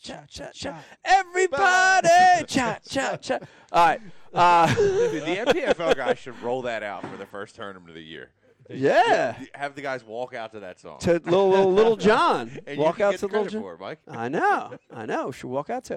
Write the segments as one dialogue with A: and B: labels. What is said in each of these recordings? A: cha cha cha. Everybody cha cha cha. All right. Uh,
B: Dude, the MPFL guys should roll that out for the first tournament of the year.
A: yeah.
B: Have the guys walk out to that song.
A: To little little, little John.
B: and you
A: Walk
B: can
A: out
B: get
A: to little
B: credit
A: John.
B: for it, Mike.
A: I know. I know. Should walk out to.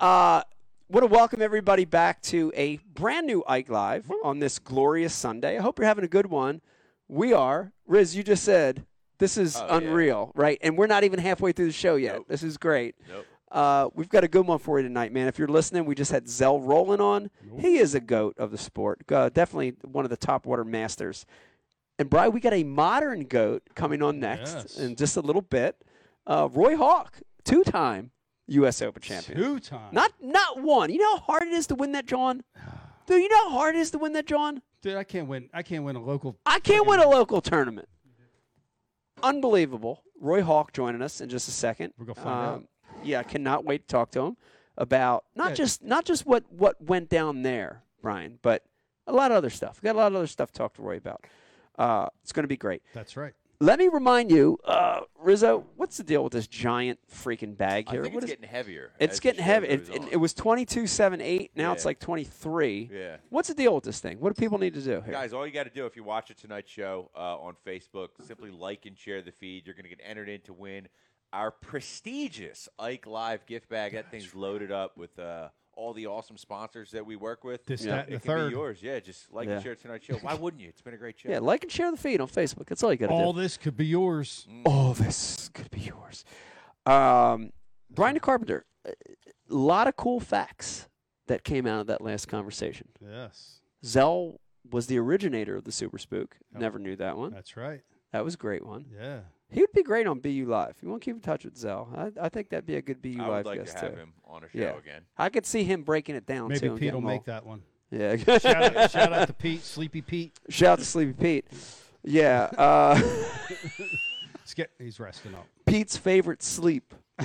A: Uh, want to welcome everybody back to a brand new Ike Live on this glorious Sunday. I hope you're having a good one. We are. Riz, you just said this is
B: Oh, yeah.
A: unreal, right? And we're not even halfway through the show yet.
B: Nope.
A: This is great.
B: Nope.
A: Uh, we've got a good one for you tonight, man. If you're listening, we just had Zell Roland on. He is a goat of the sport. Uh, definitely one of the top water masters. And Brian, we got a modern goat coming on next
C: Yes.
A: in just a little bit. Uh, Roy Hawk, two-time U.S. Open champion.
C: Two times.
A: Not not one. You know how hard it is to win that, John. Dude, you know how hard it is to win that, John.
C: dude. I can't win. I can't win a local.
A: I can't win a local tournament. Unbelievable. Roy Hawk joining us in just a second. Um,
C: We're gonna find
A: Yeah, I cannot wait to talk to him about not
C: Yeah.
A: just not just what what went down there, Brian, but a lot of other stuff. Got a lot of other stuff to talk to Roy about. Uh, it's going to be great.
C: That's right.
A: Let me remind you, uh, Rizzo, what's the deal with this giant freaking bag
B: I
A: here?
B: think
A: What
B: it's
A: is-
B: getting heavier.
A: it's
B: as the
A: getting
B: show
A: heavy. It,
B: goes
A: it,
B: on.
A: it was 22.78. Now it's
B: Yeah.
A: like 23.
B: Yeah.
A: What's the deal with this thing? What do people need to do here?
B: Guys, all you got to do if you watch it tonight's show uh, on Facebook, simply like and share the feed. You're going to get entered in to win our prestigious Ike Live gift bag. That thing's loaded up with uh, all the awesome sponsors that we work with.
C: This,
A: Yeah.
C: that, and
B: it
C: the
B: can
C: third.
B: be yours. Yeah, just like
A: Yeah.
B: and share tonight's show. Why wouldn't you? It's been a great show.
A: yeah, like and share the feed on Facebook. That's all you got to do. Mm.
C: All this could be yours.
A: all this could be yours. Um, Brian De Carpenter, a lot of cool facts that came out of that last conversation.
C: Yes,
A: Zell was the originator of the Super Spook. Never knew that one.
C: that's right.
A: That was a great one.
C: Yeah.
A: He would be great on BU Live. You want to keep in touch with Zell. I, I think that'd be a good BU
B: I
A: Live
B: would like
A: guest
B: to have
A: too.
B: him on a show
A: Yeah.
B: again.
A: I could see him breaking it down
C: Maybe
A: too. and
C: Pete will
A: getting
C: make that one.
A: all- Yeah.
C: Shout out, shout out to Pete, Sleepy Pete.
A: Shout out to Sleepy Pete. Yeah. Uh,
C: He's, get, he's resting up.
A: Pete's favorite sleep.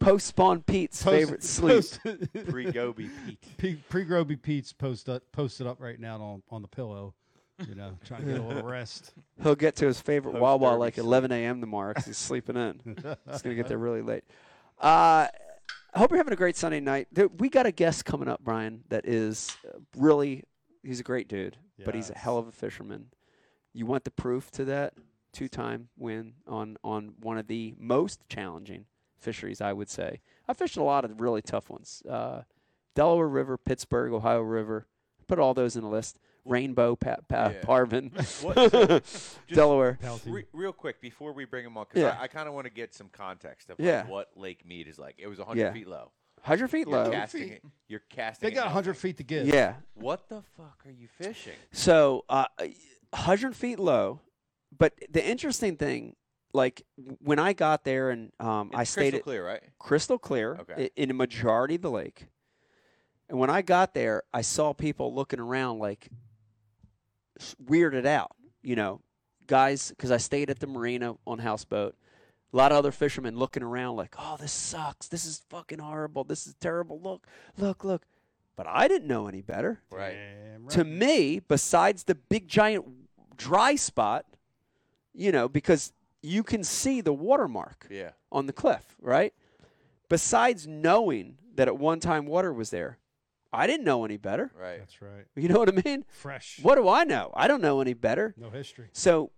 A: Post spawn Pete's favorite sleep.
B: Pre Gobi Pete.
C: Pre Groby Pete's post up, posted up right now on on the pillow. You know, trying to get a little rest.
A: He'll get to his favorite Wawa
B: Derby
A: like
B: sleep.
A: 11 a.m. tomorrow because he's sleeping in. He's going to get there really late. Uh, I hope you're having a great Sunday night. There, we got a guest coming up, Brian, that is uh, really, he's a great dude, but he's a
C: Yes.
A: hell of a fisherman. You want the proof to that? Two time win on, on one of the most challenging fisheries, I would say. I fished a lot of really tough ones uh, Delaware River, Pittsburgh, Ohio River. Put all those in a list. Rainbow, pa- pa-
B: Yeah.
A: Parvin.
B: What,
A: Delaware.
C: Penalty.
B: Re- real quick before we bring him on, because
A: Yeah.
B: I, I kind of want to get some context of
A: Yeah.
B: like what Lake Mead is like. It was 100
A: Yeah.
B: feet low.
A: 100 feet
B: You're
A: low.
B: casting. It, you're casting.
C: They
B: it
C: got 100
B: nothing.
C: feet to give.
A: Yeah.
B: What the fuck are you fishing?
A: So uh, 100 feet low. But the interesting thing, like when I got there and um, I
B: It's
A: stayed
B: crystal
A: at
B: clear, right?
A: crystal clear
B: Okay.
A: i- in a majority of the lake. And when I got there, I saw people looking around like s- weirded out, you know, guys, because I stayed at the marina on houseboat. A lot of other fishermen looking around like, oh, this sucks. This is fucking horrible. This is terrible. Look, look, look. But I didn't know any better
B: Right.
C: Damn
A: to
C: right.
A: me, besides the big giant dry spot, you know, because you can see the watermark
B: Yeah.
A: on the cliff, right? Besides knowing that at one time water was there, I didn't know any better.
B: Right.
C: That's right.
A: You know what I mean?
C: Fresh.
A: What do I know? I don't know any better.
C: No history.
A: So,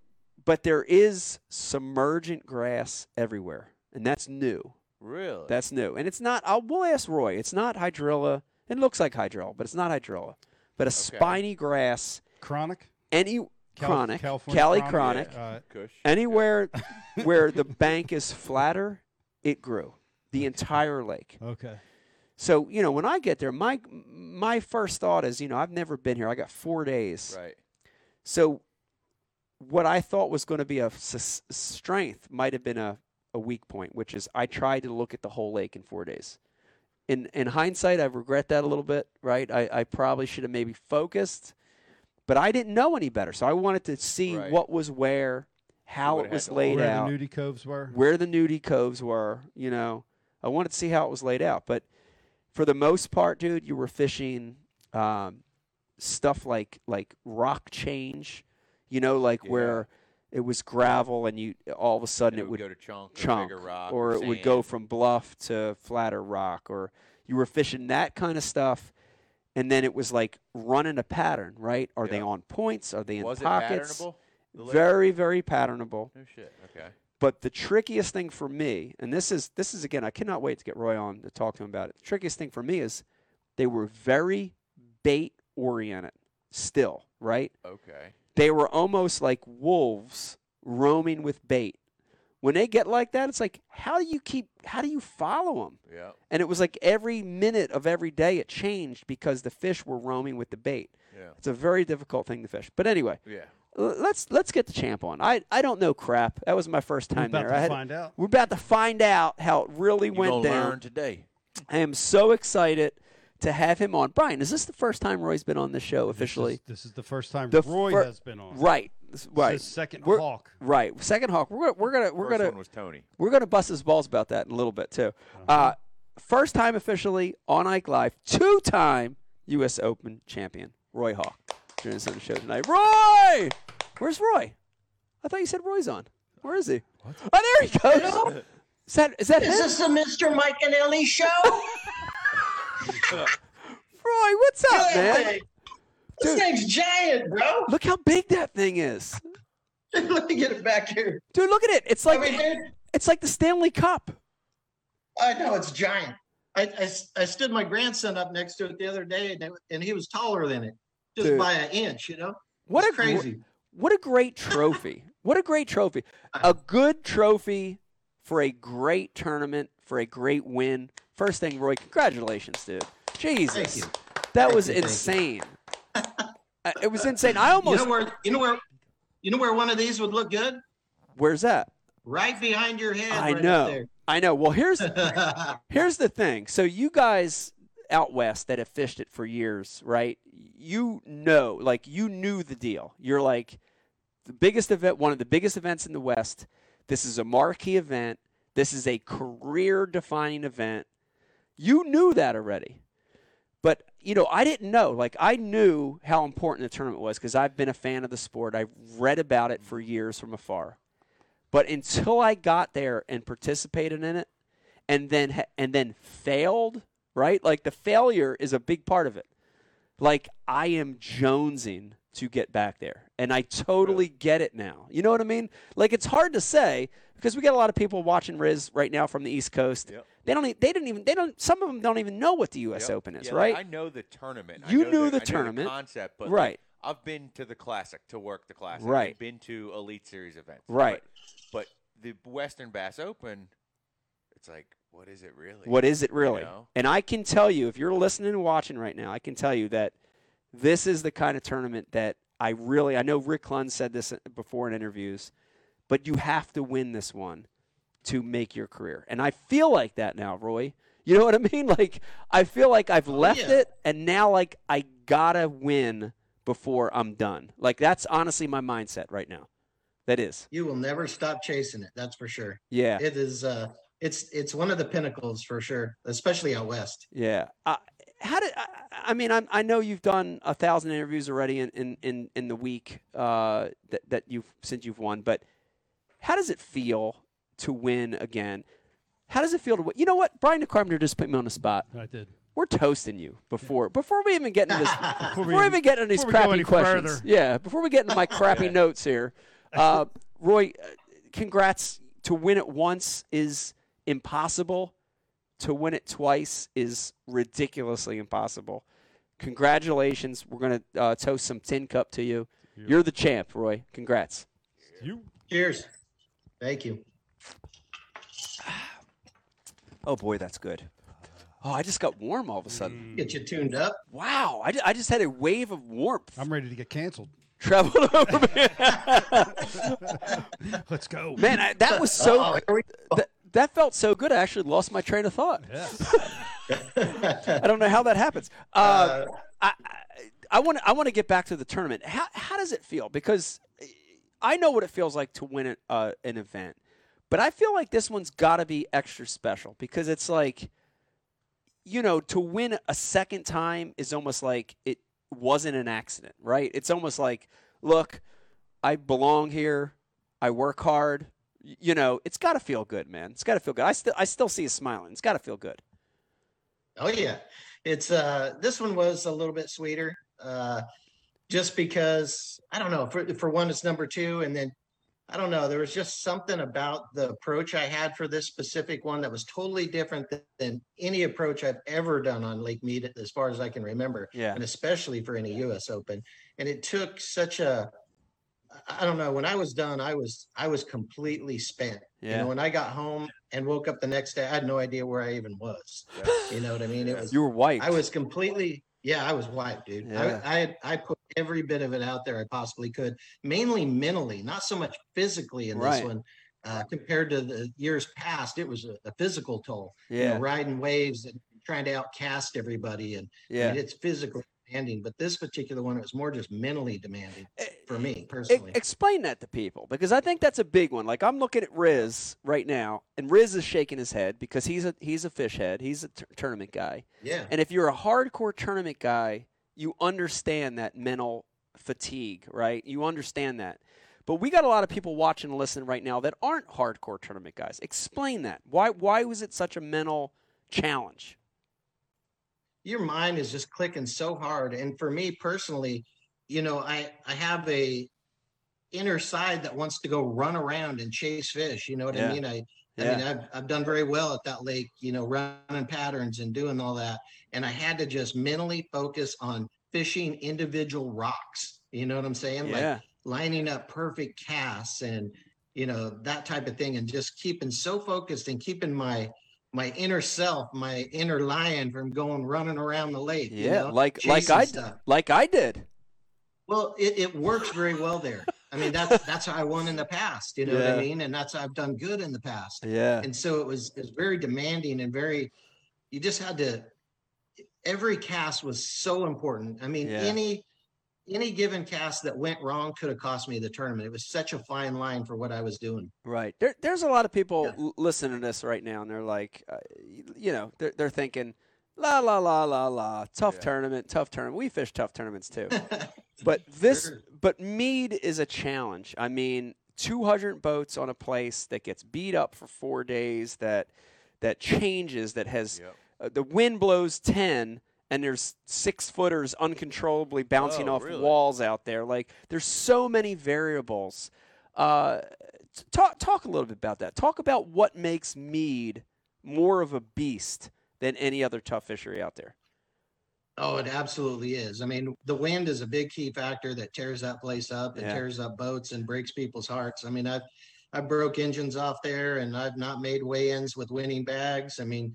A: but there is submergent grass everywhere, and that's new.
B: Really?
A: That's new, and it's not. I'll we'll ask Roy. It's not hydrilla. It looks like hydrilla, but it's not hydrilla. But a spiny grass
C: Chronic.
A: any
C: Cal-
A: chronic,
C: California
A: Cali
C: chronic.
A: chronic,
C: Yeah. Uh,
B: Kush.
A: anywhere where the bank is flatter, it grew the entire lake.
C: Okay.
A: So you know, when I get there, my my first thought is, you know, I've never been here. I got four days,
B: Right.
A: so what I thought was going to be a s- s- strength might have been a, a weak point, which is I tried to look at the whole lake in four days. In in hindsight, I regret that a little bit, right? I, I probably should have maybe focused, but I didn't know any better, so I wanted to see
B: Right.
A: what was where, how
B: would've
A: it
B: had
A: was
B: to
A: laid
C: Where
A: out,
C: the nudie coves were.
A: where the nudie coves were. You know, I wanted to see how it was laid out, but for the most part, dude, you were fishing um, stuff like like rock change, you know, like
B: Yeah.
A: where it was gravel, and you all of a sudden
B: And
A: it would
B: go to chunk, or
A: chunk,
B: bigger rock,
A: or it would
B: sand.
A: go from bluff to flatter rock, or you were fishing that kind of stuff, and then it was like running a pattern, right? Are they
B: Yeah.
A: on points? Are they in
B: Was it
A: pockets?
B: patternable? The lake?
A: Very, very patternable.
B: No shit. Okay.
A: But the trickiest thing for me, and this is this is again, I cannot wait to get Roy on to talk to him about it. The trickiest thing for me is they were very bait oriented still, right?
B: Okay.
A: They were almost like wolves roaming with bait. When they get like that, it's like how do you keep how do you follow them?
B: Yeah.
A: And it was like every minute of every day it changed because the fish were roaming with the bait.
B: Yeah.
A: It's a very difficult thing to fish. But anyway,
B: Yeah.
A: l- let's let's get the champ on. I I don't know crap. That was my first
C: We're
A: time
C: about
A: there.
C: to
A: I had,
C: find out.
A: we're about to find out how it really
B: You
A: went
B: gonna
A: down.
B: learn today?
A: I am so excited to have him on. Brian, is this the first time Roy's been on the show officially?
C: This is, this is the first time
A: The
C: Roy
A: fir-
C: has been on.
A: right. This-
C: It's
A: right.
C: His second
A: We're-
C: hawk.
A: Right. Second hawk. We're gonna we're gonna we're
B: 1st
A: gonna
B: one was Tony.
A: we're gonna bust his balls about that in a little bit too. Uh, first time officially on Ike Live, two time US Open champion, Roy Hawk. Joining us on the show tonight. Roy! Where's Roy? I thought you said Roy's on. Where is he? Oh there he goes. Is that is that him?
D: Is this the Mr. Mike and Ellie show?
A: Roy, what's up, man?
D: This
A: Dude.
D: thing's giant, bro.
A: Look how big that thing is,
D: Let me get it back here.
A: dude. Look at it. It's
D: I
A: like
D: mean, dude,
A: it's like the Stanley Cup.
D: I know it's giant. I, I s- I stood my grandson up next to it the other day, and, it- and he was taller than it, just
A: Dude.
D: by an inch, you know?
A: What
D: It's
A: a gr-
D: crazy.
A: what a great trophy. what a great trophy. A good trophy for a great tournament for a great win. First thing, Roy, congratulations, dude. Jesus,
D: Thank you.
A: that
D: Thank
A: was
D: you, thank you.
A: insane. Uh, it was insane. I almost
D: You know where you know where you know where one of these would look good?
A: where's that?
D: Right behind your head.
A: I
D: right up
A: know.
D: there.
A: I know. Well, here's Here's the thing. So you guys out west that have fished it for years, right? You know, like you knew the deal. You're like the biggest event, one of the biggest events in the west. This is a marquee event. This is a career-defining event. You knew that already. But you know, I didn't know. Like I knew how important the tournament was because I've been a fan of the sport. I've read about it for years from afar. But until I got there and participated in it, and then ha- and then failed, right? Like the failure is a big part of it. Like I am jonesing to get back there, and I totally get it now. You know what I mean? Like it's hard to say because we got a lot of people watching Riz right now from the East Coast.
B: Yep.
A: They don't. e- They didn't even. They don't. Some of them don't even know what the U.S.
B: Yep.
A: Open is,
B: Yeah, like,
A: right?
B: I know the tournament. I
A: You
B: know
A: knew the
B: I
A: tournament.
B: concept, but like,
A: right.
B: I've been to the classic to work the classic. I've
A: Right.
B: been to elite series events.
A: Right.
B: But, but the Western Bass Open, it's like, what is it really?
A: What is it really?
B: know?
A: And I can tell you, if you're listening and watching right now, I can tell you that this is the kind of tournament that I really, I know Rick Klun said this uh, before in interviews, but you have to win this one to make your career. And I feel like that now, Roy. You know what I mean? Like, I feel like I've left
D: yeah.
A: it, and now, like, I gotta win before I'm done. Like, that's honestly my mindset right now. That is.
D: you will never stop chasing it, that's for sure.
A: Yeah.
D: It is uh it's it's one of the pinnacles for sure, especially out west.
A: Yeah. Uh, how did I, I mean? I, I know you've done a thousand interviews already in in, in, in the week uh, that that you've since you've won. But how does it feel to win again? How does it feel to win? You know what, Brian DeCarpenter just put me on the spot.
C: I did.
A: We're toasting you before before we even get into this.
C: Before
A: before
C: we
A: we
C: even-
A: even get into these
C: before we go
A: crappy
C: any
A: questions.
C: further.
A: Yeah. Before we get into my crappy notes here, uh, Roy, uh, congrats to win it once is impossible to win it twice is ridiculously impossible. Congratulations. We're going to uh, toast some tin cup to you.
C: Yeah.
A: You're the champ, Roy. Congrats.
C: You
D: Cheers. Thank you.
A: Oh, boy, that's good. Oh, I just got warm all of a sudden.
D: Get you tuned up.
A: Wow. I, ju- I just had a wave of warmth
C: Mm. I'm ready to get canceled.
A: traveled over me.
C: Let's go.
A: Man, I, that was so.
D: Uh-oh, Oh, here we go.
A: that- that felt so good. I actually lost my train of thought.
C: Yes.
A: I don't know how that happens. Uh, I I want I want to get back to the tournament. How how does it feel? Because I know what it feels like to win an, uh, an event, but I feel like this one's got to be extra special because it's like, you know, to win a second time is almost like it wasn't an accident, right? It's almost like, look, I belong here. I work hard. Y- You know, it's got to feel good, man. It's got to feel good. I still I still see you smiling. It's got to feel good.
D: Oh yeah, it's uh this one was a little bit sweeter, uh, just because I don't know for for one it's number two, and then I don't know there was just something about the approach I had for this specific one that was totally different than, than any approach I've ever done on Lake Mead as far as I can remember,
A: Yeah.
D: and especially for any U.S. Open, and it took such a I- I don't know when I was done I was I was completely spent. You
A: Yeah.
D: know, when I got home and woke up the next day, I had no idea where I even was. You know what I mean? It was
A: You were white.
D: I was completely, yeah, I was wiped, dude.
A: Yeah.
D: I, I, had- I put every bit of it out there I possibly could, mainly mentally, not so much physically in
A: Right.
D: this one. Uh, compared to the years past, it was a, a physical toll. You know,
A: Yeah.
D: riding waves and trying to outcast everybody, and I mean,
A: Yeah.
D: it's physically demanding. But this particular one, it was more just mentally demanding
A: Eh,
D: for me
A: E-
D: personally.
A: explain that to people because I think that's a big one. Like I'm looking at Riz right now, and Riz is shaking his head because he's a he's a fish head. He's a tur- tournament guy,
D: yeah,
A: and if you're a hardcore tournament guy, you understand that mental fatigue, right? You understand that. But we got a lot of people watching and listening right now that aren't hardcore tournament guys. Explain that. Why why was it such a mental challenge?
D: your mind is just clicking so hard and for me personally you know i i have a inner side that wants to go run around and chase fish you know what
A: Yeah.
D: i mean i
A: Yeah.
D: i mean I've, I've done very well at that lake you know running patterns and doing all that and i had to just mentally focus on fishing individual rocks you know what i'm saying like
A: yeah.
D: lining up perfect casts and you know that type of thing and just keeping so focused and keeping my my inner self my inner lion from going running around the lake you
A: Yeah,
D: know,
A: like- like
D: chasing
A: I d-
D: stuff.
A: Like I did.
D: well it, it works very well there i mean that's that's how i won in the past you know what
A: Yeah.
D: i mean and that's how i've done good in the past
A: Yeah.
D: and so it was it was very demanding and very you just had to every cast was so important i mean
A: Yeah.
D: any any given cast that went wrong could have cost me the tournament it was such a fine line for what i was doing
A: Right. There, there's a lot of people
D: Yeah.
A: l- listening to this right now, and they're like, uh, y- you know, they're, they're thinking, la, la, la, la, la, tough
B: Yeah.
A: tournament, tough tournament. We fish tough tournaments too. but this,
D: Sure.
A: but Mead is a challenge. I mean, 200 boats on a place that gets beat up for four days, that, that changes, that has
B: Yep.
A: uh, the wind blows 10 and there's six footers uncontrollably bouncing
B: Whoa,
A: off
B: really?
A: walls out there like there's so many variables uh, t- talk, talk a little bit about that talk about what makes mead more of a beast than any other tough fishery out there
D: oh it absolutely is i mean the wind is a big key factor that tears that place up and
A: Yeah.
D: tears up boats and breaks people's hearts i mean i've i broke engines off there and i've not made weigh-ins with winning bags i mean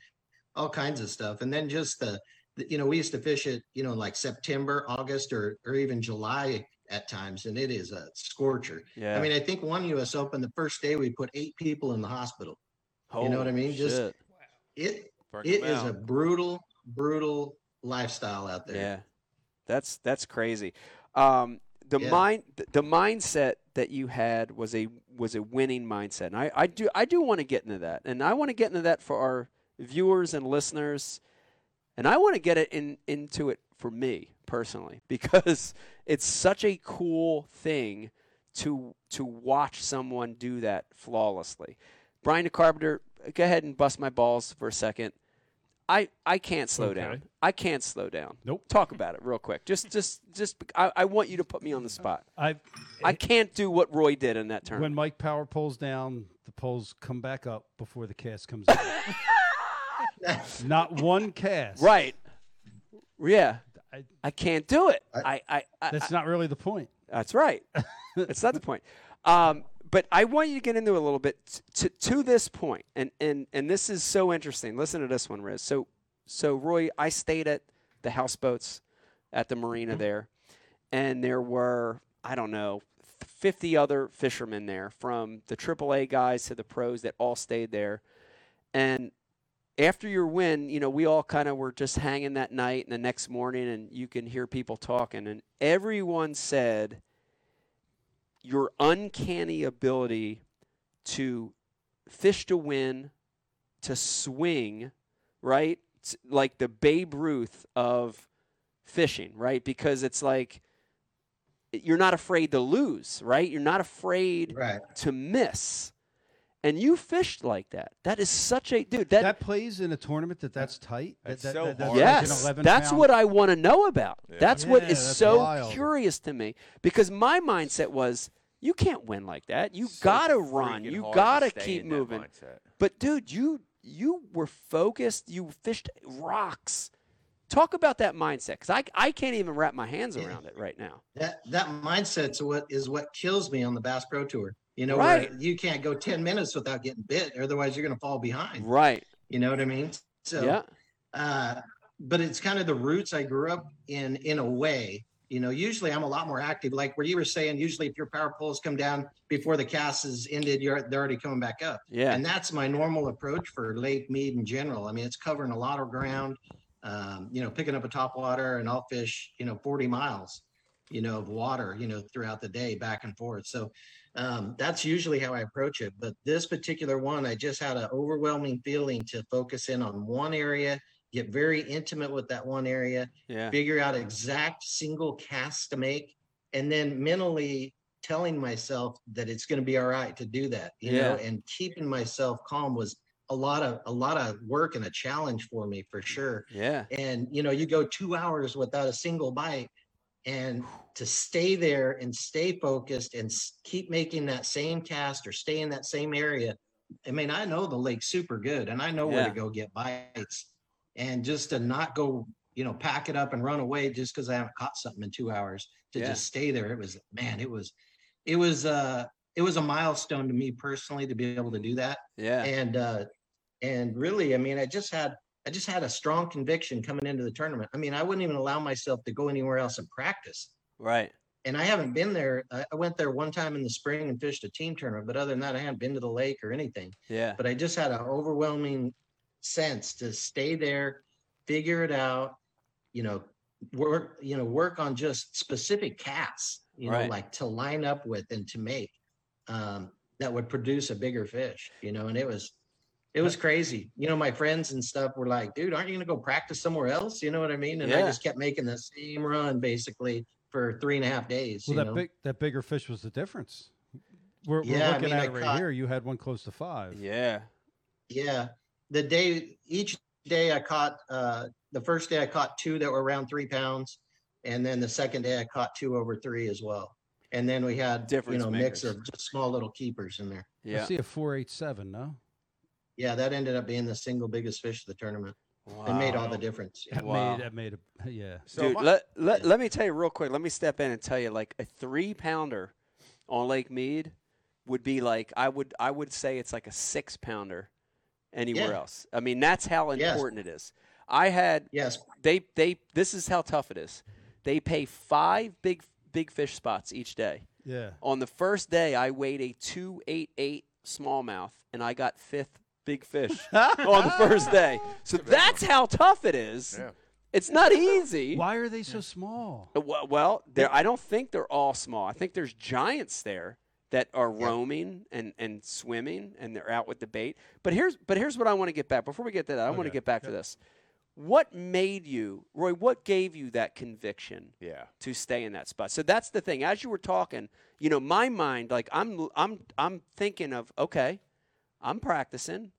D: all kinds of stuff. And then just the, the- you know, we used to fish it, you know, like September, August, or or even July at times, and it is a scorcher.
A: yeah
D: I mean, I think one U.S. Open, the first day we put eight people in the hospital. you know what I mean? Just-
A: shit.
D: It
B: Burn
D: it
B: them
D: is a
B: out.
D: brutal, brutal lifestyle out there.
A: yeah that's that's crazy um, the
D: Yeah.
A: mind th- the mindset that you had was a was a winning mindset and i, I do i do want to get into that and i want to get into that for our viewers and listeners and i want to get it in into it for me personally because it's such a cool thing to to watch someone do that flawlessly brian De carpenter go ahead and bust my balls for a second i i can't slow
C: Okay.
A: down i can't slow down
C: Nope.
A: talk about it real quick just just just i, I want you to put me on the spot
C: I Uh,
A: I can't do what Roy did in that
C: when
A: tournament.
C: Mike Power pulls down, the poles come back up before the cast comes out. Not one cast.
A: right. Yeah. I,
C: I-
A: can't do it. I,
D: I-
A: I, I,
C: That's not really the point.
A: that's right. that's not the point. Um, but I want you to get into it a little bit t- to to this point, and and and this is so interesting. Listen to this one, Riz. So so Roy, I stayed at the houseboats at the marina there, and there were I don't know. 50 other fishermen there from the AAA guys to the pros that all stayed there. And after your win, you know, we all kind of were just hanging that night and the next morning, and you can hear people talking. And everyone said your uncanny ability to fish to win, to swing, right? It's like the Babe Ruth of fishing, right? Because it's like you're not afraid to lose, right? You're not afraid
D: Right.
A: to miss. And you fished like that. That is such a dude. That,
C: That, plays in a tournament that that's tight. That-
B: That's
C: that-
B: so
C: that- that's
B: hard.
C: like an
A: yes,
C: 11
A: that's
C: pound-
A: what I want to know about.
B: Yeah.
A: That's what
C: Yeah,
A: is
C: that's
A: so
C: wild.
A: curious to me because my mindset was you can't win like that. You
B: So
A: gotta run.
B: freaking
A: You
B: hard to
A: gotta
B: stay
A: keep
B: in that
A: moving.
B: mindset.
A: But dude, you you were focused. You fished rocks. Talk about that mindset because I I can't even wrap my hands
D: Yeah.
A: around it right now.
D: That that mindset's what is what kills me on the Bass Pro Tour. You know,
A: Right.
D: where you can't go 10 minutes without getting bit, otherwise you're gonna fall behind.
A: Right.
D: You know what I mean? So
A: yeah.
D: uh, but it's kind of the roots I grew up in, in a way. You know, usually I'm a lot more active. Like where you were saying, usually if your power poles come down before the cast is ended, you're they're already coming back up.
A: Yeah.
D: And that's my normal approach for Lake Mead in general. I mean, it's covering a lot of ground. Um, you know, picking up a top water and I'll fish, you know, 40 miles, you know, of water, you know, throughout the day back and forth. So um, that's usually how I approach it. But this particular one, I just had an overwhelming feeling to focus in on one area, get very intimate with that one area,
A: yeah.
D: figure out exact single cast to make and then mentally telling myself that it's going to be all right to do that you know
A: Yeah.
D: and keeping myself calm was a lot of a lot of work and a challenge for me for sure
A: Yeah.
D: and you know you go two hours without a single bite and to stay there and stay focused and s- keep making that same cast or stay in that same area i mean i know the lake super good and i know where
A: Yeah.
D: to go get bites and just to not go you know pack it up and run away just because i haven't caught something in two hours to
A: Yeah.
D: just stay there it was man it was it was uh it was a milestone to me personally to be able to do that
A: Yeah.
D: and uh and really i mean i just had i just had a strong conviction coming into the tournament i mean i wouldn't even allow myself to go anywhere else and practice
A: Right.
D: and i haven't been there i I went there one time in the spring and fished a team tournament but other than that i hadn't been to the lake or anything
A: Yeah.
D: but i just had an overwhelming sense to stay there figure it out you know work you know work on just specific casts you
A: Right.
D: know like to line up with and to make um, that would produce a bigger fish you know and it was it was crazy you know my friends and stuff were like dude aren't you gonna go practice somewhere else you know what i mean and i
A: Yeah.
D: just kept making the same run basically for three and a half days
C: Well,
D: you
C: that
D: know?
C: big that bigger fish was the difference. We're, we're
D: Yeah, I
C: looking
D: mean,
C: at
D: I
C: it right
D: caught-
C: here. You had one close to five.
A: Yeah.
D: Yeah. The day each day I caught uh the first day I caught two that were around three pounds. And then the second day I caught two over three as well. And then we had
A: Difference
D: you know mix
A: makers.
D: of just small little keepers in there.
A: Yeah.
C: I see a four eight seven. No,
D: Yeah, that ended up being the single biggest fish of the tournament.
A: Wow.
D: It made all the difference.
C: that
A: Wow.
C: made that made a yeah.
B: So
A: Dude,
B: my-
A: let, let, let me tell you real quick. Let me step in and tell you like a three pounder on Lake Mead would be like I would I would say it's like a six pounder anywhere
D: Yeah.
A: else. I mean that's how
D: Yes.
A: important it is. I had
D: Yes.
A: they they this is how tough it is. They pay five big big fish spots each day.
C: Yeah.
A: On the first day I weighed a two eight eight smallmouth and I got fifth big fish on the first day. So that's how tough it is.
B: Yeah.
A: It's not easy.
C: Why are they so small?
A: Uh, we- Well, there. I don't think they're all small. I think there's giants there that are roaming and, and swimming, and they're out with the bait. But here's but here's what I want to get back. Before we get to that, I want to
C: Okay.
A: get back to this. What made you, Roy? What gave you that conviction
B: yeah.
A: to stay in that spot? So that's the thing. As you were talking, you know, my mind, like I'm I'm I'm thinking of okay, I'm practicing,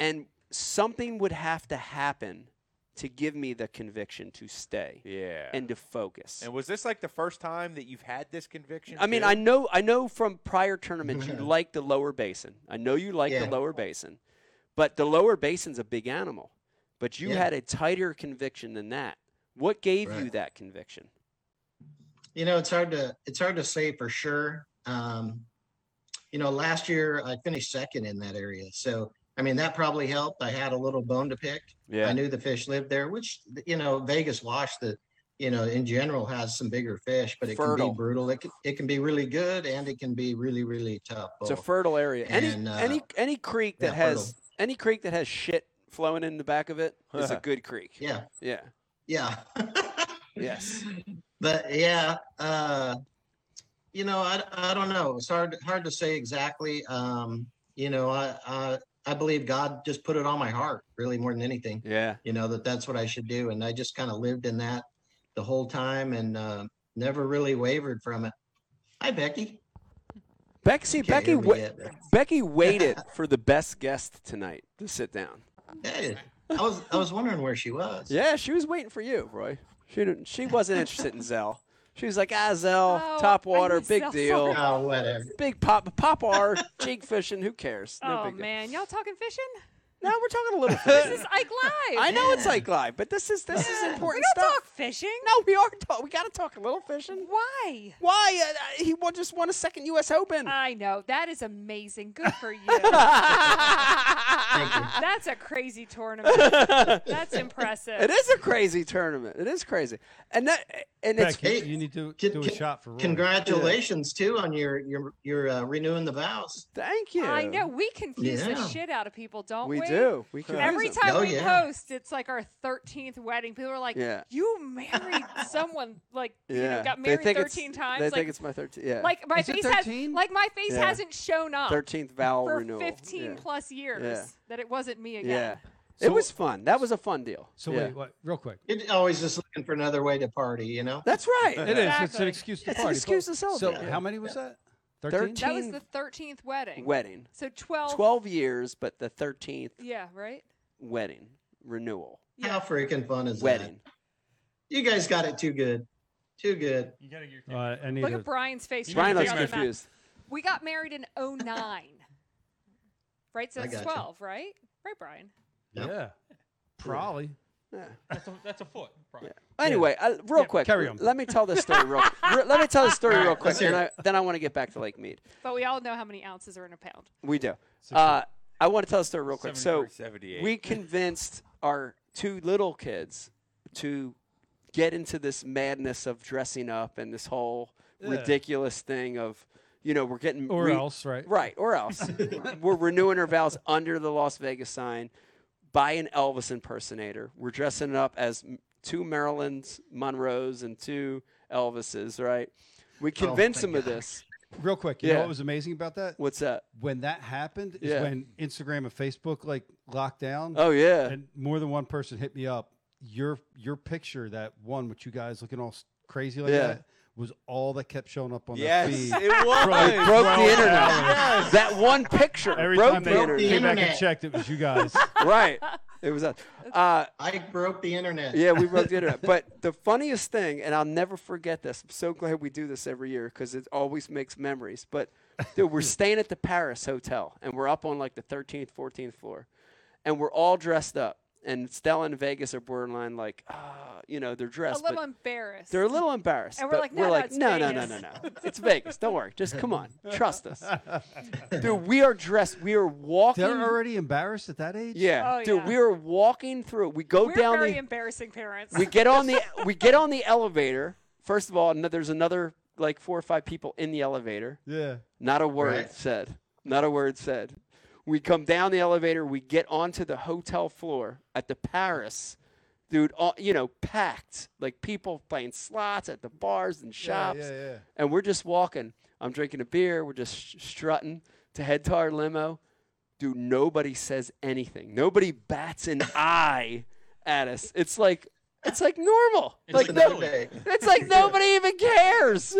A: and something would have to happen to give me the conviction to stay
B: Yeah.
A: and to focus.
B: And was this like the first time that you've had this conviction?
A: I mean,
B: too?
A: I know, I know from prior tournaments you like the lower basin. I know you like
D: Yeah.
A: the lower basin, but the lower basin's a big animal. But you
D: Yeah.
A: had a tighter conviction than that. What gave you
D: Right.
A: that conviction?
D: You know, it's hard to it's hard to say for sure. Um, you know, last year I finished second in that area. So I mean that probably helped. I had a little bone to pick. I knew the fish lived there, which you know Vegas Wash that you know in general has some bigger fish, but it
A: Fertile.
D: can be brutal. It can, it can be really good and it can be really really tough.
A: it's a
D: both.
A: fertile area. Any
D: Oh, And, uh,
A: any any creek that
D: yeah,
A: has
D: fertile.
A: any creek that has shit flowing in the back of it is a good creek.
D: yeah,
A: Yeah.
D: yeah,
A: Yes.
D: But yeah, uh, you know I, I don't know. It's hard hard to say exactly. Um, you know I, I I believe God just put it on my heart really more than anything.
A: Yeah.
D: you know that that's what i should do and i just kind of lived in that the whole time and uh, never really wavered from it. Hi, Becky.
A: Beck, see,
D: Okay,
A: Becky,
D: here we
A: wa-
D: get Becky.
A: Becky waited for the best guest tonight to sit down.
D: Hey, I was I was wondering where she was.
A: Yeah, she was waiting for you, Roy. She didn't, she wasn't interested in Zell. She was like, ah, Zell,
E: Oh,
A: top
E: I
A: water,
E: knew
A: big
E: Zell.
A: deal,
D: Oh, whatever.
A: big pop, pop R, jig fishing. Who cares? No
E: oh
A: big deal.
E: man, y'all talking fishing?
A: No, we're talking a little.
E: This
A: fishing.
E: is Ike Live.
A: I know it's like live, but this is this is
E: We
A: important
E: don't
A: stuff.
E: talk fishing.
A: No, we are. Talk- we got to talk a little fishing.
E: Why?
A: Why? Uh, uh, he won, just won a second U.S. Open.
E: I know that is amazing. Good for you. Uh.
D: Thank you.
E: That's a crazy tournament. That's impressive.
A: it is a crazy tournament. It is crazy, and that and it's
C: Becky,
D: Hey,
C: you need to
D: Con-
C: do a
D: con-
C: shot for Roy.
D: Congratulations too on your your your uh, renewing the vows.
A: thank you.
E: I know we confuse
D: Yeah.
E: the shit out of people, don't we?
A: We do. We can
E: Every
A: use 'em.
E: time
D: Oh,
E: we
D: yeah.
E: post, it's like our thirteenth wedding. People are like,
A: Yeah.
E: "You married someone like you
A: yeah.
E: know, got
A: They
E: married
A: think it's-
E: thirteen
A: They
E: times."
A: think
E: Like,
A: it's my thirteen. Yeah.
E: like my
C: Is it
E: face has
C: 13?
E: like my face
A: Yeah.
E: hasn't shown up
A: thirteenth vowel
E: for
A: renewal.
E: fifteen
A: yeah.
E: plus years
A: Yeah.
E: that it wasn't me
A: Yeah.
E: again.
A: it
C: So-
A: was fun. That was a fun deal.
C: So
A: yeah.
C: wait, what, real quick.
D: You're always just looking for another way to party, you know.
A: That's right.
C: It is. It's an
E: Exactly.
C: excuse to
A: It's an
C: party.
A: excuse
C: So-
A: to celebrate,
C: So
A: yeah.
C: how many was that?
A: 13?
E: That was
A: 15
E: the thirteenth wedding.
A: Wedding.
E: So 12,
A: Twelve years, but the thirteenth
E: Yeah, right.
A: wedding renewal
D: How freaking fun is
A: wedding.
D: that? You guys got it too good, too good.
F: You gotta get
C: Uh, I need
E: Look
C: a-
E: at Brian's face.
F: You
A: Brian
F: need
E: right
F: to
A: looks
E: now.
F: figure out the math.
A: confused.
E: We got married in 09. right? So
D: I
E: that's
D: gotcha.
E: 12, right? Right, Brian?
D: Yep.
C: Yeah. Probably.
A: Yeah.
F: that's, a, that's a foot. Probably.
A: Anyway, uh, real
C: Yeah,
A: quick,
C: carry on.
A: let me tell this story real. re- let me tell this story real
D: Alright,
A: quick,
D: let's
A: and
D: hear
A: I, then I want to get back to Lake Mead.
E: But we all know how many ounces are in a pound.
A: We do.
C: Six
A: Uh, I want to tell this story real quick. So
B: 73, 78.
A: we convinced our two little kids to get into this madness of dressing up and this whole
C: Yeah.
A: ridiculous thing of, you know, we're getting
C: Or
A: we-
C: else, right?
A: Right, or else. We're renewing our vows under the Las Vegas sign by an Elvis impersonator. We're dressing it up as m- two Maryland's Monroes and two Elvises, right? We convince them of this.
C: Real quick. You know
A: Yeah.
C: what was amazing about that?
A: What's that?
C: When that happened is
A: Yeah.
C: when Instagram and Facebook like locked down.
A: Oh, yeah.
C: and more than one person hit me up. Your your picture that one with you guys looking all s- crazy like
A: Yeah.
C: that was all that kept showing up on
B: yes,
C: their feed.
B: it was.
C: Right.
A: broke the
C: Well,
A: internet.
B: yes.
A: That one picture
C: Every
A: broke
C: time
A: the
C: they
A: internet.
C: came back and
D: Internet.
C: checked, it was you guys.
A: right. It was a. Uh,
D: I broke the internet.
A: yeah, we broke the internet. But the funniest thing, and I'll never forget this. I'm so glad we do this every year because it always makes memories. But dude, we're staying at the Paris Hotel and we're up on like the 13th, 14th floor, and we're all dressed up. And Stella and Vegas are borderline like, ah, you know, they're
E: A
A: dressed. but
E: little embarrassed.
A: they're a little embarrassed.
E: And we're
A: but
E: like, no, no, it's
A: no, no, no,
E: Vegas.
A: no, no. It's Vegas. Don't worry. Just come on. Trust us. Dude, we are dressed. We are walking.
C: They're already embarrassed at that age.
A: Yeah,
E: Oh,
A: dude,
E: yeah.
A: we were walking through. We go
E: We're
A: down
E: very
A: the.
E: embarrassing parents.
A: we get on the. We get on the elevator. First of all, no, there's another like four or five people in the elevator.
C: Yeah.
A: Not a word
D: Right.
A: said. Not a word said. We come down the elevator. We get onto the hotel floor at the Paris, dude. All, you know, packed like people playing slots at the bars and shops,
C: Yeah, yeah, yeah.
A: and we're just walking. I'm drinking a beer. We're just sh- strutting to head to our limo. Dude, nobody says anything. Nobody bats an eye at us. It's like it's like normal.
F: It's
A: like
F: like
A: no,
D: Another day.
A: it's like nobody even cares.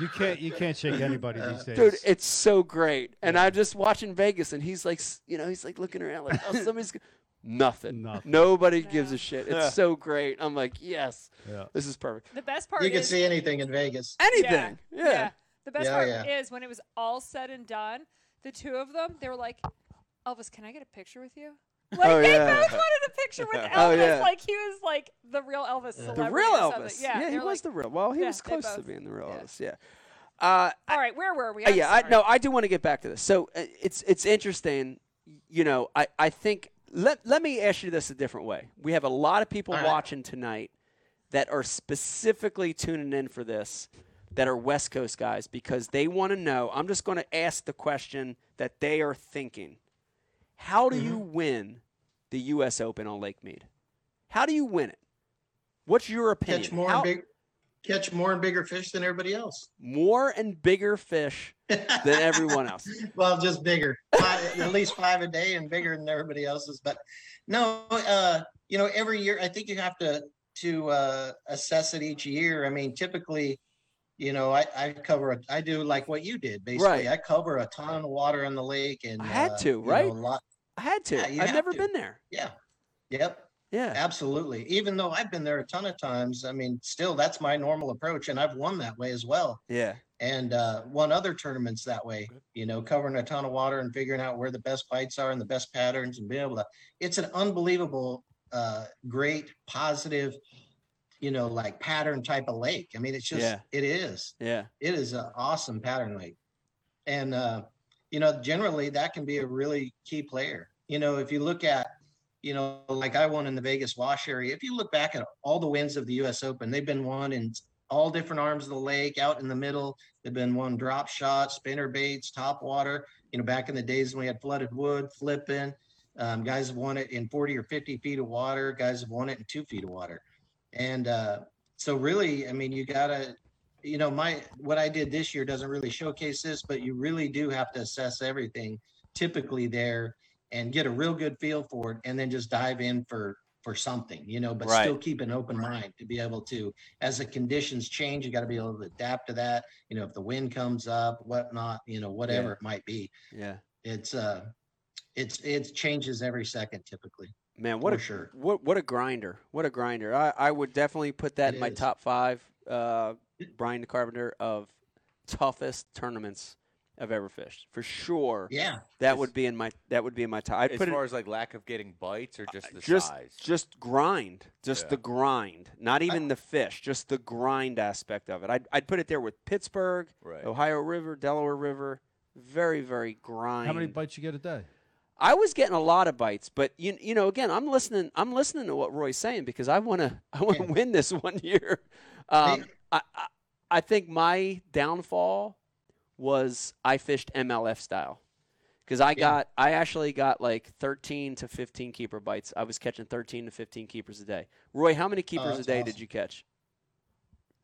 C: You can't you can't shake anybody these days.
A: Dude, it's so great. And I'm just watching Vegas, and he's like, s- you know, he's like looking around, like, oh, somebody's g-" nothing.
C: Nothing.
A: Nobody gives
E: Yeah.
A: a shit. It's so great. I'm like, yes,
C: yeah.
A: this is perfect.
E: the best part
D: You can
E: is
D: see anything in Vegas.
A: Anything, yeah.
E: The best
D: Yeah,
E: part
D: yeah.
E: is when it was all said and done, the two of them, they were like, Elvis, can I get a picture with you? Like
A: Oh,
E: they
A: yeah. Oh,
E: both wanted a picture with Elvis.
A: yeah.
E: Like he was like the real Elvis celebrity.
A: The real
E: or something.
A: Elvis.
E: Yeah. they
A: he
E: were
A: was
E: like,
A: the real. Well, he
E: yeah,
A: was
E: they
A: close to
E: both-
A: being the real
E: yeah.
A: Elvis. Yeah. Uh,
E: All right, where were we?
A: Uh,
E: I'm
A: yeah, I,
E: sorry.
A: no, I do want to get back to this. So uh, it's it's interesting. You know, I, I think let let me ask you this a different way. We have a lot of people
D: All right.
A: watching tonight that are specifically tuning in for this that are West Coast guys because they want to know. I'm just going to ask the question that they are thinking. How do
D: Mm-hmm.
A: you win the US Open on Lake Mead? How do you win it? What's your opinion?
D: Catch more
A: How-
D: and big, catch more and bigger fish than everybody else.
A: more and bigger fish than everyone else.
D: well, just bigger, five, at least five a day and bigger than everybody else's. But no, uh, you know, every year I think you have to to uh, assess it each year. I mean, typically, you know, I, I cover, a, I do like what you did basically.
A: Right.
D: I cover a ton of water in the lake and
A: I had
D: uh,
A: to,
D: you know,
A: right?
D: a lot.
A: I had to.
D: Yeah, you
A: I've
D: have
A: never
D: to.
A: been there.
D: Yeah. Yep.
A: Yeah.
D: Absolutely. Even though I've been there a ton of times, I mean, still that's my normal approach, and I've won that way as well,
A: Yeah.
D: and uh, won other tournaments that way. You know, covering a ton of water and figuring out where the best bites are and the best patterns, and being able to. It's an unbelievable, uh, great, positive, you know, like pattern type of lake. I mean, it's just
A: Yeah.
D: it is
A: Yeah.
D: it is an awesome pattern lake and uh, you know generally that can be a really key player you know if you look at you know like i won in the vegas wash area if you look back at all the wins of the us open they've been won in all different arms of the lake out in the middle they've been won drop shot spinner baits top water you know back in the days when we had flooded wood flipping um, guys have won it in 40 or 50 feet of water guys have won it in two feet of water and uh, so really i mean you gotta you know my what i did this year doesn't really showcase this but you really do have to assess everything typically there and get a real good feel for it and then just dive in for for something you know but
A: Right.
D: still keep an open mind to be able to as the conditions change you got to be able to adapt to that you know if the wind comes up whatnot you know whatever it might be
A: Yeah.
D: it's uh it's it changes every second typically
A: Man, what
D: For
A: a
D: sure.
A: what what a grinder! What a grinder! I, I would definitely put that
D: It
A: in my
D: is.
A: top five. Uh, Brian the Carpenter of toughest tournaments I've ever fished for sure.
D: yeah
A: That would be in my that would be in my top. I'd
B: as
A: put
B: far
A: it Uh,
B: as like lack of getting bites or just the
A: just
B: size.
A: just grind, just
B: Yeah.
A: the grind, not even the fish, just the grind aspect of it. I'd I'd put it there with Pittsburgh,
B: right.
A: Ohio River, Delaware River. Very very grind.
C: How many bites you get a day?
A: I was getting a lot of bites, but you you know again I'm listening I'm listening to what Roy's saying because I want to I want to
D: Yeah.
A: win this one year. Um, I, I I think my downfall was I fished MLF style because I got I actually got like 13 to 15 keeper bites. I was catching 13 to 15 keepers a day. Roy, how many keepers a
D: Oh, that's
A: day did
D: awesome.
A: you catch?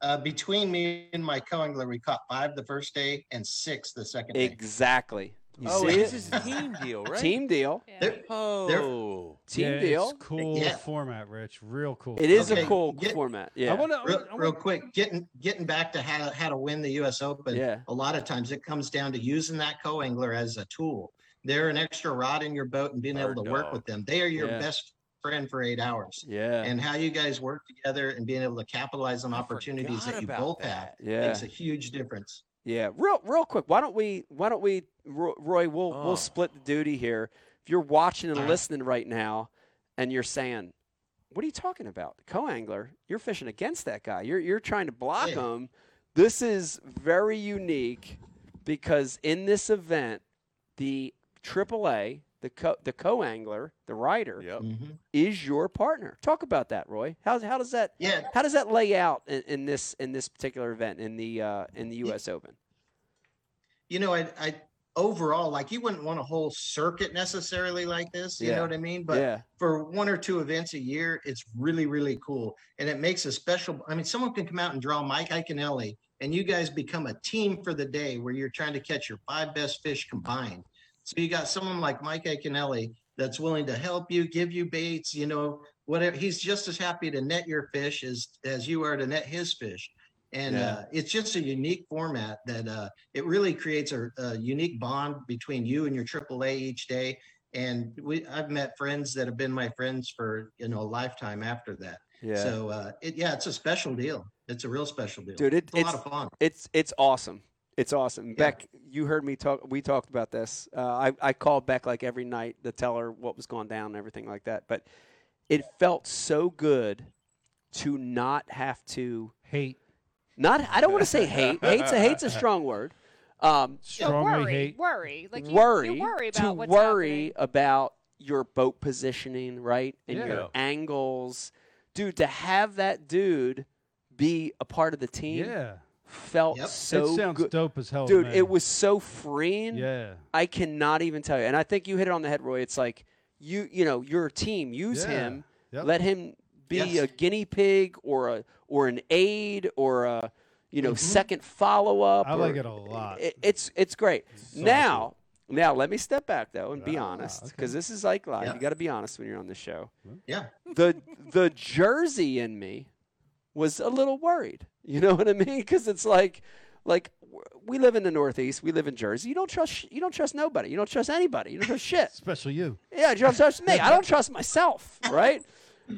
D: uh, between me and my co-angler we caught five the first day and six the second day
A: Exactly. You
B: oh,
A: see
B: this
A: it?
B: is a team deal, right?
A: Team deal.
E: Yeah.
D: There-
B: Oh,
A: Team
C: Yeah,
A: deal.
C: It's cool
D: Yeah.
C: format, Rich. Real cool.
A: It is a
D: Okay,
A: cool
D: get-
A: format. Yeah.
C: I want to.
D: real, real quick, getting getting back to how how to win the U.S. Open.
A: Yeah.
D: A lot of times it comes down to using that co-angler as a tool. They're an extra rod in your boat and being
B: Bird
D: able to work
B: dog.
D: with them. They are your
A: Yeah.
D: best friend for eight hours.
A: yeah.
D: And how you guys work together and being able to capitalize on
B: I
D: opportunities
B: forgot
D: that you
B: about
D: both
B: that.
A: yeah.
D: have makes a huge difference.
A: Yeah, real real quick. Why don't we? Why don't we, Ro- Roy? We'll
B: Oh.
A: we'll split the duty here. If you're watching and
D: All right.
A: listening right now, and you're saying, "What are you talking about, co-angler? You're fishing against that guy. You're you're trying to block
D: Yeah.
A: him." This is very unique because in this event, the AAA, the co- the co-angler, the rider,
B: Yep.
D: Mhm.
A: is your partner. Talk about that, Roy. How how does that
D: Yeah.
A: how does that lay out in, in this in this particular event in the uh, in the U.S. Open?
D: you know, I, I overall like you wouldn't want a whole circuit necessarily like this. You
A: Yeah.
D: know what I mean? But
A: yeah.
D: for one or two events a year, it's really, really cool. And it makes a special, I mean, someone can come out and draw Mike Iconelli and you guys become a team for the day where you're trying to catch your five best fish combined. So you got someone like Mike Iconelli that's willing to help you, give you baits, you know, whatever. He's just as happy to net your fish as, as you are to net his fish. And
A: Yeah.
D: uh, it's just a unique format that uh, it really creates a, a unique bond between you and your AAA each day and we i've met friends that have been my friends for you know a lifetime after that
A: Yeah.
D: so uh it, yeah it's a special deal it's a real special deal
A: Dude, it-
D: it's a lot
A: it's-
D: of fun
A: It's it's awesome. It's awesome. Beck, you heard me talk. We talked about this. Uh, I I called Beck like every night to tell her what was going down and everything like that. But it felt so good to not have to
C: hate.
A: not. I don't want to say hate. Hate's a hate's a strong word. Um,
E: Yeah,
C: Strongly
E: worry,
C: hate.
E: worry, like you,
A: worry,
E: you worry
A: to
E: about what's
A: worry
E: happening.
A: about your boat positioning, right, and
B: Yeah.
A: your angles, dude. To have that dude be a part of the team
C: Yeah.
A: felt
D: Yep. It
A: so
C: it sounds
A: good.
C: dope as hell,
A: dude
C: to me.
A: it was so freeing
C: Yeah.
A: i cannot even tell you and i think you hit it on the head roy it's like you you know your team use
C: Yeah.
A: him
C: Yep.
A: let him be
D: Yes.
A: a guinea pig or a or an aid or a you know
D: Mhm.
A: second follow-up
C: Mm-hmm. I
A: or-
C: like it a lot.
A: it- it's it's great
C: So
A: now Now let me step back though and be
C: Ah,
A: honest,
C: okay.
A: because this is like live.
D: Yeah.
A: You got to be honest when you're on the show.
D: Yeah.
A: The the Jersey in me was a little worried. You know what I mean? Because it's like like w- we live in the Northeast. We live in Jersey. You don't trust. sh- You don't trust nobody. You don't trust anybody. You don't trust shit.
C: Especially you.
A: Yeah, you don't trust me. I don't trust myself, right?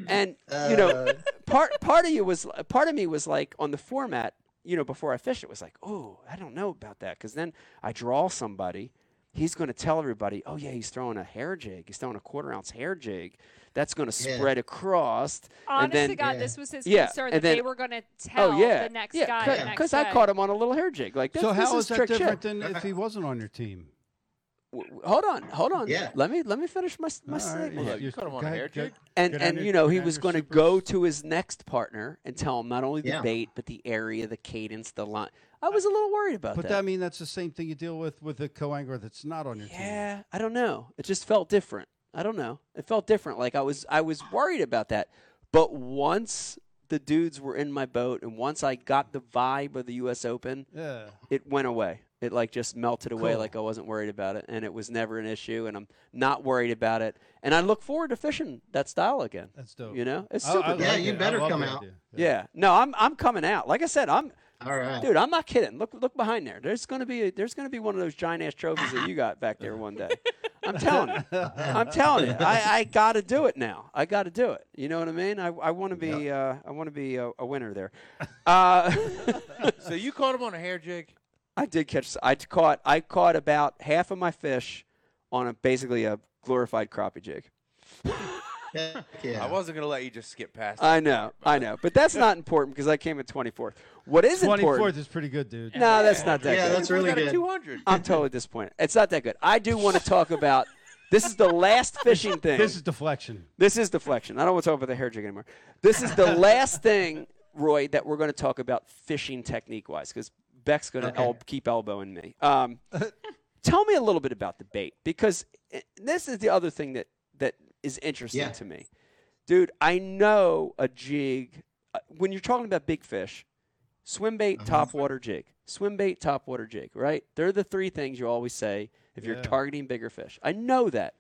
A: And you know,
D: Uh.
A: part part of you was part of me was like on the format. You know, before I fished, it was like, oh, I don't know about that, because then I draw somebody. He's going to tell everybody, oh yeah, he's throwing a hair jig. He's throwing a quarter ounce hair jig. That's going to
D: Yeah.
A: spread across.
E: Honest
A: and
E: to
A: then,
E: God,
D: Yeah.
E: this was his
A: Yeah,
E: concern
A: and
E: that they
A: then-
E: were going to tell
A: oh yeah,
E: the next
A: yeah,
E: guy.
A: cause,
E: the next
A: 'cause
E: day.
A: I caught him on a little hair jig. Like, this,
C: so
A: this
C: how
A: is
C: is that
A: trick shit.
C: different than if he wasn't on your team?
A: W- w- Hold on, hold on.
D: Yeah.
A: Let me let me finish my s- my
C: All
A: statement.
B: yeah,
C: you're-
B: you
C: you're-
B: caught him
C: go
B: on a
C: ahead,
B: hair
C: go-
B: jig?
A: and
C: go down
A: and
C: your-
A: you know
C: go
A: he
C: down
A: was
C: your
A: going to
C: supers.
A: go to his next partner and tell him not only the
D: Yeah.
A: bait but the area, the cadence, the line. I was a little worried about
C: But that,
A: that.
C: mean that's the same thing you deal with with a co-angler that's not on your team.
A: yeah, I don't know. It just felt different. I don't know. It felt different. Like I was I was worried about that. But once the dudes were in my boat and once I got the vibe of the US Open,
C: Yeah.
A: it went away. It like just melted away
C: Cool.
A: like I wasn't worried about it and it was never an issue and I'm not worried about it. And I look forward to fishing that style again.
C: That's dope.
A: You know? It's
C: I-
A: super
C: I
A: dope.
D: Yeah,
C: like
D: you
C: it. I
D: better
C: love
D: come
C: the
D: out.
C: idea.
A: Yeah. No, I'm I'm coming out. Like I said, I'm
D: All right.
A: dude, I'm not kidding. Look look behind there. There's gonna be there's gonna be one of those giant ass trophies that you got back there one day. I'm telling you. I'm telling you. I, I gotta do it now. I gotta do it. You know what I mean? I, I wanna be uh, I wanna be a, a winner there. Uh,
B: So you caught him on a hair jig?
A: I did catch I caught I caught about half of my fish on a basically a glorified crappie jig.
D: Heck yeah.
B: I wasn't gonna let you just skip past. it.
A: I know, I know. But that's not important because I came at twenty fourth. What is
C: Twenty
A: important
C: fourth is pretty good, dude.
A: No, that's not that
D: Yeah,
A: good.
D: that's really good.
B: Two hundred.
A: I'm totally disappointed. It's not that good. I do want to talk about. This is the last fishing thing.
C: This is deflection.
A: This is deflection. I don't want to talk about the hair jig anymore. This is the last thing, Roy, that we're going to talk about fishing technique wise, because Beck's going to
D: Okay.
A: el- keep elbowing me. Um, tell me a little bit about the bait, because i- this is the other thing that, that is interesting
D: Yeah.
A: to me. Dude, I know a jig. uh, When you're talking about big fish, swim bait,
D: Uh-huh.
A: top water jig. Swim bait, top water jig, right? They're the three things you always say if you're
C: Yeah.
A: targeting bigger fish. I know that.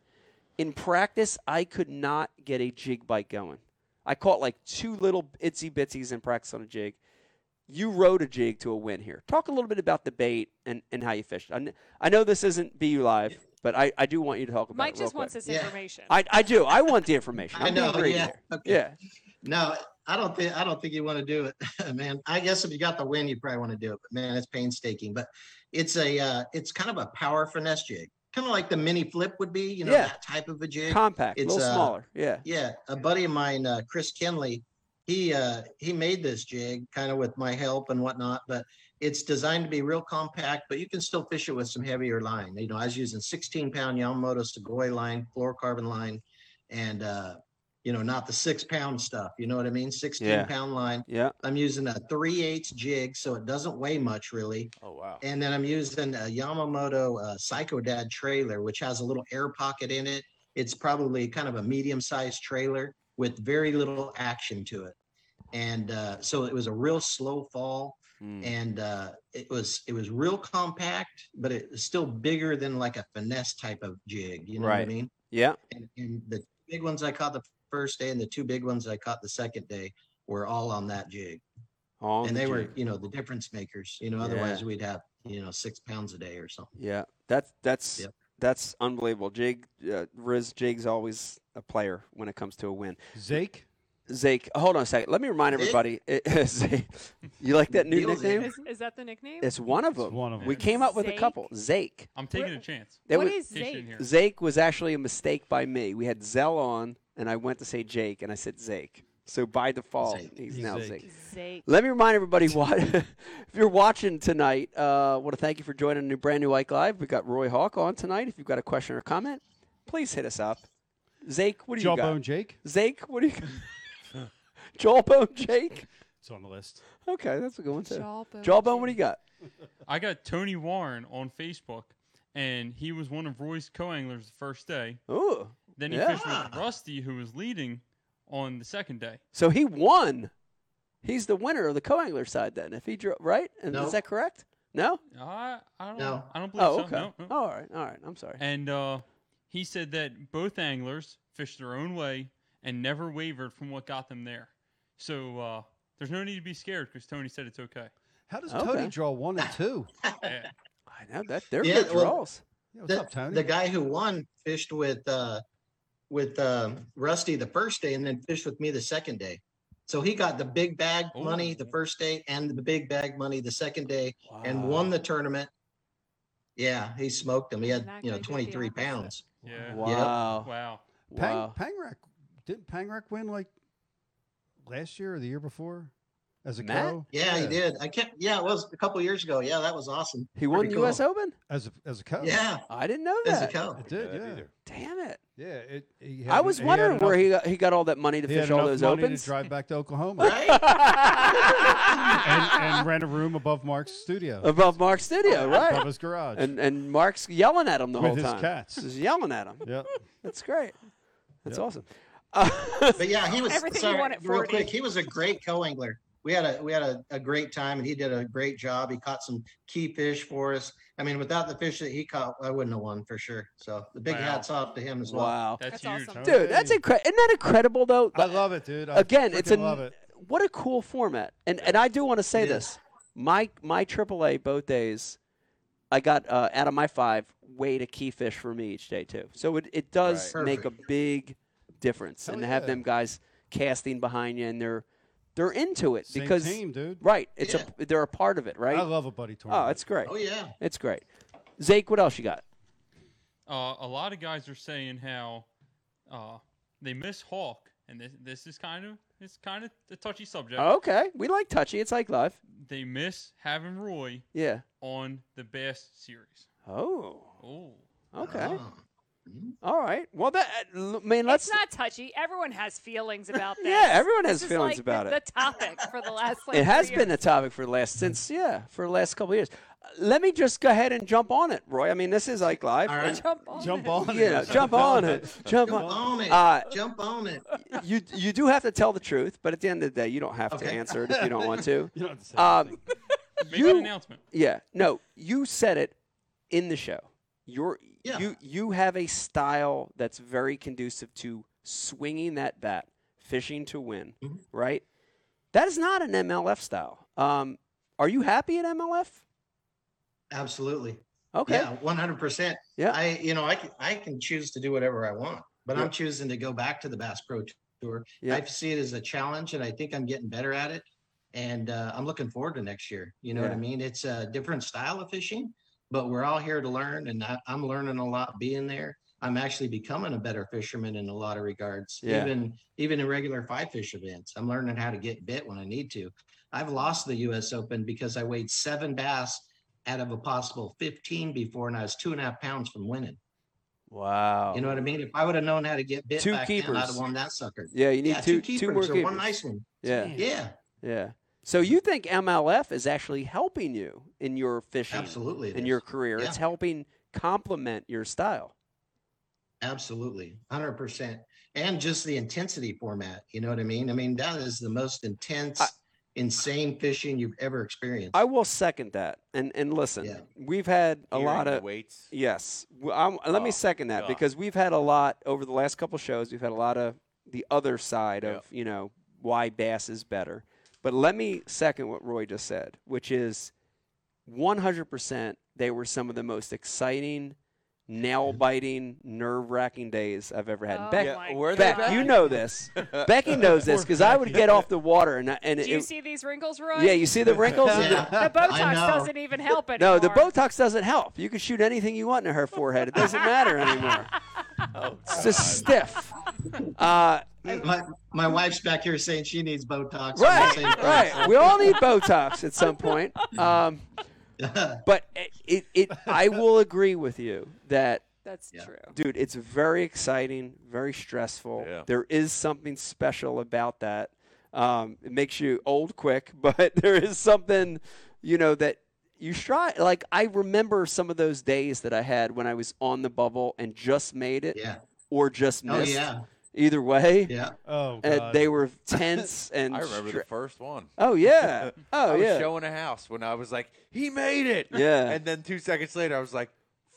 A: In practice, I could not get a jig bite going. I caught like two little itsy bitsies in practice on a jig. You rode a jig to a win here. Talk a little bit about the bait and, and how you fished. I, kn- I know this isn't BU Live, but I, I do want you to talk about
E: Mike
A: it. real
E: just wants
A: quick.
E: this
D: Yeah.
E: information.
A: I, I do. I want the information.
D: I
A: I'm being
D: know,
A: greedy
D: yeah.
A: here.
D: Okay.
A: Yeah.
D: No, I don't think I don't think you want to do it, man. I guess if you got the win, you probably want to do it, but man, it's painstaking. But it's a uh, it's kind of a power finesse jig, kind of like the mini flip would be, you know,
A: Yeah.
D: that type of a jig.
A: Compact, a
D: It's,
A: little
D: uh,
A: smaller. Yeah.
D: Yeah, a buddy of mine, uh, Chris Kenley, he uh, he made this jig kind of with my help and whatnot, but it's designed to be real compact, but you can still fish it with some heavier line. You know, I was using 16 pound Yamamoto Segoy line, fluorocarbon line, and uh, you know, not the six pound stuff. You know what I mean? 16
A: Yeah.
D: pound line.
A: Yeah.
D: I'm using a 3 8 jig, so it doesn't weigh much really.
B: Oh wow.
D: And then I'm using a Yamamoto uh, Psycho Dad trailer, which has a little air pocket in it. It's probably kind of a medium sized trailer with very little action to it. And uh, so it was a real slow fall,
A: Mm.
D: and uh, it was it was real compact, but it was still bigger than like a finesse type of jig. You know what I
A: Right.
D: mean?
A: Yeah.
D: and, and the big ones I caught the first day and the two big ones I caught the second day were all on that jig.
A: On
D: and
A: the
D: they were,
A: jig.
D: you know, the difference makers. You know, otherwise we'd have, you know, six pounds a day or something.
A: Yeah. That's that's
D: Yep.
A: that's unbelievable. Jig uh, Riz Jig's always a player when it comes to a win.
C: Zake.
A: Zake, hold on a second. Let me remind
D: Zake?
A: everybody. Zake. you like that new
D: Deal, Zake.
A: nickname?
E: is, is that the nickname?
A: It's one of
C: It's
A: them.
C: one of
A: We
C: them.
A: came up with a
E: Zake?
A: couple. Zake.
F: I'm taking
E: Where-
F: a chance.
A: That
E: what
A: was-
E: is
F: Fish
E: Zake?
F: in here.
A: Zake was actually a mistake by me. We had Zell on, and I went to say Jake, and I said Zake. So by default,
D: Zake.
A: he's
C: He's
A: now
C: Zake.
A: Zake.
E: Zake.
A: Let me remind everybody what if you're watching tonight, uh, want to thank you for joining a new brand new Ike Live. We've got Roy Hawk on tonight. If you've got a question or comment, please hit us up. Zake, what do you
C: Jawbone
A: got?
C: Jake.
A: Zake, what do you got? Jawbone Jake?
C: It's on the list.
A: Okay, that's a good one too.
E: Jawbone
A: Jawbone what do you got?
F: I got Tony Warren on Facebook, and he was one of Roy's co-anglers the first day.
A: Ooh.
F: Then he
A: Yeah.
F: fished with Rusty, who was leading on the second day.
A: So he won. He's the winner of the co angler side then, if he drew right? And is
D: Nope.
A: that correct? No?
F: I, I don't
D: No.
F: I don't believe
A: Oh,
F: so.
A: okay.
F: No, no.
A: Oh, all right. All right. I'm sorry.
F: And uh, he said that both anglers fished their own way and never wavered from what got them there. So uh, there's no need to be scared because Tony said it's okay.
C: How does
A: Okay.
C: Tony draw one and two?
F: Yeah.
A: I know that they're
D: Yeah,
A: good
D: well-
A: draws.
C: Yeah, what's
D: the,
C: up, Tony?
D: the guy who won fished with uh with um Rusty the first day and then fished with me the second day. So he got the big bag
C: Oh,
D: money
F: Ooh.
D: the first day and the big bag money the second day and won the tournament. Yeah, he smoked him. He had, you know,
E: Exactly, did the
D: 23
E: opposite.
D: pounds.
F: Yeah.
A: Wow.
F: Wow.
C: Pang,
A: Wow.
C: Pangrak didn't Pangrak win like last year or the year before as a
A: Matt?
C: co?
D: Yeah, he did. I can't. Yeah, it was a couple years ago. Yeah, that was awesome.
A: He won
D: Pretty
A: the
D: cool.
A: U.S. Open?
C: As a as a co.
D: Yeah,
A: I didn't know
D: as a
A: that.
D: cow.
C: it did.
B: Yeah,
C: Yeah,
B: either.
A: Damn it.
C: yeah. It, he
A: I
C: had-
A: was
C: he had
A: wondering where
C: enough-
A: he got, he got all that money to
C: he had
A: fish all
C: enough
A: those
C: money
A: opens.
C: to drive back to Oklahoma
D: Right?
C: and, and rent a room above Mark's studio,
A: Above Mark's studio,
C: above
A: right?
C: his garage,
A: And and Mark's yelling at him the
C: With
A: whole
C: his
A: time.
C: cats.
A: Just yelling at him.
C: yep.
A: That's great. That's
C: Yep.
A: awesome.
D: But yeah, he was
E: Everything you
D: sorry,
E: want at
D: real
E: 40.
D: quick. He was a great co-angler. We had a we had a, a great time, and he did a great job. He caught some key fish for us. I mean, without the fish that he caught, I wouldn't have won for sure. So the big
F: Wow.
D: hats off to him as well.
A: Wow.
F: That's,
E: That's
F: huge.
E: awesome.
A: Dude, that's
C: Hey.
A: incredible. Isn't that incredible, though?
C: I love it, dude. I
A: Again, it's
C: freaking
A: a
C: love it.
A: what a cool format. And and I do want to say
D: It
A: this. My my AAA both days, I got uh, out of my five weight a key fish for me each day too. So it, it does
D: Right.
A: make a big difference,
C: Hell
A: and to have
C: yeah.
A: them guys casting behind you and they're they're into it
C: Same
A: because
C: team, dude.
A: right, it's a they're a part of it, right?
C: I love a buddy tournament.
A: oh, it's great.
D: Oh yeah,
A: It's great. Zake, what else you got?
F: uh, a lot of guys are saying how uh, they miss Hawk, and this, this is kind of it's kind of a touchy subject.
A: Okay, we like touchy. It's like live.
F: They miss having Roy
A: Yeah.
F: on the Bass series.
A: Oh.
F: Oh,
A: Okay.
D: Oh.
A: All right. Well, that I mean, let's
E: it's not touchy. Everyone has feelings about this.
A: Yeah, everyone has
E: This is
A: feelings
E: like
A: about
E: the,
A: it.
E: The topic for the last. Like,
A: it has
E: three
A: been a
E: years.
A: topic for the last since
D: Mm-hmm.
A: yeah for the last couple of years. Uh, Let me just go ahead and jump on it, Roy. I mean, this is Ike Live.
D: All right.
E: jump on.
C: jump
E: it.
C: on it.
A: You know, jump on it. Jump
D: jump
A: on.
D: on it!
A: Uh,
D: jump on it!
A: You you do have to tell the truth, but at the end of the day, you don't have to
D: Okay.
A: answer it if you don't want to.
C: You don't have to say
A: Um,
F: make an
A: you
F: announcement.
A: yeah no you said it in the show. You're
D: Yeah.
A: you you have a style that's very conducive to swinging that bat, fishing to win,
D: Mhm.
A: right? That is not an MLF style. Um, are you happy at MLF?
D: Absolutely.
A: Okay.
D: Yeah, one hundred percent.
A: Yeah.
D: I you know I can I can choose to do whatever I want, but I'm choosing to go back to the Bass Pro Tour.
A: Yeah.
D: I see it as a challenge, and I think I'm getting better at it. And uh, I'm looking forward to next year. You know what I
A: Yeah.
D: mean? It's a different style of fishing, but we're all here to learn, and I, I'm learning a lot being there. I'm actually becoming a better fisherman in a lot of regards.
A: Yeah.
D: Even even in regular five fish events, I'm learning how to get bit when I need to. I've lost the U.S. Open because I weighed seven bass out of a possible 15 before, and I was two and a half pounds from winning.
A: Wow.
D: You know what I mean? If I would have known how to get bit
A: Two
D: back then, I'd have
A: keepers.
D: won that sucker.
A: yeah, you need
D: yeah,
A: two,
D: two,
A: two
D: keepers
A: more
D: or
A: keepers.
D: one nice one.
A: Yeah,
D: Yeah,
A: yeah. So you think MLF is actually helping you in your fishing,
D: absolutely. it
A: in
D: is.
A: your career?
D: Yeah.
A: It's helping complement your style.
D: absolutely 100%. And just the intensity format. You know what I mean? I mean, that is the most intense,
A: I-
D: insane fishing you've ever experienced.
A: I will second that. And and listen,
D: Yeah.
A: we've had a
B: Hearing
A: lot
B: the
A: of
B: weights.
A: Yes. Well, I'm, let me
B: Oh,
A: second that
B: God.
A: because we've had a lot over the last couple shows. We've had a lot of the other side
B: Yeah.
A: of you know why bass is better. But let me second what Roy just said, which is 100%. They were some of the most exciting, nail biting, nerve wracking days I've ever had.
E: Oh
A: And Beck,
E: my
B: were they
A: Beck,
E: God.
A: you know this. Becky knows this because I would get off the water and I- and
E: Do you
A: it,
E: see these wrinkles, Roy?
A: yeah, you see the wrinkles.
D: Yeah.
E: The Botox
D: I know.
E: doesn't even help anymore.
A: No, the Botox doesn't help. You can shoot anything you want in her forehead. It doesn't matter anymore. it's just stiff. Uh,
D: my, my wife's back here saying she needs Botox. I'm the same
A: right,
D: thing.
A: right. We all need Botox at some point. Um, but it, it, it, I will agree with you that,
E: That's
D: Yeah.
E: true.
A: dude, it's very exciting, very stressful.
B: Yeah.
A: There is something special about that. Um, it makes you old quick, but there is something, you know, that you try. Like I remember some of those days that I had when I was on the bubble and just made it
D: Yeah.
A: or just
D: Oh,
A: missed.
D: yeah.
A: Either way,
D: Yeah.
C: Oh,
A: and
C: God.
A: they were tense and.
B: I remember
A: stra-
B: the first one.
A: oh yeah. Oh
B: I was
A: yeah.
B: showing a house when I was like, he made it.
A: Yeah.
B: And then two seconds later, I was like,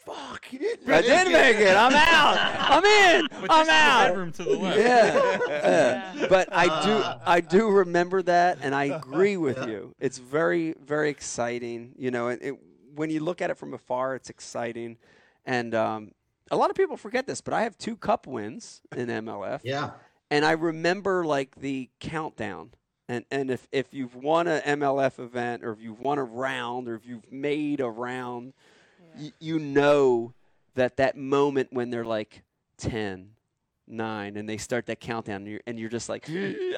B: fuck, he didn't
A: I
B: make
A: did make it. I'm out. I'm in.
F: But this
A: I'm
F: is the
A: out.
F: bedroom to the left. Ah.
A: Yeah.
E: Yeah.
A: Uh, but I do I do remember that and I agree with you. It's very very exciting, you know, and it, when you look at it from afar it's exciting and um, a lot of people forget this, but I have two cup wins in MLF
D: Yeah.
A: and I remember like the countdown. And and if if you've won a MLF event or if you've won a round or if you've made a round, y- you know that that moment when they're like 10, 9 and they start that countdown and you're, and you're just like you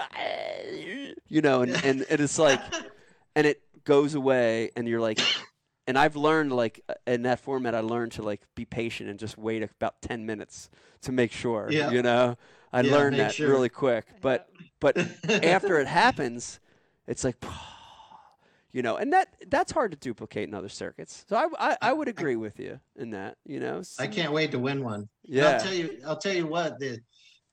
A: know and and, and it's like and it goes away and you're like and I've learned like uh, in that format I learned to like be patient and just wait about 10 minutes to make sure
D: Yeah.
A: you know I
D: Yeah,
A: learned
D: make
A: that
D: sure.
A: really quick but but
D: After
A: after it happens it's like you know and that that's hard to duplicate in other circuits so I I, I would agree with you in that you know
D: I can't wait to win one. And I'll
A: yeah
D: tell you, I'll tell you what, the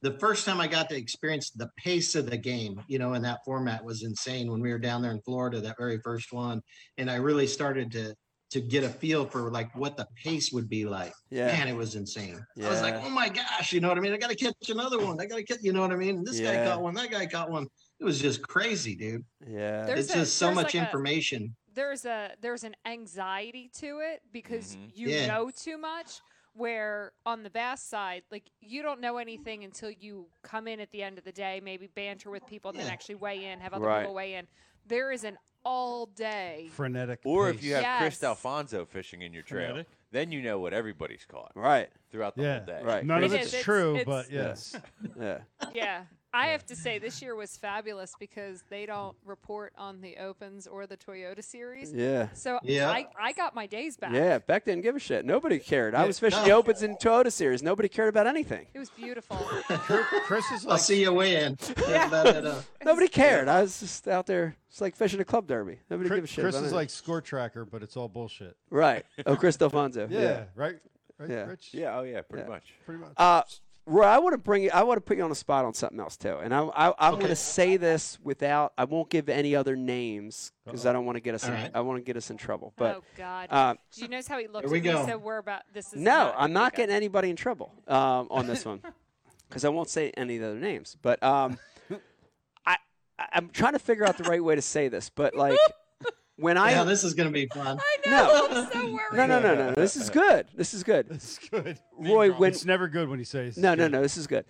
D: the first time I got to experience the pace of the game, you know, in that format was insane when we were down there in Florida, that very first one. And I really started to to get a feel for like what the pace would be like.
A: yeah
D: Man, it was insane. I was like,
A: Yeah.
D: oh my gosh, you know what I mean? I gotta catch another one. I gotta catch, you know what I mean? This
A: Yeah.
D: guy got one, that guy got one. It was just crazy, dude.
A: yeah
E: There's
D: it's
E: a-
D: just so
E: there's
D: much
E: like a-
D: information.
E: there's a there's an anxiety to it because
A: Mm-hmm.
B: Mhm.
E: you
D: Yeah.
E: know too much where on the bass side like you don't know anything until you come in at the end of the day maybe banter with people and then
D: Yeah.
E: actually weigh in have other
A: Right.
E: people weigh in there is an all day
C: frenetic.
B: Or if
C: pace.
B: you have Chris
E: Yes.
B: Alfonso fishing in your trail,
F: Frenetic.
B: then you know what everybody's caught
A: right
B: throughout the
C: Yeah.
B: whole day.
A: Right.
C: None of
E: It
C: it's,
E: is, it's-
C: true,
E: it's-
C: but yes.
A: yeah
E: yeah i have to say this year was fabulous because they don't report on the opens or the toyota series
A: yeah
E: so
D: Yeah.
E: I, I got my days back
A: yeah Beck didn't give a shit nobody cared I
C: Yeah,
A: was fishing the
D: no.
A: opens in Toyota series nobody cared about anything
E: it was beautiful Oh,
C: Chris is
D: I'll
C: like
D: see you win.
E: Yeah.
D: uh,
A: nobody cared I was just out there it's like fishing a club derby nobody
C: Chris,
A: gave a shit
C: Chris
A: about
C: is
A: anything.
C: like score tracker, but it's all bullshit.
A: right oh Chris Alfonso
C: Yeah, right, right,
A: Yeah.
C: Rich.
B: Yeah, oh yeah, pretty much.
C: pretty much.
A: Uh, Roy, I want to bring you. I want to put you on the spot on something else too, and I, I, I'm going to say this without. I won't give any other names because I don't want to get us. In,
D: All right.
A: I want to get us in trouble. But
E: oh god
A: uh,
E: Did you notice how he looked?
D: Here we
E: at me?
D: go.
E: So we're about this is.
A: no, I'm
E: gonna
A: not
E: go.
A: getting anybody in trouble um, on this one because I won't say any of the other names. But um, I, I- I'm trying to figure out the right way to say this. But like when I
D: Yeah, this is gonna be fun.
E: I know.
A: No.
E: I'm so worried.
A: no no no no this is good. This is good.
C: It's good.
A: Roy,
F: drop.
A: when
C: it's never good when he says
A: no no no this is good.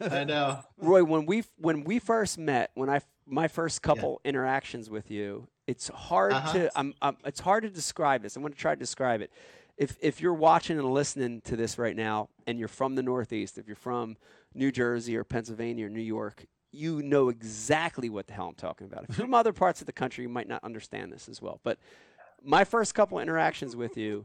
D: I know.
A: Roy, when we when we first met, when I my first couple interactions with you, it's hard
D: Uh-huh.
A: to I'm, I'm it's hard to describe this. I'm going to try to describe it. If if you're watching and listening to this right now, and you're from the Northeast, if you're from New Jersey or Pennsylvania or New York, you know exactly what the hell I'm talking about. If you're from other parts of the country, you might not understand this as well. But my first couple interactions with you,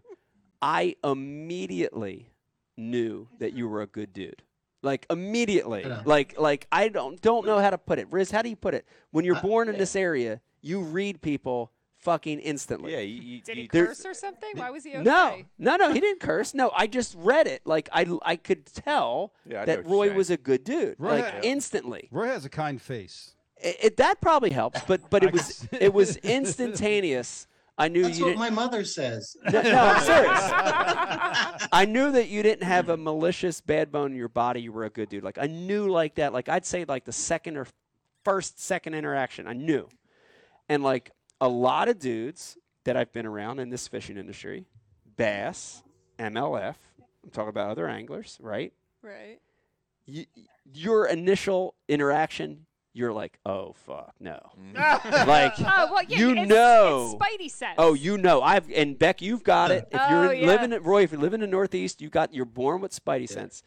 A: I immediately knew that you were a good dude. Like immediately.
D: Yeah.
A: Like like I don't don't know how to put it. Riz, how do you put it? When you're
D: Uh,
A: born in this area, you read people fucking instantly.
B: Yeah, you, you,
E: Did he
B: you-
A: There-
E: curse or something? Why was he okay?
A: No, no, no, he didn't curse. No, I just read it. Like I, I could tell
B: Yeah, I know
A: that
B: what you're
A: Roy
B: saying.
A: was a good dude.
C: Right.
A: Like instantly,
C: Roy has a kind face.
A: it, it- that probably helps. But but
C: I
A: it
C: can
A: was
C: see-
A: it was instantaneous. I knew
D: That's
A: you.
D: what
A: Didn't,
D: my mother says.
A: no, no, I'm serious. I knew that you didn't have a malicious bad bone in your body. You were a good dude. Like I knew like that. Like I'd say like the second or first second interaction, I knew. And like a lot of dudes that I've been around in this fishing industry, bass, MLF, I'm talking about other anglers, right?
E: Right.
A: Y- your initial interaction, you're like, "Oh fuck, no."
B: Mm.
A: like
E: Oh well, yeah,
A: You
E: it's,
A: know.
E: It's Spidey sense.
A: Oh, you know, I've and Beck, you've got it. If you're
E: Oh,
A: in-
E: yeah.
A: living in Roy, if you're living in the Northeast, you got you're born with Spidey sense,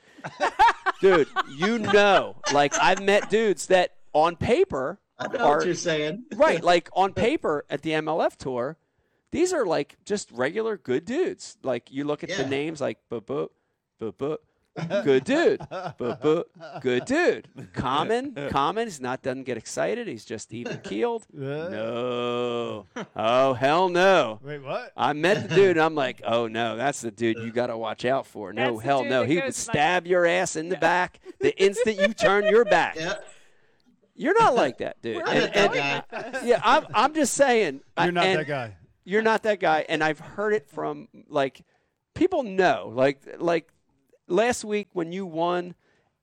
A: dude. You know, like I've met dudes that on paper
D: I know
A: are
D: what you're saying.
A: right, like on paper at the MLF tour, these are like just regular good dudes. Like you look at the
D: Yeah.
A: names, like boop boop boop boop good dude. But, but good dude. Common, common. He's not doesn't get excited. He's just even keeled. No. Oh hell no.
C: Wait, what?
A: I met the dude and I'm like, oh no, that's the dude you got to watch out for. No
E: That's the
A: hell
E: dude
A: no.
E: that
A: He
E: goes
A: would
E: like-
A: stab your ass in the
E: No.
A: back the instant you turn your back.
D: Yeah.
A: You're not like that dude.
E: Where
D: I
E: are
A: And-
D: met
E: we
A: and-
D: that guy.
A: yeah, I'm, I'm just saying. I-
C: You're not
A: Uh, and
C: that guy.
A: You're not that guy, and I've heard it from like people know. Like like last week when you won,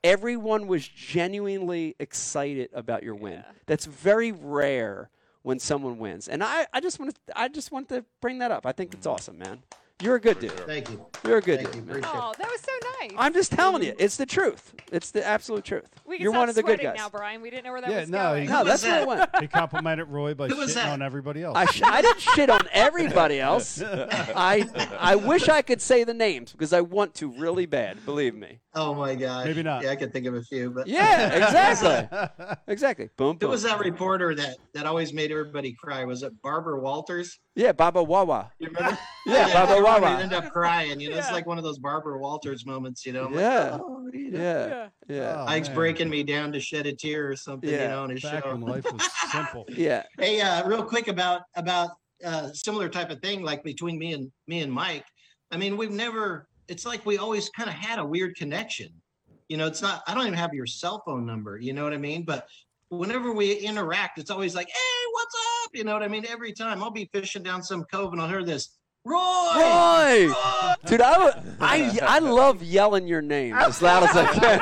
A: everyone was genuinely excited about your win.
E: Yeah.
A: That's very rare when someone wins, and I, I just want to I just want to bring that up. I think it's awesome, man. You're a good dude.
D: Thank you.
A: You're a good
D: Thank you.
A: dude.
D: Appreciate
A: Man.
D: it.
E: Oh, that was so nice.
A: I'm just telling you, it's the truth. It's the absolute truth.
E: we can
A: You're
E: stop
A: one of the good
E: sweating
A: guys.
E: now, Brian. We didn't know where that
C: Yeah,
E: was
C: no,
E: going.
C: he-
A: no, that's where it went.
C: He complimented Roy by
D: Who was
C: shitting
D: that?
C: on everybody else. Oh,
A: I, sh- I didn't shit on everybody else. I I wish I could say the names because I want to really bad. Believe me.
D: Oh my gosh.
C: Maybe not.
D: Yeah, I could think of a few, but
A: Yeah, exactly, exactly. Boom,
D: Who
A: boom.
D: was that reporter that that always made everybody cry? Was it Barbara Walters?
A: Yeah, Baba Wawa.
D: You remember?
A: Yeah, Baba
D: everybody
A: Wawa.
D: Ended up crying. You know, it's
E: Yeah.
D: like one of those Barbara Walters moments. You know, I'm
A: Yeah.
D: like, oh, you know.
A: Yeah, yeah,
C: Oh,
D: Ike's
C: man.
D: breaking me down to shed a tear or something.
A: Yeah.
D: You know, on his
C: Back
D: show.
C: when life was simple.
A: yeah.
D: Hey, uh, real quick about about uh, similar type of thing, like between me and me and Mike. I mean, we've never. It's like we always kind of had a weird connection. You know, it's not. I don't even have your cell phone number. You know what I mean? But whenever we interact, it's always like, "Hey, what's up?" You know what I mean? Every time I'll be fishing down some cove and I'll hear this, Roy.
A: Roy,
D: Roy!"
A: dude, I, would- I I love yelling your name as loud as I can.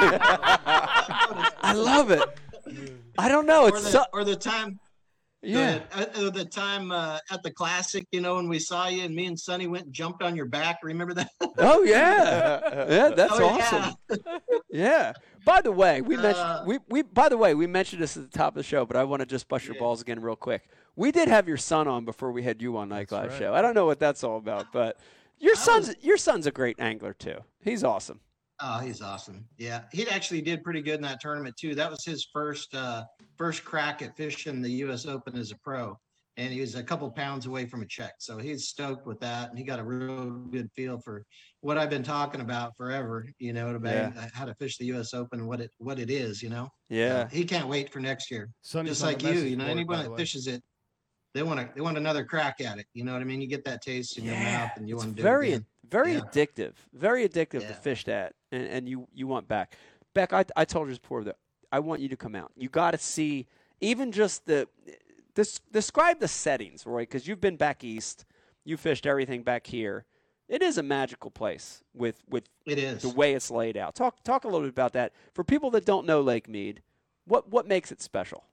A: I love it. I don't know.
D: Or
A: It's
D: the,
A: so,
D: or the time
A: yeah.
D: Uh, uh, the time uh, at the classic, you know, when we saw you and me and Sonny went and jumped on your back. Remember that?
A: Oh yeah, yeah. That's
D: Oh, yeah.
A: awesome. Yeah. By the way, we
D: Uh,
A: mentioned we, we by the way, we mentioned this at the top of the show, but I want to just bust your
D: Yeah.
A: balls again real quick. We did have your son on before we had you on Night
C: That's
A: Live
C: right.
A: show. I don't know what that's all about, but your son's your son's a great angler too. He's awesome.
D: Oh, he's awesome. Yeah, he actually did pretty good in that tournament too. That was his first uh, first crack at fishing the U.S. Open as a pro, and he was a couple pounds away from a check. So he's stoked with that, and he got a real good feel for what I've been talking about forever. You know, about how to fish the U.S. Open, what it what it is. You know, Uh,
A: Yeah.
D: he can't wait for next year.
C: Sonny's
D: just
C: on the
D: like you,
C: message
D: you know,
C: board,
D: anyone
C: by the
D: that
C: way.
D: fishes it, they want to, they want another crack at it. You know what I mean? You get that taste in your mouth, and you
A: it's
D: want to do
A: very
D: it.
A: ad- very
D: Yeah.
A: addictive, very addictive to
D: Yeah.
A: fish that, and, and you you want back. Beck, I, I told you this before that I want you to come out. You got to see even just the this, describe the settings, Roy, because you've been back east, you fished everything back here. It is a magical place with with
D: It is.
A: the way it's laid out. Talk talk a little bit about that for people that don't know Lake Mead. What what makes it special?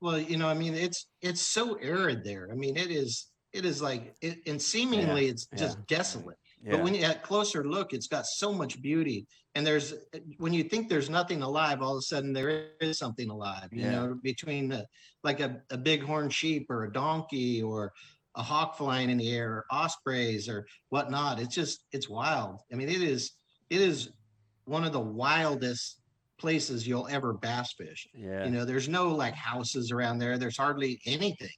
D: Well, you know, I mean, it's it's so arid there. I mean, it is it is like, it, and seemingly it's just desolate. But when you have a closer look, it's got so much beauty. And there's when you think there's nothing alive, all of a sudden there is something alive. You
A: Yeah.
D: know, between the, like a, a bighorn sheep or a donkey or a hawk flying in the air or ospreys or whatnot. It's just it's wild. I mean, it is it is one of the wildest places you'll ever bass fish.
A: yeah,
D: You know, there's no like houses around there. There's hardly anything.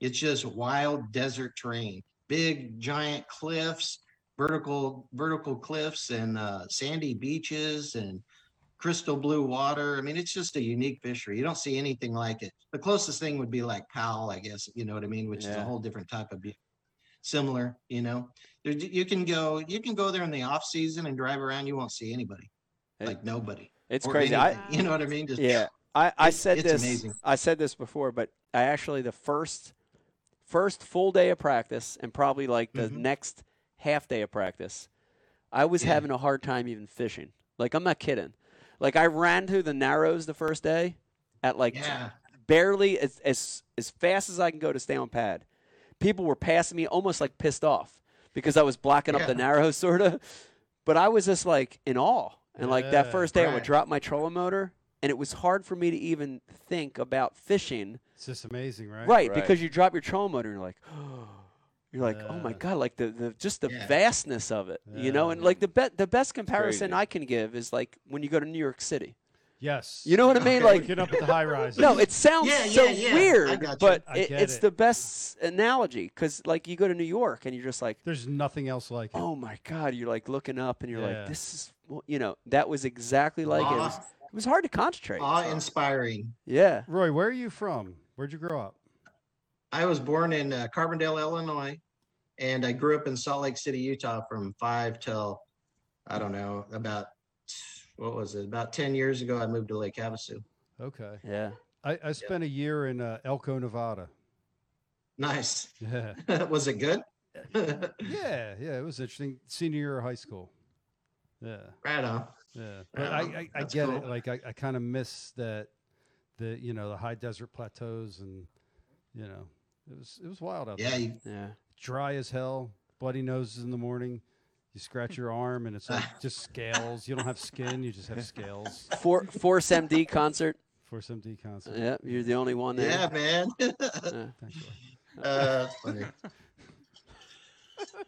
D: It's just wild desert terrain, big giant cliffs, vertical vertical cliffs, and uh, sandy beaches and crystal blue water. I mean, it's just a unique fishery. You don't see anything like it. The closest thing would be like Powell, I guess. You know what I mean? Which is
A: Yeah.
D: a whole different type of beauty. Similar, you know. There, you can go. You can go there in the off season and drive around. You won't see anybody,
A: Hey.
D: like nobody.
A: it's
D: or
A: crazy. I,
D: anything, you know what I mean? Just
A: Yeah, I, I
D: It's-
A: said
D: it's
A: this.
D: amazing.
A: I said this before, but I actually the first first full day of practice and probably like the
D: Mhm.
A: next half day of practice, I was
D: Yeah.
A: having a hard time even fishing. Like I'm not kidding. Like I ran through the narrows the first day at like
D: yeah.
A: barely as as as fast as I can go to stay on pad. People were passing me almost like pissed off because I was blocking up
D: Yeah.
A: the narrow sort of. But I was just like in awe. And like that
C: Yeah,
A: first day I would
D: right.
A: drop my trolling motor and it was hard for me to even think about fishing.
C: It's just amazing, right?
A: Right,
B: Right.
A: because you drop your trolling motor and you're like You're like, oh my
C: Yeah.
A: god! Like the, the just the
D: Yeah.
A: vastness of it, you know.
C: Yeah.
A: And like the be- the best comparison
B: crazy.
A: I can give is like when you go to New York City.
C: Yes.
A: You know what I mean? Like
C: Looking up at the high rises.
A: no, it sounds
D: Yeah,
A: so
D: yeah, yeah. I
A: weird,
D: gotcha.
A: but
C: I
A: it,
C: get
A: it's
C: it.
A: the best analogy because, like, you go to New York and you're just like,
C: There's nothing else like it.
A: "Oh my god!" You're like looking up and you're
C: Yeah.
A: like, "This is well, you know, that was exactly like it. It was,
D: Awe,
A: it was hard to concentrate.
D: inspiring.
A: Yeah.
C: Roy, where are you from? Where'd you grow up?
D: I was born in uh, Carbondale, Illinois, and I grew up in Salt Lake City, Utah, from five till I don't know about what was it? About ten years ago, I moved to Lake Havasu.
C: Okay.
A: Yeah.
C: I, I spent a year in uh, Elko, Nevada.
D: Nice.
C: Yeah.
D: was it good?
C: yeah. Yeah. It was interesting. Senior year of high school. Yeah.
D: right on.
C: Yeah, but
D: Yeah,
C: I, I, I
D: that's
C: get it.
D: cool.
C: Like I, I kind of miss that, the you know the high desert plateaus and, you know, it was it was wild out
D: Yeah,
C: there.
D: you,
A: Yeah.
C: Dry as hell, bloody noses in the morning. You scratch your arm and it's like just scales. You don't have skin. You just have scales.
A: For Force MD concert.
C: For some deconcept.
A: Yeah, you're the only one there.
D: yeah, man.
A: Uh,
C: Thank you.
D: uh, it's funny.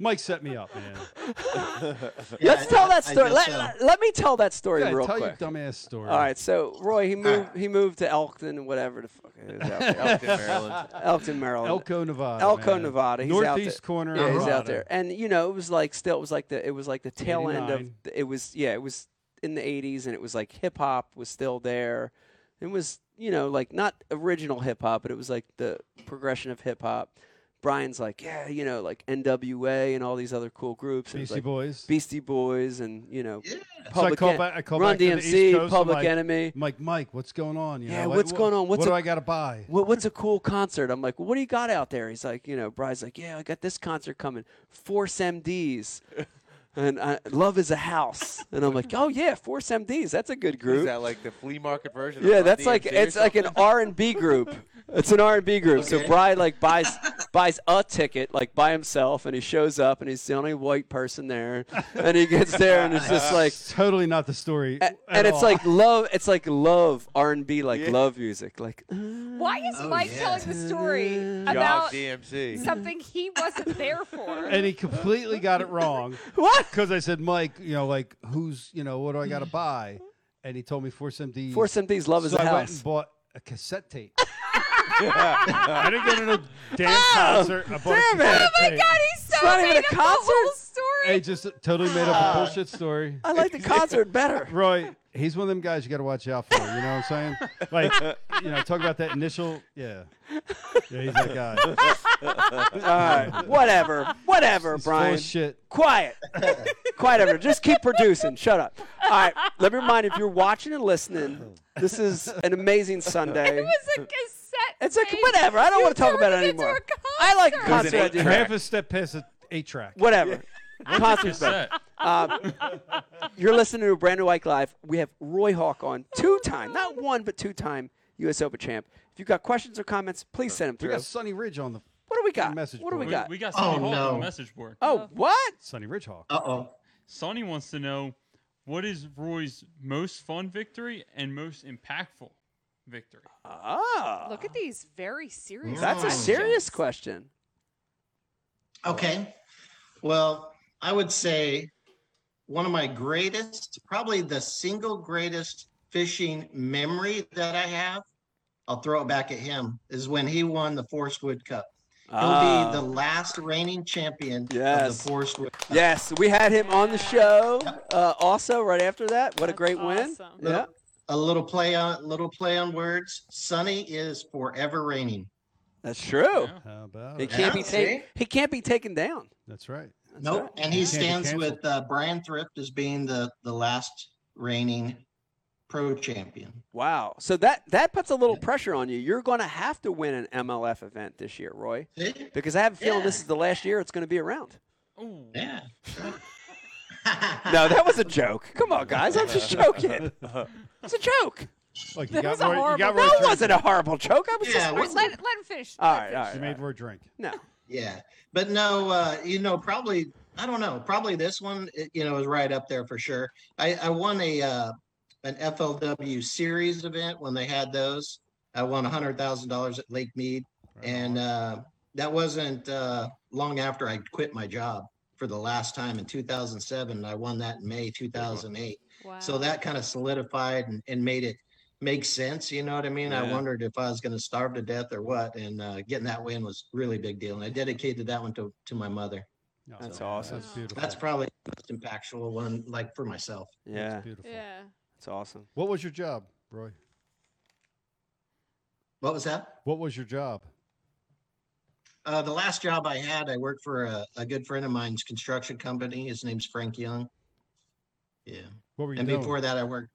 C: Mike set me up, man.
D: Yeah,
A: Let's tell
D: I-
A: that
D: I uh,
A: story.
D: guess
A: Let,
D: so.
A: let, let me tell that story
C: Yeah,
A: real
C: tell
A: quick.
C: your dumbass story.
A: All right, so Roy he
D: right.
A: moved he moved to Elkton and whatever the fuck it is out there.
B: Elkton, Maryland.
A: Elkton, Maryland.
C: Elko, Nevada.
A: Elko,
C: man.
A: Nevada. He's out there.
C: Northeast corner.
A: Yeah,
C: of
A: he's out
C: Nevada.
A: there, and you know, it was like still, it was like the, it was like the tail end of,
C: 89.
A: the- it was, yeah, it was in the '80s, and it was like hip hop was still there. It was, you know, like not original hip hop, but it was like the progression of hip hop. Brian's like, yeah, you know, like NWA and all these other cool groups, and it was
C: Beastie
A: like
C: Boys.
A: Beastie Boys, and you know,
D: Yeah.
A: Public
C: so I call
A: En-
C: back. I call
A: Run
C: back to the East
A: DMC,
C: Coast, I'm
A: Public
C: like,
A: Enemy.
C: Mike, Mike, what's going on? You
A: Yeah,
C: know, like,
A: what's
C: wh-
A: going on? What's
C: what do
A: a-
C: I got to buy?
A: what, what's a cool concert? I'm like, well, what do you got out there? He's like, you know, Brian's like, yeah, I got this concert coming, Force MDs, and I, Love is a House, and I'm like, oh yeah, Force MDs, that's a good
B: Is
A: group.
B: that like the flea market version?
A: yeah,
B: of
A: that's
B: Run
A: like
B: DMC or
A: it's like an
B: something?
A: R and B group. It's an R and B group. So
D: Okay.
A: Brian like buys buys a ticket like by himself, and he shows up, and he's the only white person there, and he gets there, and it's just like
C: It's totally not the story.
A: a-
C: at
A: and it's
C: all.
A: like love it's like love r&b like
B: Yeah.
A: love music like
E: Why is
D: Oh,
E: Mike
D: yeah.
E: telling the story
A: Job
E: about
B: Job DMC.
E: something he wasn't there for?
C: and he completely got it wrong
A: what
C: because I said, Mike, you know, like who's, you know, what do I got to buy? And he told me Force MD.
A: force md's love is
C: so
A: a
C: I went
A: house
C: and bought a cassette tape. I didn't go to no damn concert. I bought a
A: Oh, damn it.
C: cassette
E: oh my
C: tape.
E: god, he's so
A: It's not even
E: made
A: a
E: up the
A: concert.
E: whole story.
C: I just totally made
A: Ah.
C: up a bullshit story.
A: I like the concert better.
C: Roy, he's one of them guys you got to watch out for. You know what I'm saying? Like, you know, talk about that initial. Yeah. Yeah, he's that guy.
A: All right, whatever, whatever,
C: He's full of
A: Brian.
C: shit.
A: Quiet, quiet, everyone. Just keep producing. Shut up. All right, let me remind you, if you're watching and listening, this is an amazing Sunday.
E: It was a cassette.
A: It's like
E: tape.
A: whatever. I don't
E: You
A: want to talk
E: turned
A: about it
E: it into a
A: anymore. I like
B: It was
E: concert.
A: concert.
B: an
A: ideas.
B: eight-track.
C: Half a step past an eight track.
A: Whatever. Concert's better.
F: Cassette.
A: Um, you're listening to Brand New White Live. We have Roy Hawk on two time, not one, but two time U.S. Open champ. If you've got questions or comments, please send them
C: We
A: through.
C: got Sunny Ridge on the
A: What do we got?
C: message
A: What do we
C: board.
F: We,
A: got?
F: we got
D: Oh,
F: Sonny Hawk on
D: no.
F: the message board.
A: Oh, what?
C: Sunny Ridge Hawk.
D: Uh oh.
F: Sonny wants to know what is Roy's most fun victory and most impactful victory?
A: Ah.
E: Look at these very serious.
A: That's a
D: Mm.
E: questions.
A: serious question.
D: Okay. Well, I would say one of my greatest, probably the single greatest fishing memory that I have. I'll throw it back at him. Is when he won the Forestwood Cup. He'll
A: Uh,
D: be the last reigning champion
A: Ah. Yes.
D: of the Forestwood. Cup.
A: yes, we had him on the show. Uh, also, right after that, what a
E: That's
A: great
E: awesome.
A: win! Yeah,
D: A little play on little play on words. Sonny is forever reigning.
A: that's true.
F: Yeah.
C: How about
A: He
C: it?
A: can't be
D: Yeah,
A: taken.
D: see?
A: He can't be taken down.
C: That's right.
A: That's
D: Nope.
A: right.
D: And he
C: Can't be
D: stands
C: canceled.
D: with uh, Brian Thrift as being the the last reigning pro champion.
A: Wow. So that that puts a little pressure on you. You're going to have to win an MLF event this year, Roy,
D: See?
A: because I have a feeling
D: Yeah.
A: this is the last year it's going to be around.
F: Oh,
D: Yeah.
A: No, that was a joke. Come on, guys. I'm just joking. It's a joke.
C: Look, you
E: That
C: got
E: was a
C: Roy, you got
E: horrible-
C: Roy
A: That
C: drink.
A: wasn't a horrible joke. I was
D: Yeah,
A: just.
D: it
E: All right,
D: wasn't-
E: let, let him finish.
A: All
E: Let
A: right,
E: him
A: all
E: finish.
A: right.
C: You made Roy drink.
A: No.
D: Yeah, but no, uh, you know, probably I don't know, probably this one, it- you know, is right up there for sure. I, I won a uh, an FLW series event when they had those. I won a hundred thousand dollars at Lake Mead,
C: Right
D: and uh, that wasn't uh, long after I quit my job for the last time in 2007. and I won that in May 2008.
E: Wow.
D: So that kind of solidified and, and made it make sense. You know what I mean? I
F: Yeah.
D: wondered if I was going to starve to death or what. And uh, getting that win was really big deal. And I dedicated that one to, to my mother.
C: No,
A: That's
C: so-
A: awesome.
C: That's beautiful.
D: That's probably impactful one, like for myself.
A: Yeah,
C: It's beautiful.
E: Yeah.
A: it's awesome.
C: What was your job, Roy?
D: What was that?
C: What was your job?
D: Uh, the last job I had, I worked for a, a good friend of mine's construction company. His name's Frank Young. Yeah.
C: What were you
D: And
C: doing?
D: before that, I worked.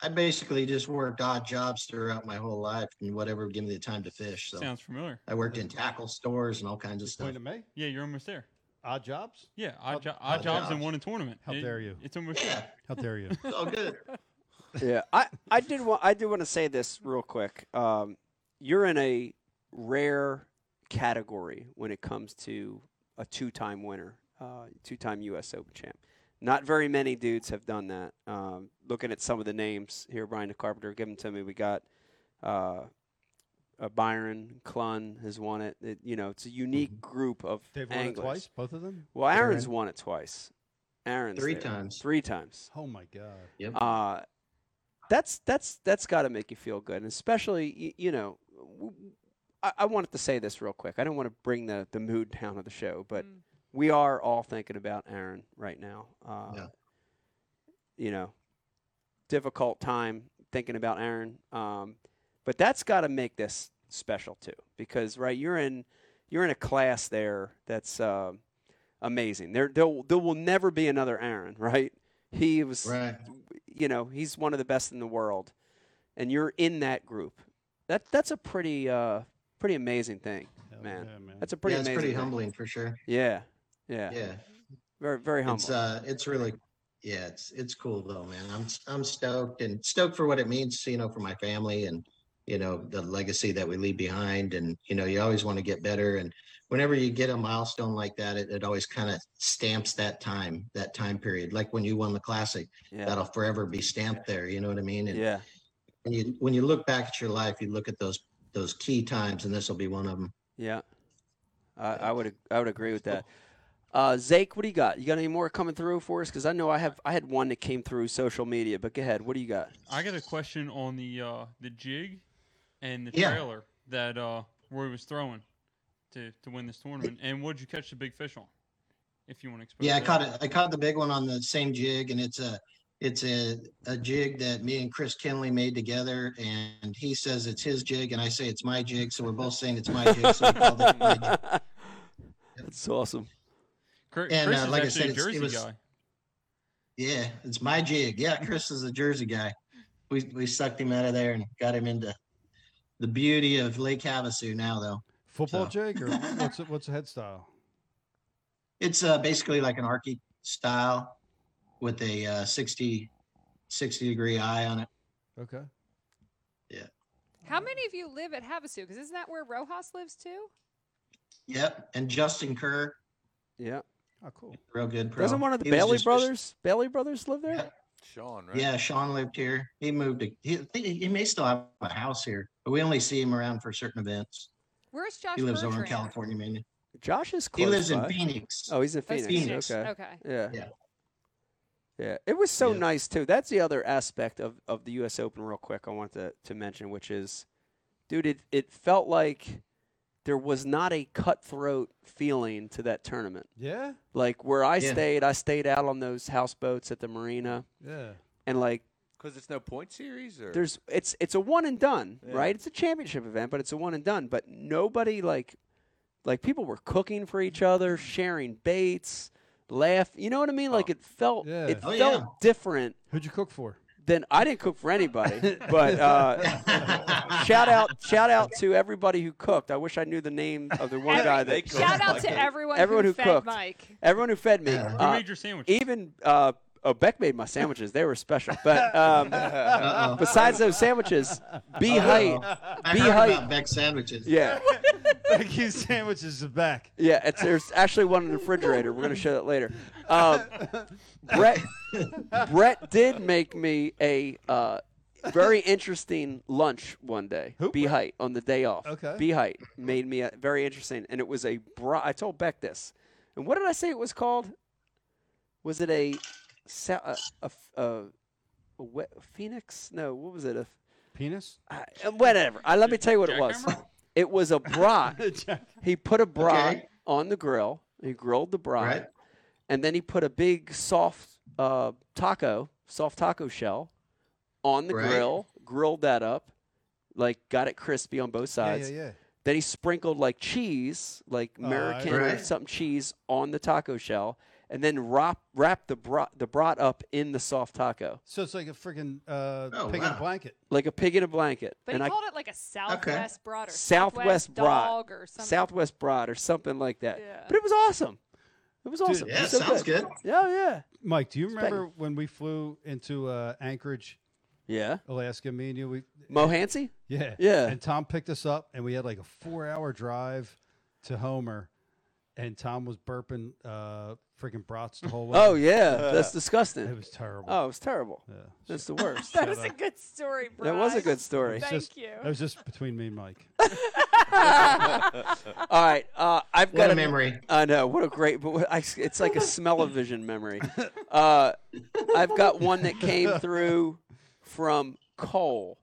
D: I basically just worked odd jobs throughout my whole life and whatever would give me the time to fish. So
F: Sounds familiar.
D: I worked in tackle stores and all kinds of
C: Just
D: stuff.
C: point to me.
F: Yeah, you're almost there.
C: Odd jobs.
F: Yeah, odd, jo-
D: odd
F: odd jobs and
D: jobs.
F: won a tournament.
C: How
F: It-
C: dare you.
F: It's almost
D: Yeah,
F: there.
C: How dare you?
D: it's all good.
A: yeah, I I did want I do want to say this real quick. Um, you're in a rare category when it comes to a two-time winner, uh, two-time U.S. Open champ. Not very many dudes have done that. Um, looking at some of the names here, Brian DeCarpenter, give them to me. We got uh, uh, Byron Clun has won it. It- You know, it's a unique
D: Mm-hmm.
A: group of
C: They've won it
A: anglers.
C: twice, both of them.
A: Well, Aaron's
C: Aaron.
A: won it twice. Aaron's
D: Three
A: there.
D: times.
A: Three times.
C: Oh my god.
D: Yep.
A: Uh, that's that's that's got to make you feel good, and especially you, you know, w- I, I wanted to say this real quick. I don't want to bring the the mood down of the show, but
E: Mm.
A: we are all thinking about Aaron right now. Uh,
D: Yeah.
A: You know, difficult time thinking about Aaron, um, but that's got to make this special too, because right, you're in you're in a class there that's uh, amazing. There there will- there will never be another Aaron, right? He was
D: Right.
A: you know he's one of the best in the world, and you're in that group. That that's a pretty uh, pretty amazing thing.
C: Hell
A: Man.
C: yeah, man.
A: That's a pretty
D: Yeah, it's
A: amazing.
D: pretty
A: thing.
D: humbling for sure.
A: Yeah, yeah,
D: Yeah.
A: very very humble.
D: It's uh, it's really, yeah, it's it's cool though, man. I'm I'm stoked and stoked for what it means, you know, for my family and you know the legacy that we leave behind. And you know, you always want to get better. And whenever you get a milestone like that, it, it always kind of stamps that time, that time period. Like when you won the classic,
A: yeah,
D: that'll forever be stamped there. You know what I mean? And
A: yeah,
D: when you when you look back at your life, you look at those those key times, and this will be one of them.
A: yeah. I, I would ag- I would agree with that. Uh, Zake, what do you got? You got any more coming through for us? Because I know I have I had one that came through social media, but go ahead. What do you got?
F: I got a question on the uh, the jig and the
D: Yeah.
F: trailer that uh, Roy was throwing to, to win this tournament. And what'd you catch the big fish on? If you want to explain.
D: Yeah, I caught it. I caught the big one on the same jig, and it's a it's a a jig that me and Chris Kinley made together, and he says it's his jig, and I say it's my jig, so we're both saying it's my jig. So we called it my jig.
A: That's awesome.
F: Cr-
D: And,
F: Chris
D: uh,
F: is
D: like I
F: actually
D: said,
F: a
D: it's- it
F: Jersey
D: was-
F: guy.
D: Yeah, it's my jig. Yeah, Chris is a Jersey guy. We we sucked him out of there and got him into the beauty of Lake Havasu now, though.
C: Football
D: So-
C: jig or what's it, what's the head style?
D: It's uh, basically like an arky style with a uh, 60, 60 degree eye on it.
C: Okay.
E: How many of you live at Havasu? Because isn't that where Rojas lives too?
D: Yep. And Justin Kerr,
A: Yeah.
C: Oh, cool.
D: real good pro.
A: Doesn't one of the
D: He was
A: Bailey
D: just-
A: brothers Bailey brothers live there?
B: Sean, right?
D: Yeah, Sean lived here. He moved to, he, I think he may still have a house here, but we only see him around for certain events.
E: Where's Josh?
D: He lives over in
E: Bertrand?
D: California, man.
A: Josh is
D: He
A: close.
D: lives in
A: by.
D: Phoenix.
A: Oh, he's in
E: Oh, it's
A: Phoenix.
D: Phoenix.
A: Okay.
E: Okay.
A: Yeah.
D: Yeah.
A: Yeah. It was so
D: Yeah.
A: nice too. That's the other aspect of, of the US Open real quick I want to, to mention, which is dude, it, it felt like there was not a cutthroat feeling to that tournament.
C: Yeah.
A: Like where I
D: Yeah.
A: stayed, I stayed out on those houseboats at the marina
C: Yeah.
A: and like
B: Because it's no point series, or
A: there's it's it's a one and done,
B: Yeah.
A: right? It's a championship event, but it's a one and done. But nobody like like people were cooking for each other, sharing baits, laugh. You know what I mean? Like
B: Oh.
A: it felt
C: Yeah.
A: it
D: Oh,
A: felt
D: yeah.
A: different
C: Who'd you cook for?
A: than I didn't cook for anybody. but uh, shout out shout out to everybody who cooked. I wish I knew the name of the one
E: Every-
A: guy
B: They
A: that
B: cooked.
E: Shout out
B: Like
E: to
B: it.
E: everyone,
A: Everyone
E: who,
A: who
E: fed
A: cooked.
E: Mike.
A: everyone who fed me.
D: Yeah.
F: Who
A: Uh,
F: made your sandwich?
A: even uh, oh Beck made my sandwiches. They were special, but. Um,
D: Uh-oh.
A: Besides those sandwiches, B
D: Uh-oh.
A: height,
D: I
A: be
D: heard
A: hype.
D: about Beck sandwiches.
A: yeah,
C: Thank you. Sandwiches is back.
A: Yeah, it's, there's actually one in the refrigerator. We're gonna show that later. Um, Brett Brett did make me a uh, very interesting lunch one day.
C: Who?
A: B height on the day off.
C: Okay.
A: B height made me a, very interesting, and it was a bra. I told Beck this, and what did I say it was called? Was it a sa- a, a, a, a we- phoenix? No, what was it? A,
C: Penis.
A: I- whatever. I, let me tell you what it was.
F: Jackhammer?
A: It was a brat.
C: Jack.
A: He put a brat
D: Okay.
A: on the grill. He grilled the brat,
D: Right.
A: and then he put a big soft uh, taco, soft taco shell, on the
D: Right.
A: grill, grilled that up, like got it crispy on both
C: Yeah,
A: sides.
C: yeah, yeah.
A: Then he sprinkled like cheese, like
C: Oh, I-
A: American or
D: Right.
A: something cheese on the taco shell, and then wrap wrap the brat the brat up in the soft taco,
C: So it's like a freaking uh,
D: Oh,
C: pig in a
D: wow.
C: blanket.
A: like a pig in a blanket.
E: But
A: and
E: he
A: I
E: called it like a Southwest brat or
A: Southwest brat.
E: dog or something.
A: Southwest brat or something like that.
E: Yeah.
A: But it was awesome. It was awesome. It
D: Yeah,
A: was so
D: sounds good.
A: Yeah, yeah,
C: Mike, do you
A: banging.
C: remember when we flew into uh, Anchorage,
A: yeah.
C: Alaska? Me and you, we
A: Mohancy?
C: yeah,
A: Yeah.
C: And Tom picked us up, and we had like a four-hour drive to Homer, and Tom was burping uh, freaking brats the whole way.
A: Oh yeah, that's
C: it
A: disgusting.
C: was terrible.
A: Oh, it was terrible.
C: yeah.
A: That's the worst.
E: That
A: that
E: was a good story, bro.
A: was a good story.
E: Thank
C: just,
E: you.
C: It was just between me and Mike.
A: All right, uh, I've got
D: What a
A: an-
D: memory.
A: I know what a great, but what- I, it's like a smell of vision memory. Uh, I've got one that came through from Cole,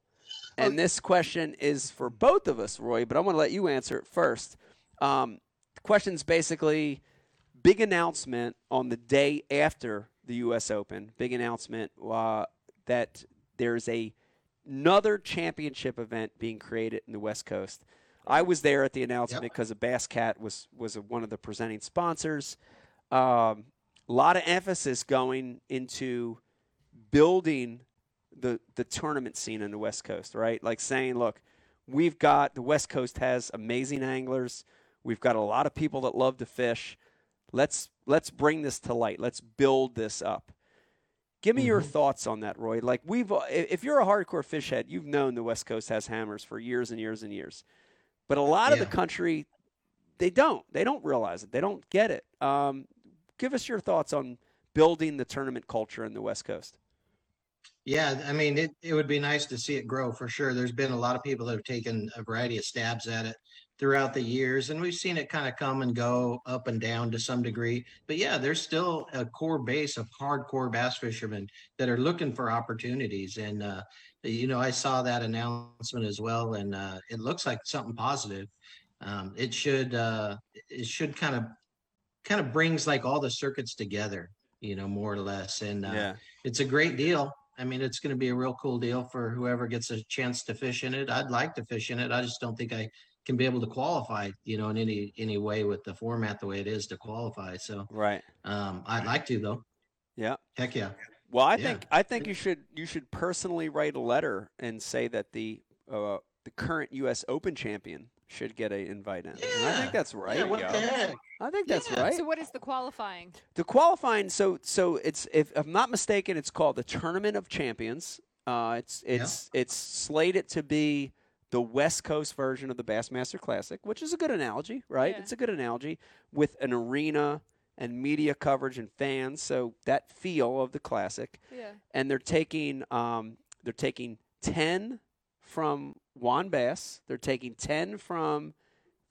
D: Oh.
A: and this question is for both of us, Roy. But I'm going to let you answer it first. Um, the question's basically big announcement on the day after the U.S. Open. Big announcement uh, that there's a another championship event being created in the West Coast. I was there at the announcement because a Bass Cat was was a, one of the presenting sponsors. A lot of emphasis going into building the the tournament scene in the West Coast, right? Like saying, look, we've got the West Coast has amazing anglers. We've got a lot of people that love to fish. Let's let's bring this to light. Let's build this up. Give me your thoughts on that, Roy. Like we've i- if you're a hardcore fish head, you've known the West Coast has hammers for years and years and years. But a lot of the
D: Yeah.
A: country they don't. They don't realize it. They don't get it. Um, give us your thoughts on building the tournament culture in the West Coast.
D: Yeah, I mean, it, it would be nice to see it grow for sure. There's been a lot of people that have taken a variety of stabs at it throughout the years, and we've seen it kind of come and go up and down to some degree. But yeah, there's still a core base of hardcore bass fishermen that are looking for opportunities. And, uh, you know, I saw that announcement as well, and uh, it looks like something positive. Um, it should, uh, it should kind of, kind of brings like all the circuits together, you know, more or less. And, uh, it's a great deal. I mean, it's going to be a real cool deal for whoever gets a chance to fish in it. I'd like to fish in it. I just don't think I can be able to qualify, you know, in any any way with the format the way it is to qualify. So
A: Right.
D: um, I'd like to though.
A: Yeah.
D: Heck yeah.
A: Well, I
D: Yeah.
A: think I think you should you should personally write a letter and say that the uh, the current U.S. Open champion should get a invite in. And I
D: Yeah.
A: think that's right.
D: yeah,
B: you
D: what
B: go.
D: the heck?
A: I think that's
D: Yeah.
A: right.
E: So what is the qualifying?
A: The qualifying, so so it's if I'm not mistaken, it's called the Tournament of Champions. Uh, it's it's it's slated to be the West Coast version of the Bassmaster Classic, which is a good analogy, right?
E: Yeah.
A: It's a good analogy with an arena and media coverage and fans, so that feel of the classic.
E: Yeah.
A: and they're taking um, they're taking ten from Juan Bass. They're taking ten from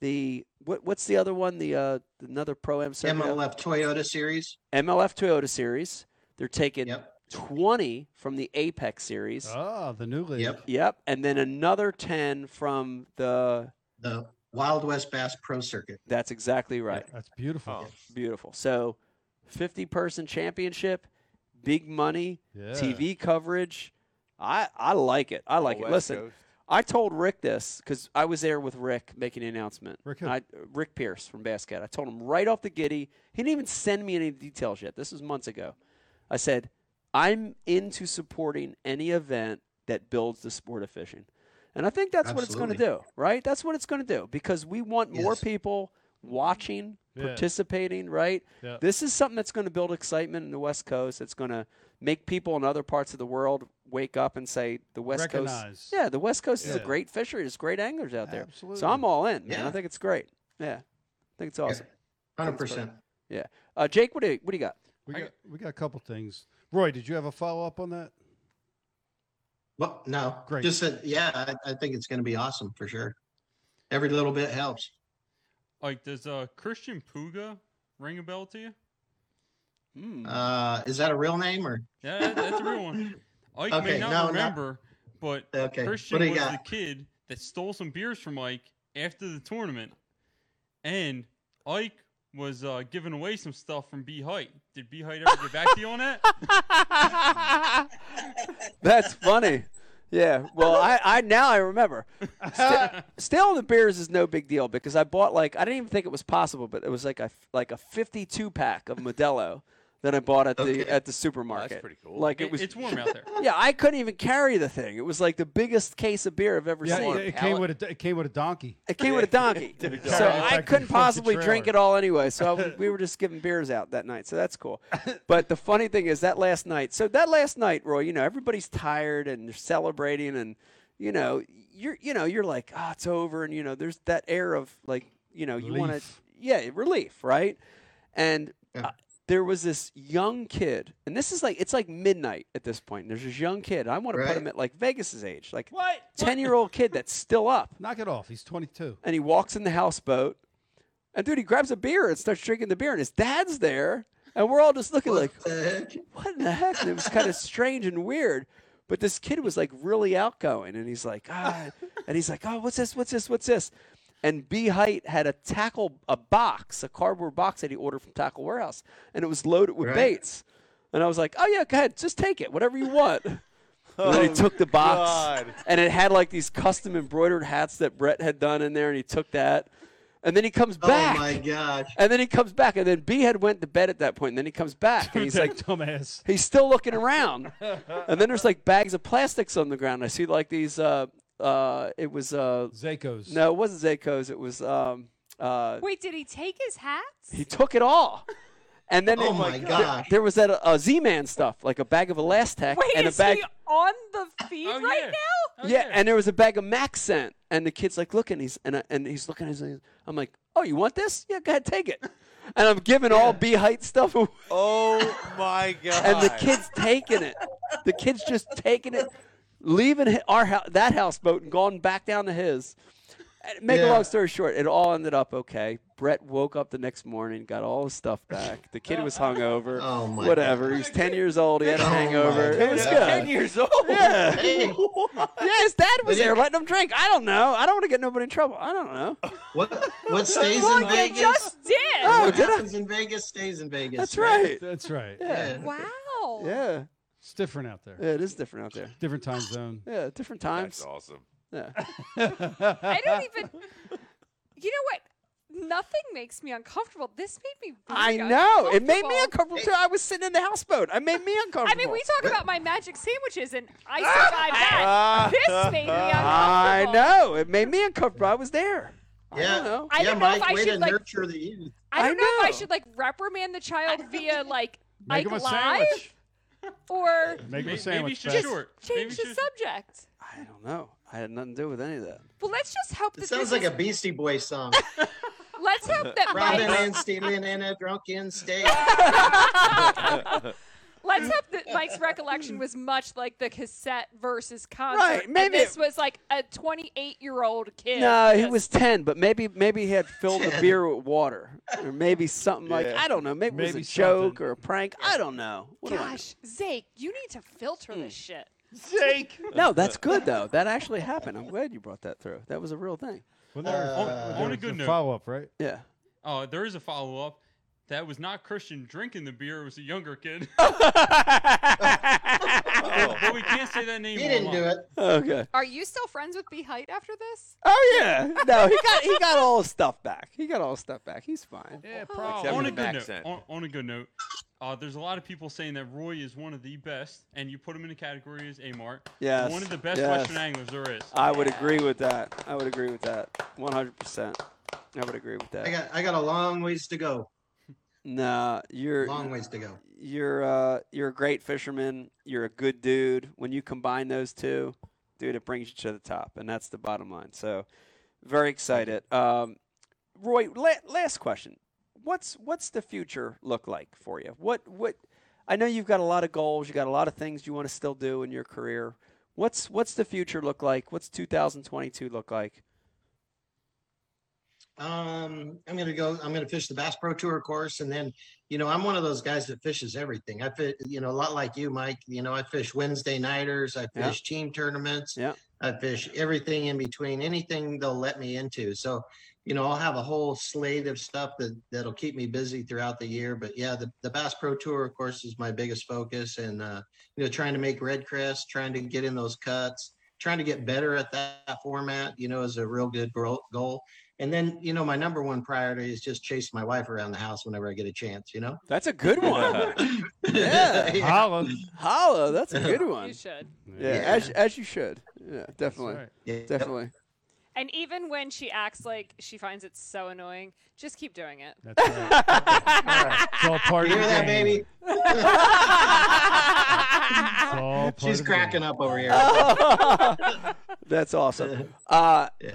A: the what, what's the other one? The uh, another pro am
D: MLF Toyota Series.
A: MLF Toyota series. They're taking
D: Yep.
A: twenty from the Apex series.
C: Oh, the new league.
D: Yep.
A: Yep, and then another ten from the.
D: The Wild West Bass Pro Circuit.
A: That's exactly right.
C: That's beautiful.
B: Oh.
A: Beautiful. So, fifty person championship, big money,
C: Yeah.
A: TV coverage. I I like it. I like
B: All
A: it.
B: West
A: Listen,
B: Coast.
A: I told Rick this because I was there with Rick making the announcement.
C: Rick who?
A: I, Rick Pierce from Basket. I told him right off the giddy. He didn't even send me any details yet. This was months ago. I said, I'm into supporting any event that builds the sport of fishing. And I think that's what it's going to do, right? That's what it's going to do because we want more
D: Yes.
A: people watching,
C: Yeah.
A: participating, right?
C: Yeah.
A: This is something that's going to build excitement in the West Coast. It's going to make people in other parts of the world wake up and say, the West Coast.
C: Recognize.
A: Yeah, the West Coast is a
C: Yeah.
A: great fishery. There's great anglers out there. So
C: Absolutely.
A: I'm all in, man. I
D: Yeah.
A: think it's great. Yeah, I think it's awesome.
D: Hundred percent.
A: Uh, Jake, what do you, what do you got?
C: We
F: I
C: got, we got a couple things. Roy, did you have a follow up on that?
D: Well, no.
C: Great.
D: Just that yeah, I, I think it's gonna be awesome for sure. Every little bit helps.
F: Like, does uh, Christian Puga ring a bell to you?
A: Hmm.
D: Uh is that a real name or
F: Yeah, that- that's a real one. Ike may
D: Okay,
F: not
D: no, not-
F: remember, but
D: okay.
F: Christian
D: what do
F: was
D: you got?
F: the kid that stole some beers from Ike after the tournament, and Ike was uh, giving away some stuff from B Height. Did B Height ever get back to you on that?
A: That's funny. Yeah. Well, I, I now I remember. Still, stealing the beers is no big deal because I bought like I didn't even think it was possible, but it was like a like a 52 pack of Modelo that I bought at
D: Okay.
A: the at the supermarket.
B: pretty cool.
A: Like it
F: It-
A: was.
F: it's warm out there.
A: yeah, I couldn't even carry the thing. It was like the biggest case of beer I've ever
C: Yeah,
A: seen.
C: it, it came with a, it came with a donkey.
A: It came with a donkey, so
C: Sorry, if I
A: I
C: could
A: couldn't
C: flip the
A: possibly drink
C: trailer.
A: it all anyway. So I, we were just giving beers out that night, so that's cool. But the funny thing is that last night. So that last night, Roy, you know, everybody's tired and they're celebrating, and you know, you're you know, you're like, ah, it's over, and you know, there's that air of like, you know, you want to,
C: Relief.
A: yeah, relief, right? And
D: Yeah.
A: uh, there was this young kid, and this is like it's like midnight at this point. And there's this young kid. I want to put
D: Right.
A: him at like Vegas's age, like
F: What?
A: ten year old kid that's still up
C: Knock it off. He's 22.
A: and he walks in the houseboat. And dude, he grabs a beer and starts drinking the beer, and his dad's there, and we're all just looking like,
D: What the heck?
A: "What in the heck?" And it was kind of strange and weird. But this kid was like really outgoing, and he's like, "Ah," and he's like, "Oh, what's this? What's this? What's this?" And B Height had a tackle, a box, a cardboard box that he ordered from Tackle Warehouse, and it was loaded with
D: Right.
A: baits. And I was like, "Oh yeah, go ahead, just take it, whatever you want." And then he
D: Oh
A: took the box,
B: God.
A: and it had like these custom embroidered hats that Brett had done in there, and he took that. And then he comes back,
D: Oh my gosh.
A: and then he comes back, and then B had went to bed at that point, and then he comes back, and he's
C: That
A: like,
C: dumbass.
A: he's still looking around, and then there's like bags of plastics on the ground. I see like these, uh, uh, it was uh,
C: Zaco's.
A: no, it wasn't Zayco's, it was um, uh,
E: Wait, did he take his hats?
A: he took it all. And then
D: Oh
A: it-
D: my
A: there-
D: gosh.
A: there was that uh, Z-Man stuff, like a bag of Elastec
E: Wait,
A: and a
E: is
A: bag.
E: he on the feed
F: Oh,
E: right
F: yeah.
E: now?
F: Oh,
A: yeah, and there was a bag of Mac scent, and the kid's like looking, he's and I, and he's looking, he's like, I'm like, oh, you want this? Yeah, go ahead, take it. And I'm giving all B height stuff, away,
B: Oh my god!
A: and the kid's taking it. The kid's just taking it, leaving hi- our house, that houseboat and going back down to his. And Make a
D: Yeah.
A: long story short, it all ended up okay. Brett woke up the next morning, got all his stuff back. The kid was hungover.
D: Oh my
A: whatever. He's ten years old. He had a
D: Oh my
A: hangover. It was
D: God.
B: ten
A: good.
B: years old.
A: Yeah.
D: Hey,
A: Yeah, his dad was
D: But
A: there
D: it-
A: letting him drink. I don't know. I don't want to get nobody in trouble. I don't know.
D: what what stays
E: Well,
D: in
E: you
D: Vegas?
E: just did.
A: Oh,
D: what
A: did I?
D: happens in Vegas stays in Vegas.
A: That's right.
C: That's right.
A: Yeah.
E: Wow.
A: Yeah.
C: It's different out there.
A: yeah, it is different out there.
C: Different time zone.
A: Yeah, different
B: That's
A: times.
B: awesome.
A: Yeah.
E: I don't even. You know what? Nothing makes me uncomfortable. This made me.
A: I
E: Really
A: know. It made me uncomfortable too.
D: It-
A: I was sitting in the houseboat. It made me uncomfortable.
E: I mean, we talk about my magic sandwiches, and I survived that.
B: Ah.
E: This made me
A: I
E: uncomfortable.
A: know. It made me uncomfortable. I was there. I
D: Yeah.
A: don't know.
E: I
D: yeah,
E: don't know
D: Mike,
E: if I
D: way to
E: should like.
D: nurture the youth.
E: I
A: I
E: don't know. if I
A: know.
E: should like reprimand the child via like
C: Make
E: Ike
C: him a
E: Live
C: sandwich.
E: or
C: Make him a
F: Maybe,
C: sandwich.
F: maybe she's
C: Beth.
F: short. Maybe
E: change the
F: she's-
E: subject.
A: I don't know. I had nothing to do with any of that.
E: Well, let's just hope that
D: It sounds
E: this
D: like
E: is-
D: a Beastie Boy song.
E: Let's hope that
D: Robin
E: Mike.
D: and stealing in a drunken state.
E: Let's hope that Mike's recollection was much like the cassette versus concert.
A: Right,
E: and
A: maybe
E: this
A: it-
E: was like a 28 year old kid.
A: No, he
E: just-
A: was ten, but maybe maybe he had filled the
D: 10.
A: beer with water, or maybe something like
B: Yeah.
A: I don't know. Maybe, it
C: Maybe
A: was a joke
C: something.
A: or a prank. I don't know. What do I know?
E: Gosh, Zake, you need to filter this shit.
C: Jake.
A: No, that's good though. That actually happened. I'm glad you brought that through. That was a real thing.
C: Well, there-
D: Uh,
C: there
F: on a
C: was
F: good note.
C: Follow up, right?
A: Yeah.
F: Oh, there is a follow up. That was not Christian drinking the beer. It was a younger kid. but we can't say that name.
D: He didn't do
F: online.
D: it.
A: Okay.
E: Are you still friends with B Height after this?
A: Oh yeah. No, he got he got all his stuff back. He got all his stuff back. He's fine.
C: Yeah,
E: Oh.
B: probably. Except
F: on a
B: for the
F: good note,
B: accent.
F: on, on a good note, uh, there's a lot of people saying that Roy is one of the best, and you put him in the category as Amart.
A: Yes,
F: One of the best
A: yes. Uh,
F: Western anglers there is.
A: I would agree with that. I would agree with that. 100%. I would agree with
D: I
A: that.
D: got I got a long ways to go.
A: Nah, you're
D: Long ways to go.
A: you're uh you're a great fisherman. You're a good dude. When you combine those two, dude, it brings you to the top, and that's the bottom line. So, very excited. Um, Roy, la- last question: What's what's the future look like for you? What what? I know you've got a lot of goals. You got a lot of things you want to still do in your career. What's what's the future look like? What's 2022 look like?
D: Um, I'm gonna go. I'm gonna fish the Bass Pro Tour course, and then, you know, I'm one of those guys that fishes everything. I fit, you know, a lot like you, Mike. You know, I fish Wednesday nighters. I
A: Yeah.
D: fish team tournaments.
A: Yeah.
D: I fish everything in between, anything they'll let me into. So you know, I'll have a whole slate of stuff that that'll keep me busy throughout the year. But yeah, the, the Bass Pro Tour, of course, is my biggest focus, and uh, you know, trying to make Red Crest, trying to get in those cuts, trying to get better at that format, you know, is a real good gro- goal. And then, you know, my number one priority is just chase my wife around the house whenever I get a chance. You know,
A: That's a good one. Yeah.
C: Holla.
A: Holla, that's a good
E: You
A: one.
E: should.
A: Yeah, as as you should. Yeah, definitely,
C: That's right.
D: Yeah.
A: definitely.
E: And even when she acts like she finds it so annoying, just keep doing it.
C: That's right. It's all part
D: You
C: of
D: hear
C: the
D: that,
C: game.
D: baby?
C: It's all Oh, part
D: She's
C: of the
D: cracking
C: game.
D: up over here.
A: that's awesome. Uh,
D: Yeah.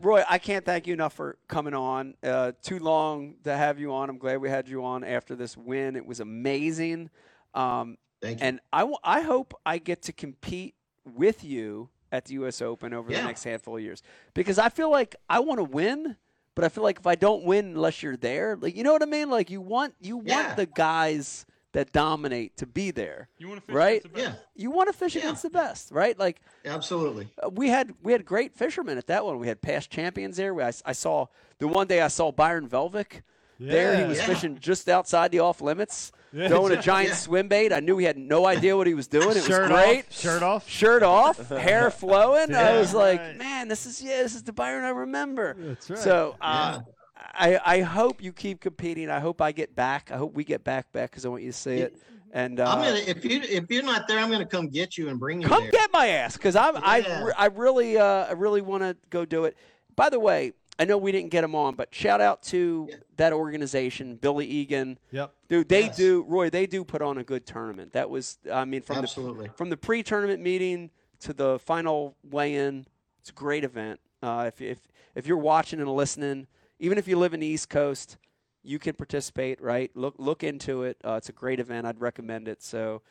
A: Roy, I can't thank you enough for coming on. Uh, too long to have you on. I'm glad we had you on after this win. It was amazing. Um,
D: Thank you.
A: and I, w- I hope I get to compete with you at the U.S. Open over the
D: Yeah.
A: next handful of years because I feel like I want to win, but I feel like if I don't win unless you're there, like you know what I mean? Like you want you
D: Yeah.
A: want the guys that dominate to be there.
F: You want to fish
A: Right?
F: against the
D: yeah,
F: best.
A: You want to fish
D: Yeah.
A: against the best, right? Like
D: absolutely.
A: uh, we had we had great fishermen at that one. We had past champions there. We- I, s- I saw the one day I saw Byron Velvick there. He was
D: Yeah.
A: fishing just outside the off limits,
C: Yeah.
A: throwing a giant
D: Yeah.
A: swim bait. I knew he had no idea what he was doing. It was
C: Shirt
A: great.
C: off. Shirt off.
A: Shirt off, hair flowing. I
C: Yeah.
A: was like,
C: Right.
A: man, this is yeah, this is the Byron I remember.
C: That's right.
A: So uh, I I hope you keep competing. I hope I get back. I hope we get back back because I want you to see it. And uh,
D: I'm gonna if you if you're not there, I'm gonna come get you and bring you
A: come
D: there.
A: get my ass because I'm I,
D: Yeah.
A: re- I really uh, I really want to go do it. By the way, I know we didn't get him on, but shout out to that organization, Billy Egan,
C: Yep.
A: dude. They
D: Yes.
A: do, Roy. They do put on a good tournament. That was I mean from
D: Absolutely.
A: the from the pre-tournament meeting to the final weigh-in. It's a great event. Uh, if if if you're watching and listening, even if you live in the East Coast, you can participate. Right? Look look into it. Uh, it's a great event. I'd recommend it. So.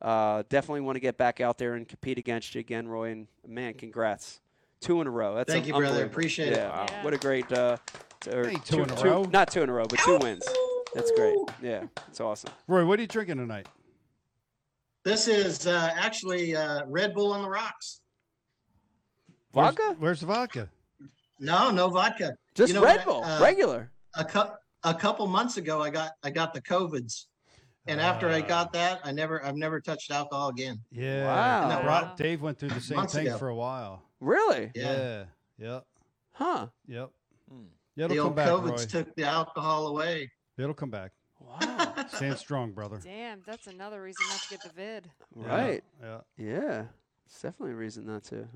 A: Uh, definitely want to get back out there and compete against you again, Roy. And man, congrats, two in a row. That's
D: Thank you, brother.
A: unbelievable.
D: Appreciate it.
A: Yeah.
E: Wow. Yeah.
A: What a great uh, t- or
C: Hey, two in a row.
A: not two in a row, but two wins. That's great. Yeah, it's awesome.
C: Roy, what are you drinking tonight?
D: This is uh, actually uh, Red Bull on the rocks.
C: Where's-
A: Vodka?
C: Where's the vodka?
D: No, no vodka.
A: Just
D: You know
A: Red
D: what,
A: Bull,
D: uh,
A: regular.
D: A cup a couple months ago, I got I got the covids, and after I
C: Ah.
D: got that, I never I've never touched alcohol again.
C: Yeah.
A: Wow.
D: that
E: right?
C: Rob- Dave went through the same
D: Months
C: thing
D: ago.
C: for a while.
A: Really?
D: Yeah,
C: Yeah. Yep.
A: Huh?
C: Yep.
B: Hmm.
C: Yeah,
D: the
C: it'll come
D: old
C: back,
D: covids
C: Roy.
D: took the alcohol away.
C: It'll come back.
A: Wow.
C: Stand strong, brother.
E: Damn, that's another reason not to get the vid.
C: Yeah,
A: right.
C: Yeah.
A: Yeah. It's definitely a reason not to.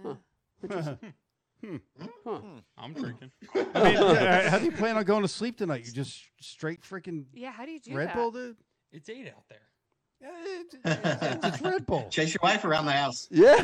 A: Huh?
E: Uh,
F: I'm drinking.
C: I mean, uh, how do you plan on going to sleep tonight? You just straight freaking
E: yeah, how do you do
C: Red
E: that?
C: Bull, dude?
F: It's eight out there.
C: Yeah, it- it's, it's Red Bull.
D: Chase your wife around the house.
A: Yeah.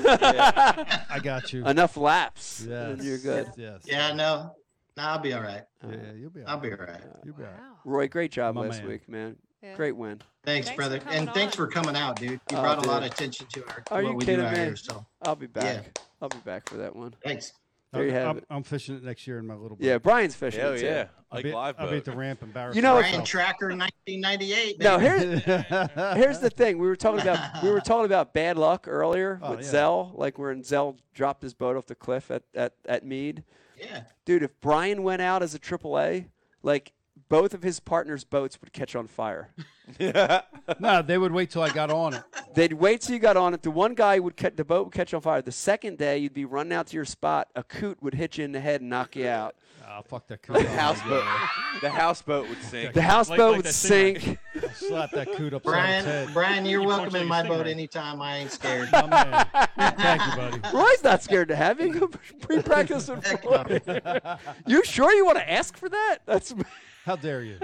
C: I got you.
A: Enough laps.
C: Yes.
A: and You're good.
C: Yes.
D: Yeah, no, no, I'll be all right.
A: Uh,
C: Yeah, you'll be all
D: I'll be
C: right.
D: all right.
C: You'll be all right.
E: Wow.
A: Roy, great job
C: My
A: last
C: man.
A: week, man.
E: Yeah.
A: Great win.
D: Thanks,
E: Thanks for
D: brother,
E: coming
D: and thanks
E: on.
D: for coming out, dude. You
A: Oh,
D: brought a lot
A: dude.
D: of attention to our
A: Are
D: what
A: you
D: we
A: kidding
D: do out
A: me?
D: here. So
A: I'll be
D: Yeah.
A: back. I'll be back for that one.
D: thanks.
A: There
C: I'm,
A: you have
C: I'm,
A: it.
C: I'm fishing it next year in my little boat.
A: Yeah, Brian's fishing.
B: Hell
A: it, too.
B: yeah.
C: I'll
B: Like
C: be,
B: live
C: I'll be at
B: boat.
C: the ramp embarrassed.
A: uh, You know,
D: Brian Tracker, 1998.
A: No,
D: baby.
A: here's here's the thing. We were talking about we were talking about bad luck earlier
C: Oh,
A: with
C: yeah.
A: Zell, like when Zell dropped his boat off the cliff at at at Mead.
D: yeah,
A: Dude, if Brian went out as a AAA, like both of his partners' boats would catch on fire.
C: no, they would wait till I got on it.
A: They'd wait till you got on it. The one guy would catch the boat would catch on fire. The second day, you'd be running out to your spot. A coot would hit you in the head and knock you out.
C: Ah, fuck that coot.
B: the houseboat. the houseboat would sink.
A: The houseboat
F: like
A: would
F: that thing,
A: sink.
C: Slap that coot upside its
D: Brian,
C: head.
D: Brian, you're
F: You
D: welcome
F: punch like
D: in
F: a
D: my
F: stingray.
D: boat anytime. I ain't scared.
C: My man. Thank you, buddy.
A: Roy's not scared to have you. Pre-practice with
D: Heck
A: Roy.
D: no.
A: You sure you want to ask for that? That's
C: How dare you?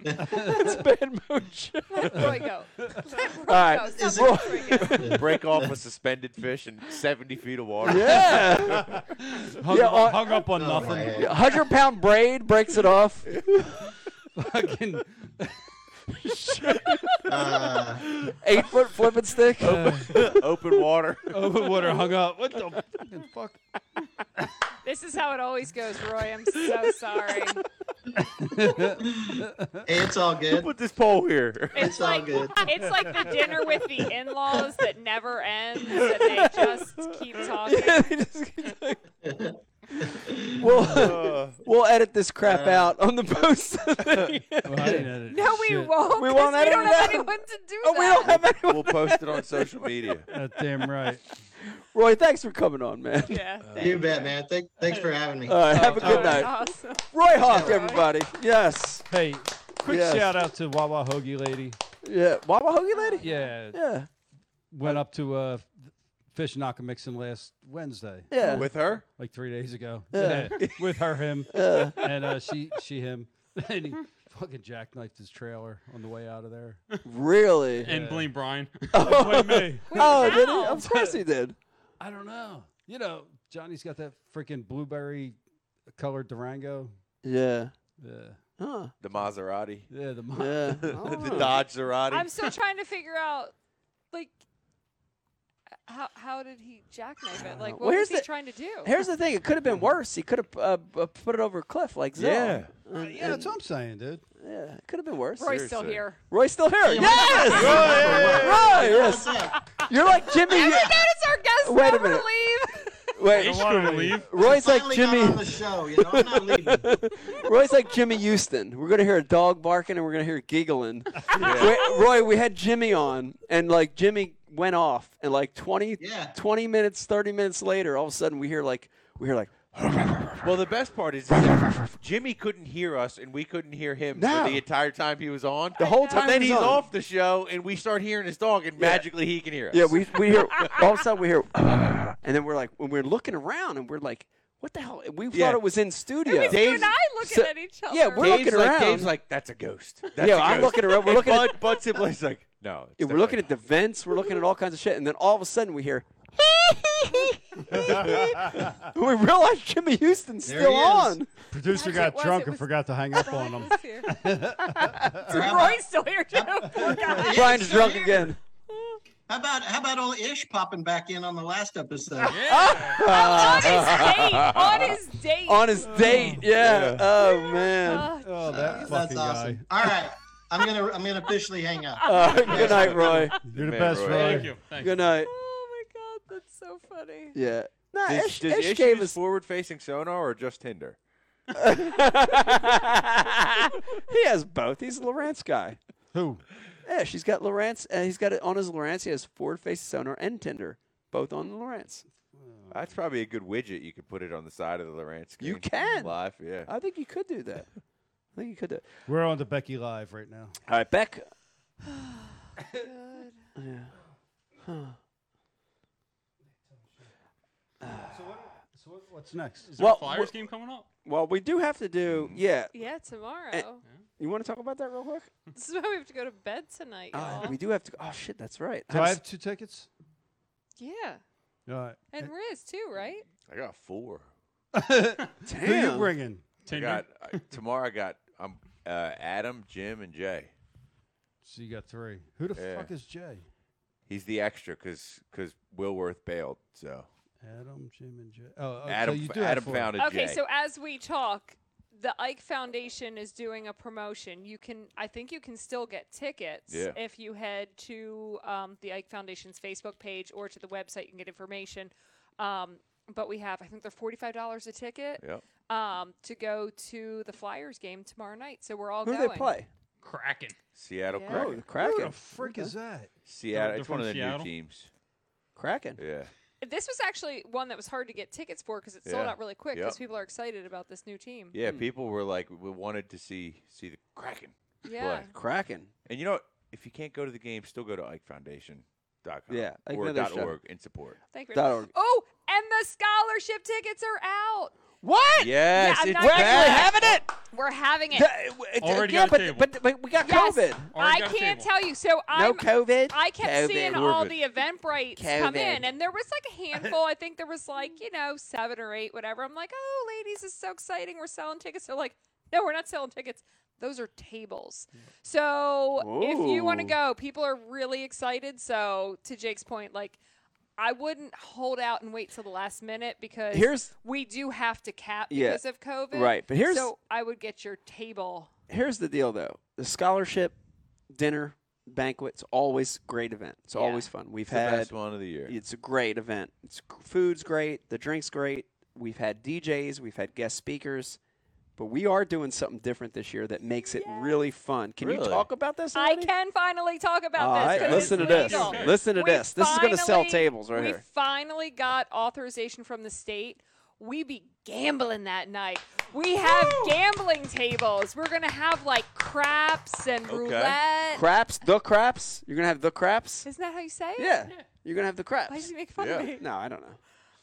A: that's bad mojo.
E: Let Roy go. Let Roy
A: right.
E: go.
A: Is
E: Stop
A: it-
E: answering it.
B: Break off a suspended fish in 70 feet of water.
A: Yeah.
C: Hung,
A: Yeah,
C: up,
A: uh,
C: hung up on
D: Oh,
C: nothing.
D: man.
A: Yeah, 100 pound braid breaks it off.
C: Fucking
D: Uh,
A: Eight foot flipping stick.
B: Open water.
C: open water hung up. What the fucking fuck?
E: This is how it always goes, Roy. I'm so sorry.
D: hey, it's all good.
B: Put this pole here.
E: It's
D: It's all
E: like
D: good.
E: it's like the dinner with the in-laws that never ends, and they just keep talking.
A: Yeah, they just- well, We'll,
B: Uh,
A: we'll edit this crap
D: Uh.
A: out on the post. thing.
C: Well, I didn't edit
E: No, we
C: shit.
E: won't.
A: We
E: 'cause
A: won't edit
E: We don't
A: it
E: have
A: out.
E: anyone to do
A: oh,
E: that.
A: we don't have anyone.
B: we'll post it on social media.
C: That's damn right.
A: Roy, thanks for coming on, man.
E: Yeah. Oh,
D: You bet, man. Thank, thanks for having me.
A: All right, have a
E: That
A: good
E: was
A: night.
E: Awesome.
A: Roy Hawk,
E: Roy.
A: everybody. Yes.
C: Hey, quick
A: Yes.
C: shout out to Wawa Hoagie Lady.
A: Yeah. Wawa Hoagie Lady?
C: Yeah,
A: Yeah.
C: went up to uh, Fish Nakamixon last Wednesday,
A: Yeah.
B: With her?
C: like three days ago.
A: Yeah.
C: Yeah, with her, him,
A: Yeah.
C: and uh, she, she, him. And he fucking jackknifed his trailer on the way out of there.
A: really?
F: And blame Brian.
C: Blame me.
A: oh, did he?
E: Wow.
A: Of course he did.
C: I don't know. You know, Johnny's got that freaking blueberry colored Durango.
A: Yeah.
C: The
A: Huh.
B: The Maserati.
C: yeah, the mo-
A: Yeah.
B: the
A: Oh.
B: Dodge Zerati.
E: I'm still trying to figure out, like, how how did he jackknife it? Like, what
A: Well,
E: was
A: here's
E: he
A: the-
E: trying to do?
A: Here's the thing. It could have been worse. He could have uh, b- put it over a cliff like Zell.
B: Yeah.
A: And-
C: yeah,
A: and-
C: that's what I'm saying, dude.
A: yeah. It could have been worse.
E: Roy's still
B: seriously.
E: here.
A: Roy's still here.
D: Yeah.
A: Yes. Roy.
D: What's
A: Yes.
D: up?
A: You're like Jimmy.
E: Every night it's our guest.
A: Wait a
E: never
A: minute.
E: leave.
F: They
A: Wait.
F: just wanted to leave.
A: Roy's like
D: Finally got on
A: Jimmy.
D: the show. You know, I'm not leaving.
A: Roy's like Jimmy Houston. We're gonna hear a dog barking and we're gonna hear giggling. We- Roy, we had Jimmy on, and like Jimmy went off, and like 20,
D: Yeah.
A: 20 minutes, thirty minutes later, all of a sudden we hear like we hear like
B: Well, the best part is Jimmy couldn't hear us, and we couldn't hear him
A: No.
B: for the entire time he was on.
A: the whole
E: know.
A: time.
B: But then
A: he
B: he's
A: was on.
B: off the show, and we start hearing his dog, and magically he can hear us.
A: Yeah, we we hear all of a sudden we hear, and then we're like when we're looking around and we're like, what the hell? We
B: Yeah.
A: thought it was in studio.
E: It's you
B: Dave's-
E: and I looking
A: so-
E: at each other.
A: yeah, we're
B: Dave's
A: looking
B: like,
A: around.
B: Dave's like, that's a ghost. That's
A: Yeah,
B: a
A: I'm
B: ghost."
A: looking around. We're
B: And
A: looking at-
B: Bud, Bud Sibley's like, no. it's
A: Yeah, we're looking at
B: definitely
A: the vents. We're looking at all kinds of shit, and then all of a sudden we hear. we realize Jimmy Houston's
D: There
A: still
D: he is.
A: on.
C: Producer
E: Yes, it
C: got
E: was.
C: drunk
E: It
C: and
E: was
C: forgot to hang up on
E: Brian
C: him.
E: was here.
D: Or how about-
E: Roy's still here too. Poor guy.
A: Brian's
D: he's
A: drunk
D: here.
A: again.
D: How about how about old Ish popping back in on the last episode?
E: on his date. On his date.
A: On his date, yeah. Oh man.
E: Uh,
C: Oh, that
D: That's
C: fucking guy.
D: awesome. All right, I'm gonna I'm gonna officially hang up.
A: Uh, good night, Roy.
C: You're the
B: Man,
C: best,
B: Roy.
C: Roy.
F: Thank you. Thank you.
A: Good night.
E: oh my god, that's so funny.
A: Yeah. Nah,
B: Does,
A: Ish,
B: does
A: Ish
B: Ish
A: gave
B: use
A: us.
B: forward-facing sonar or just Tinder?
A: he has both. He's a Lawrence guy.
C: Who?
A: Yeah, she's got Lawrence. Uh, he's got it on his Lawrence. He has Ford Face Sonar and Tinder, both on the Lawrence.
B: That's probably a good widget. You could put it on the side of the Lawrence.
A: You
B: screen.
A: can.
B: live, yeah.
A: I think you could do that. I think you could do. It.
C: We're on to Becky Live right now.
A: All right, Beck.
C: So what, what's next?
F: Is there
A: Well,
F: a Flyers game coming up?
A: Well, we do have to
C: Mm-hmm.
A: do. Yeah,
E: Yeah, tomorrow.
A: you want to talk about that real quick?
E: This is why we have to go to bed tonight,
A: Ah,
E: y'all.
A: we do have to. Oh shit, that's right.
C: Do
A: I'm
C: I
A: s-
C: have two tickets?
E: yeah,
C: All right.
A: Eh.
E: and Riz too, right?
B: I got four.
C: Who you
A: Damn.
C: bringing?
B: I
F: Tinder.
B: got I, tomorrow. I got um, uh, Adam, Jim, and Jay.
C: So you got three. Who the
B: Yeah.
C: fuck is Jay?
B: He's the extra because because Willworth bailed. So
C: Adam, Jim, and Jay. Oh, oh, so
B: Adam
C: you
B: f-
C: do have
B: Adam
C: four.
B: founded
E: Okay,
B: Jay.
E: so as we talk, the Ike Foundation is doing a promotion. You can, I think, you can still get tickets
B: Yeah.
E: if you head to um, the Ike Foundation's Facebook page or to the website. You can get information. Um, but we have, I think, they're forty-five dollars a ticket
B: Yep.
E: um, to go to the Flyers game tomorrow night. So we're all
A: Who do
E: going.
A: they play?
F: Kraken.
B: Seattle
E: Yeah.
A: Oh,
B: Kraken.
A: the
C: Who
A: Kraken.
C: the frick is that?
B: Seattle.
F: They're
B: It's one of
F: from
B: the
F: Seattle?
B: new teams.
A: Kraken.
B: Yeah.
C: Hmm.
E: This was actually one that was hard to get tickets for because it sold
B: Yeah.
E: out really quick because
B: Yep.
E: people are excited about this new team.
B: Yeah. People were like, we wanted to see see the Kraken.
E: Yeah.
A: Kraken.
B: And you know, what? if you can't go to the game, still go to Ike Foundation. Dot com
A: Yeah, Ike
B: or dot
A: Foundation.
B: org in support.
E: Thank you.
A: Dot org.
E: Oh, and the scholarship tickets are out.
A: What?
B: Yes,
E: I'm
B: it's
E: not
A: We're actually
E: Brad.
B: back.
A: having it.
E: We're having it.
A: Th- it-
F: Already
A: yeah,
F: got a
A: but,
F: table.
A: but but we got
E: Yes.
A: COVID.
E: I
F: Already got a
E: can't
F: table.
E: tell you. So
A: No
E: I'm,
A: COVID.
E: I kept
A: COVID.
E: seeing all
B: Covid.
E: the Eventbrites come in,
A: COVID.
E: and there was like a handful. I think there was like you know seven or eight, whatever. I'm like, oh, ladies, it's so exciting. We're selling tickets. They're like, no, we're not selling tickets. Those are tables. So if you want to
A: Ooh.
E: go, people are really excited. So to Jake's point, like. I wouldn't hold out and wait till the last minute because
A: Here's-
E: we do have to cap
A: Yeah.
E: because of COVID.
A: Right, but here's-
E: so I would get your table.
A: Here's the deal, though. The scholarship dinner banquet's always a great event. It's always fun. We've
B: It's the
A: had
B: best one of the year.
A: it's a great event. It's food's great, the drinks great. We've had DJs, we've had guest speakers, but we are doing something different this year that makes it really fun. Can you
B: Really?
A: talk about this?
E: I
A: already?
E: can finally talk about
A: All
E: this.
A: right,
E: 'cause
A: listen to
E: it's
A: this.
E: legal.
F: Okay.
A: Listen to
E: We
A: this. This is going to sell
E: finally-
A: tables right
E: we
A: here.
E: finally got authorization from the state. We be gambling that night. We have gambling tables. We're gonna have like craps and
B: Okay.
E: roulette.
A: Craps, the craps. You're going to have the craps.
E: Isn't that how you say it?
A: Yeah, you're going to have the
E: Why did
A: craps.
E: you make fun
B: Yeah.
E: of me?
A: No, I don't know.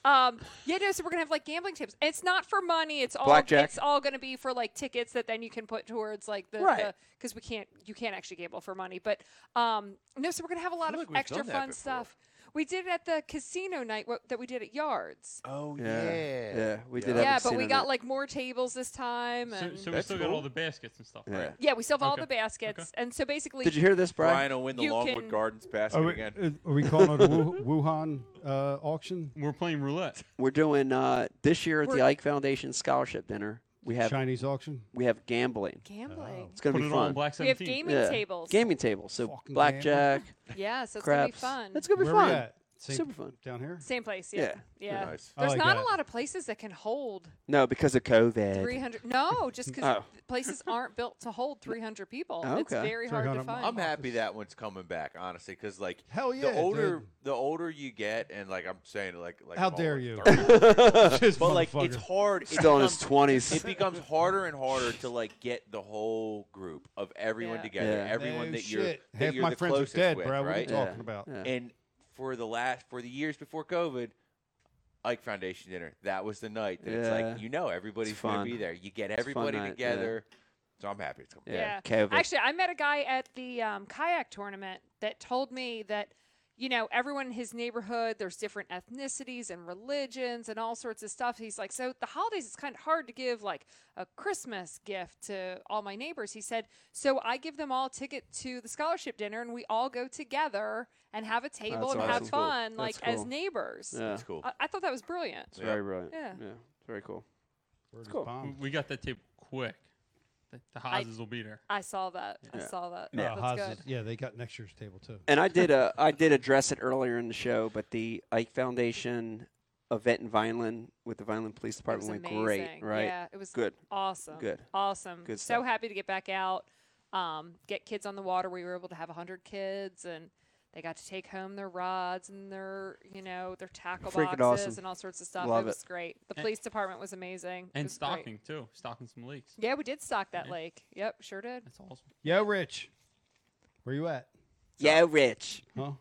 E: Um, yeah, no. So we're gonna have like gambling tables. It's not for money. It's all.
A: Blackjack.
E: It's all gonna be for like tickets that then you can put towards like the
A: Right.
E: because we can't you can't actually gamble for money. But um, no. So we're gonna have a lot
B: feel
E: of
B: like we've
E: extra
B: done that
E: fun
B: before.
E: stuff. We did it at the casino night what, that we did at Yards.
B: Oh
A: Yeah.
B: yeah.
A: Yeah, we did
B: Yeah.
A: have
E: yeah,
A: a
E: but we
A: casino
E: got
A: night.
E: like more tables this time,
F: So,
E: and
F: so we
B: That's
F: still got
B: cool.
F: all the baskets and stuff, right?
A: Yeah.
E: yeah, we still have all
F: Okay.
E: the baskets. And so basically,
A: Did you hear this, Brian?
B: Brian will win the
E: You
B: Longwood
E: can-
B: Gardens basket
C: Are we,
B: again.
C: uh, are we calling it a Wu- Wuhan uh, auction?
F: We're playing roulette.
A: We're doing uh, this year at the
E: We're-
A: Ike Foundation Scholarship Dinner. We have
C: Chinese auction?
A: we have gambling.
E: gambling.
A: It's going to
F: Put
A: be
F: it
A: fun.
F: on Black
E: We have
F: 17.
E: gaming
A: Yeah.
E: tables.
A: Gaming tables. So
C: Fucking
A: blackjack,
E: yeah, so it's gonna be
A: craps.
E: fun.
A: That's gonna be
C: Where
A: fun.
C: we at? Same-
A: Super fun.
C: Down here?
E: Same place.
A: Yeah.
E: Yeah, yeah.
B: Nice.
C: I
E: There's
C: like
E: not
C: that.
E: a lot of places that can hold
A: No, because of COVID.
E: 300. No, just because
A: Oh.
E: places aren't built to hold 300 people. It's
A: Okay.
E: very hard to
C: 300.
E: find.
B: I'm happy
C: office.
B: that one's coming back, honestly, because like
C: Hell yeah.
B: the older
C: dude.
B: the older you get, and like I'm saying, like like
C: How
B: I'm all
C: dare
B: like
C: you.
B: 30.
C: This
B: but like it's
C: motherfucker.
B: hard. It
A: Still in his
B: becomes-
A: twenties.
B: It becomes harder and harder to like get the whole group of everyone
E: Yeah.
B: together,
A: Yeah.
B: everyone
C: No
B: that you're
C: shit.
B: that
C: Half
B: you're
C: my
B: the
C: friends are
B: closest
C: dead,
B: with,
C: bro.
B: right?
C: What are you
A: Yeah.
C: talking about?
A: Yeah.
B: And for the last for the years before COVID, Ike Foundation dinner that was the night that it's
A: Yeah.
B: like you know everybody's going to
A: fun.
B: be there. You get
A: fun
B: everybody
A: night, yeah.
B: together. So I'm happy it's coming. back.
A: yeah.
E: Yeah.
A: COVID.
E: Actually, I met a guy at the um, kayak tournament that told me that, you know, everyone in his neighborhood, there's different ethnicities and religions and all sorts of stuff. He's like, so the holidays, it's kind of hard to give like a Christmas gift to all my neighbors. He said, so I give them all a ticket to the scholarship dinner and we all go together and have a table
A: That's
E: and
A: awesome.
E: have fun,
A: That's
E: like as
A: cool.
E: neighbors.
A: yeah.
B: It's cool.
E: I-, I thought that was brilliant.
A: It's very brilliant. Yeah.
E: Yeah.
A: It's very cool.
C: Word is
A: cool.
F: We-
C: bond.
F: We got that table quick. The, the
E: I-
F: Hazes will be there.
E: I saw that.
A: Yeah.
E: I saw that.
C: Yeah,
E: That's
C: Haas
E: good.
C: is- Uh, yeah, they got next year's table too.
A: And I did uh, I did address it earlier in the show, but the Ike Foundation event in Vineland with the Vineland Police
E: It was
A: Department went great,
E: amazing.
A: right?
E: Yeah, it was
A: Good.
E: Awesome.
A: Good.
E: Awesome.
A: Good
E: so
A: stuff.
E: happy to get back out. Um, get kids on the water. We were able to have 100 kids and they got to take home their rods and their, you know, their tackle
A: Freaking
E: boxes
A: awesome.
E: and all sorts of stuff.
A: Love it.
E: it was great. The
F: And-
E: police department was amazing. it
F: And
E: was great.
F: stocking, too. Stocking some leaks.
E: Yeah, we did stock that
F: Yeah.
E: lake. Yep, sure did.
F: That's awesome.
C: Yo, Rich, where you at?
A: Yeah, Rich.
C: Huh?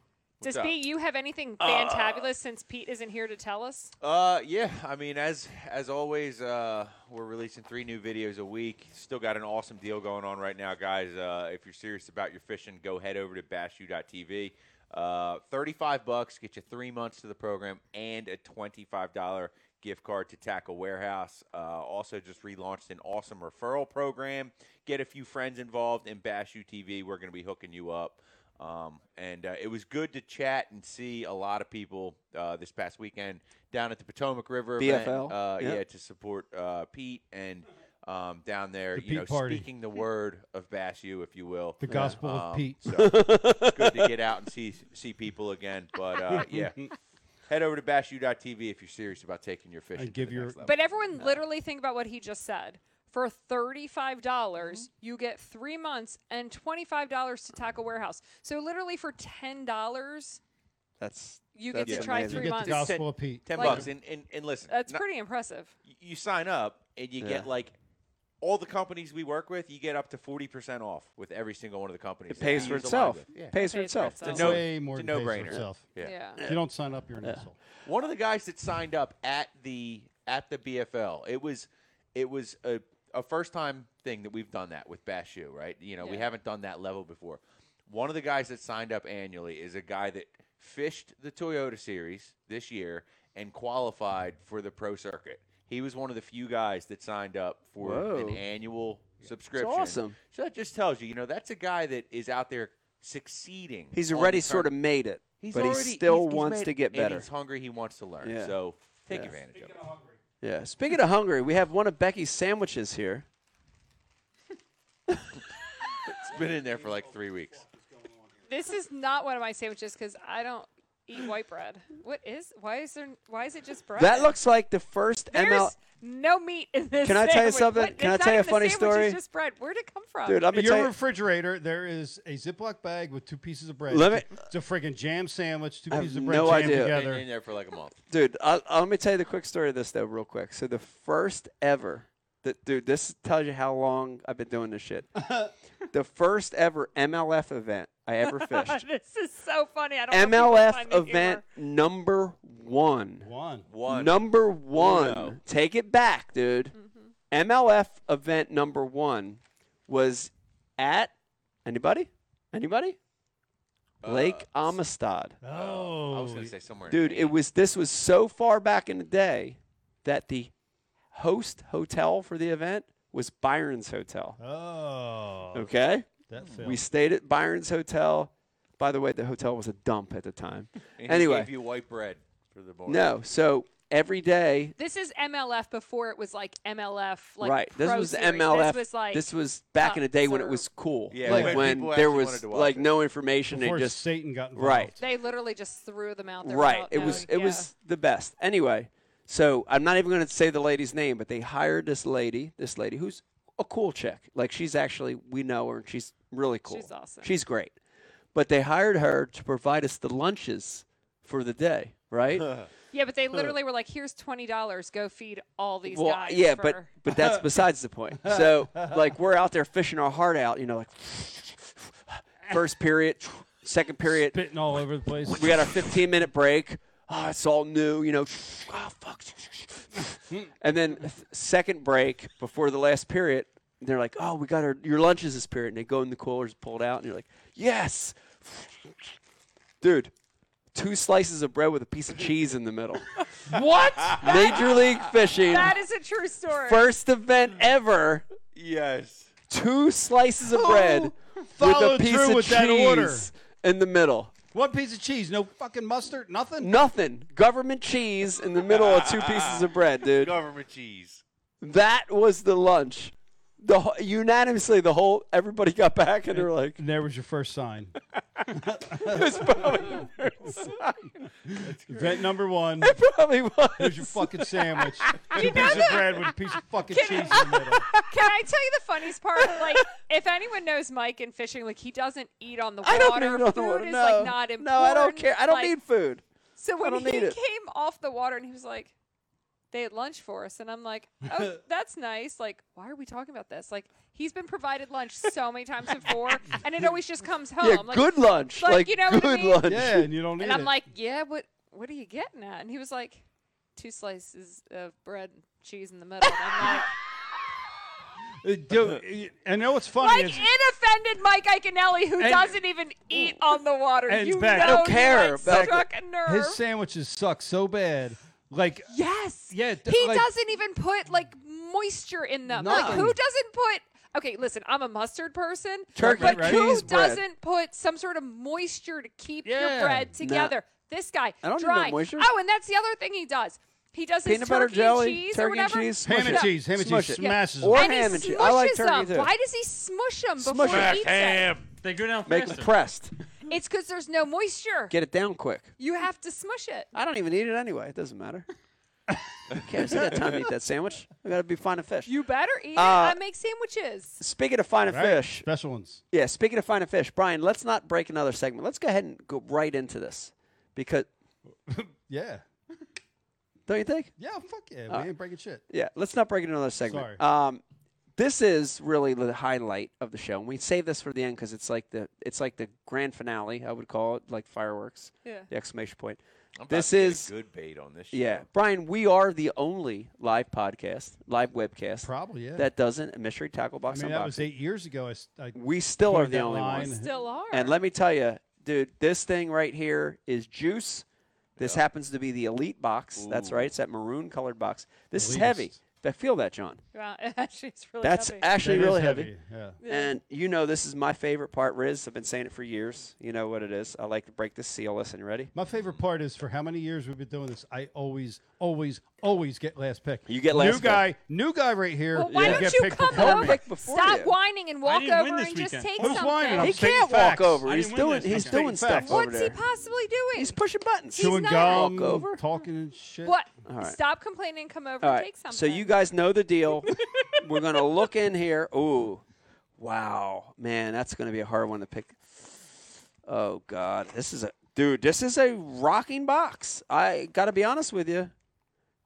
E: Does
B: up?
E: Pete, you have anything fantabulous since Pete isn't here to tell us?
B: Uh, yeah. I mean, as as always, uh, we're releasing three new videos a week. Still got an awesome deal going on right now, guys. Uh, if you're serious about your fishing, go head over to bashu.tv. Uh, 35 bucks get you three months to the program and a $25 gift card to Tackle Warehouse. Uh, also, just relaunched an awesome referral program. Get a few friends involved in Bashu TV. We're going to be hooking you up. Um, and uh, it was good to chat and see a lot of people uh, this past weekend down at the Potomac River. event,
A: BFL,
B: uh,
A: yeah.
B: yeah, to support uh, Pete and um, down there,
C: The
B: you know,
C: Pete party.
B: speaking the word of Bashu, if you will.
C: The Gospel of
B: Um,
C: Pete.
B: So it's good to get out and see see people again. But uh, yeah, head over to bashu.tv if you're serious about taking your fishing.
C: And give
B: to the
C: your-
B: next level.
E: But everyone literally think about what he just said. For $35, dollars
A: Mm-hmm.
E: you get three months and $25 to Tackle Warehouse. So literally for $10,
A: That's
E: you
A: That's
E: get
A: Yeah.
E: to try
A: amazing.
C: You
E: three
C: get the
E: months.
B: gospel.
C: Gospel of Pete.
B: ten
E: like-
B: bucks and, and and listen,
E: That's
B: not-
E: pretty impressive.
B: you sign up and you
A: Yeah.
B: get like all the companies we work with. You get up to forty percent off with every single one of the companies.
A: it
B: that we
A: pays for
B: use a lot
A: itself.
B: with. Yeah.
A: Pays for
E: Pays for
A: itself.
E: itself.
B: It's a no-
C: way more
B: it's a
C: than pays for
B: no-brainer.
C: itself.
B: Yeah.
E: Yeah.
C: If you don't sign up, you're an asshole.
B: One of the guys that signed up at the at the BFL, it was it was a, a first time thing that we've done that with Bashu, right? You know, we
E: Yeah.
B: haven't done that level before. One of the guys that signed up annually is a guy that fished the Toyota series this year and qualified for the pro circuit. He was one of the few guys that signed up for
A: Whoa.
B: an annual
A: It's
B: subscription.
A: awesome.
B: So that just tells you, you know, that's a guy that is out there succeeding.
A: He's
B: on
A: already
B: the
A: sort
B: tournament.
A: of made it,
B: He's
A: but he
B: already-
A: still
B: he's- he's
A: wants
B: made
A: to
B: it,
A: get
B: and
A: better.
B: he's hungry. He wants to learn.
A: Yeah.
B: So take
A: Yeah.
B: advantage of it.
A: Yeah. Speaking of hungry, we have one of Becky's sandwiches here.
B: It's been in there for like three weeks.
E: This is not one of my sandwiches because I don't eat white bread. What is? Why is there? Why is it just bread?
A: That looks like the first
E: There's
A: ML.
E: no meat in this.
A: Can I tell you
E: sandwich.
A: something?
E: What-
A: Can I
E: it's not
A: tell you a
E: even the
A: funny
E: sandwich, it's
A: story?
E: Just bread. Where'd it come from?
A: Dude, let me
C: Your
A: tell you.
C: refrigerator, there is a Ziploc bag with two pieces of bread.
A: Let me-
C: It's a friggin' jam sandwich, two
A: I have
C: pieces of bread
A: no
C: jammed
A: idea.
B: Been
C: together.
B: in there for like a month.
A: dude. I, I, let me tell you the quick story of this though, real quick. So the first ever, that dude, this tells you how long I've been doing this shit. the first ever MLF event I ever fished.
E: this is so funny. I don't. know if
A: MLF
E: people find the humor.
A: event number one.
C: One.
B: One.
A: Number one.
B: Uno.
A: Take it back, dude. MLF event number one was at anybody? Anybody?
B: Uh,
A: Lake Amistad.
B: I was gonna
C: Oh,
B: say somewhere. in
A: Dude, it
B: Maine.
A: was this was so far back in the day that the host hotel for the event was Byron's Hotel.
C: Oh.
A: Okay?
C: That film.
A: We stayed at Byron's Hotel. By the way, the hotel was a dump at the time.
B: And he
A: anyway,
B: gave you white bread for the bar.
A: no. So every day
E: This is MLF before it was like MLF. Like
A: right. This
E: Pro
A: was
E: Series.
A: MLF.
E: This was like
A: this was back in the day when it
E: tops or-
A: was cool.
B: Yeah,
A: like
B: when
A: when
B: people
A: there
B: actually
A: was
B: wanted to watch
A: like
B: it.
A: no information. They
C: Before
A: just
C: Satan got involved.
A: Right.
E: they literally just threw them out there.
A: right.
E: without
A: It was
E: knowing-
A: it was the best. Anyway, so I'm not even going to say the lady's name, but they hired this lady. This lady who's a cool chick. Like she's actually we know her and she's really cool.
E: She's awesome.
A: She's great. But they hired her to provide us the lunches for the day. Right.
E: Yeah. yeah, but they literally were like, "Here's twenty dollars. Go feed all these guys."
A: yeah,
E: for-
A: but but that's besides the point. So like we're out there fishing our heart out, you know, like first period, second period,
C: Spitting all over the place.
A: we got our 15 minute break. Oh, it's all new, you know. Oh, fuck. And then th- second break before the last period, they're like, "Oh, we got our your lunches this period." And they go in the coolers, pull it out, and you're like, "Yes, dude." Two slices of bread with a piece of cheese in the middle.
E: what?
A: Major League Fishing.
E: that is a true story.
A: First event
C: Hmm.
A: ever.
B: Yes.
A: Two slices of bread
C: followed
A: with a piece
C: through
A: of
C: with
A: cheese
C: that order.
A: in the middle.
C: One piece of cheese, no fucking mustard, nothing.
A: Nothing. Government cheese in the middle of two pieces of bread, dude.
B: Government cheese.
A: That was the lunch. The wh- unanimously, the whole everybody got back and they were like,
C: And there was your first sign.
A: "It's probably the first sign."
C: Event number one.
A: Probably
C: Here's
A: was.
C: your fucking sandwich. Two pieces of bread with a piece of fucking cheese in the middle.
E: Can I tell you the funniest part? Like, if anyone knows Mike in fishing, like he doesn't eat on the water.
A: I don't need it on
E: Food
A: the water.
E: is
A: No,
E: like not important.
A: no, I don't care. I don't
E: Like,
A: need food.
E: So when
A: don't
E: he
A: need it.
E: came off the water and he was like, "They had lunch for us," and I'm like, "Oh, that's nice." Like, why are we talking about this? Like, he's been provided lunch so many times before, and it always just comes home.
A: Yeah,
E: like,
A: good lunch.
E: like,
A: Like,
E: you know what I
A: good
E: mean?
A: lunch.
C: Yeah, and you don't need
E: And I'm
C: it.
E: like, "Yeah, what? What are you getting at?" And he was like, two slices of bread, and cheese in the middle." And I'm like.
C: Uh, dude, uh, I know what's funny
E: Like
C: is
E: it offended Mike Iaconelli, who doesn't even eat on the water.
C: and
E: you
C: back- I
E: know
C: don't
E: you,
A: care
E: like,
A: about
E: struck a nerve.
C: his sandwiches suck so bad. Like
E: yes.
C: Yeah, d-
E: he
C: like-
E: doesn't even put like moisture in them. Like
C: Nothing.
E: who doesn't put? Okay, listen, I'm a mustard person,
A: Turkey,
E: but
C: right?
E: who
A: cheese, bread.
E: doesn't put some sort of moisture to keep your
C: Yeah.
E: bread together? This guy
A: I don't need no
E: dry.
A: moisture.
E: Oh, and that's the other thing he does. He does his
A: Peanut butter
E: turkey
A: jelly,
E: and cheese or
A: turkey and
E: whatever.
A: cheese,
C: ham and
A: Smush it.
C: cheese, ham and
A: Smash
C: cheese
A: it.
C: smashes
A: Or-
C: them.
E: and
A: ham
E: he
A: and cheese.
E: smushes
A: I like turkey,
E: them.
A: too.
E: Why does he smush them
A: Smush
E: before
A: it.
E: he eats them?
F: They go down
A: Make it
F: faster.
A: pressed.
E: It's because there's no moisture.
A: Get it down quick.
E: you have to smush it.
A: I don't even eat it anyway. It doesn't matter. Who cares? I got time to eat that sandwich. I got to be fine and fish.
E: You better eat
A: Uh,
E: it. I make sandwiches.
A: Speaking of fine and
C: Right?
A: fish,
C: Special ones.
A: Yeah, speaking of finding fish, Brian, let's not break another segment. Let's go ahead and go right into this because
C: Yeah.
A: don't you think?
C: Yeah, fuck yeah.
A: Uh,
C: we ain't breaking shit.
A: Yeah, let's not break into another segment.
C: Sorry.
A: Um, this is really the highlight of the show, and we save this for the end because it's like the it's like the grand finale. I would call it like fireworks.
E: Yeah.
A: The exclamation point.
B: I'm about
A: this
B: to get a
A: is
B: good bait on this. Show.
A: yeah, Brian. We are the only live podcast, live webcast
C: Probably, yeah.
A: that doesn't a mystery tackle
C: I
A: box
C: mean,
A: unboxing.
C: that was eight years ago. I, s- I-
A: we still are
C: Quoted
A: the
C: that
A: only
C: line.
A: ones.
E: Still are.
A: uh-huh. And let me tell you, dude, this thing right here is juice. This happens to be the elite box. That's right. It's that maroon colored box. This is heavy.
C: Elitist.
A: I feel that, John.
E: Wow, actually, it's really
A: That's
E: heavy.
A: actually
C: That is
A: really heavy.
C: Yeah.
A: And you know, this is my favorite part, Riz. I've been saying it for years. You know what it is. I like to break the seal. Listen, you ready?
C: My favorite part is for how many years we've been doing this, I always, always, always get last pick.
A: You get last
C: new
A: pick.
C: guy, new guy right here.
E: Well, why
C: will
E: don't
C: get
E: you
C: picked
E: come
C: before
E: over?
C: me.
A: Pick before
E: Stop
A: you.
E: whining and walk
F: didn't win
E: over
F: this
E: and just
F: weekend.
E: take
F: Who's
E: something.
C: whining? I'm
A: He
C: stating
A: can't
C: facts.
A: walk over.
F: I
A: He's
F: didn't win
A: doing.
F: this. I'm
A: He's
F: stating
A: doing
C: facts.
A: stuff over
E: What's he
A: there.
E: possibly doing?
A: He's pushing buttons.
E: He's
C: Chewing
E: not-
C: gum,
A: Walk over.
C: talking and shit.
E: what?
A: All right.
E: Stop complaining and come over
A: All
E: and
A: right.
E: take something.
A: So you guys know the deal. We're gonna look in here. Ooh, wow, man, that's gonna be a hard one to pick. Oh God, this is a dude. This is a rocking box. I gotta be honest with you.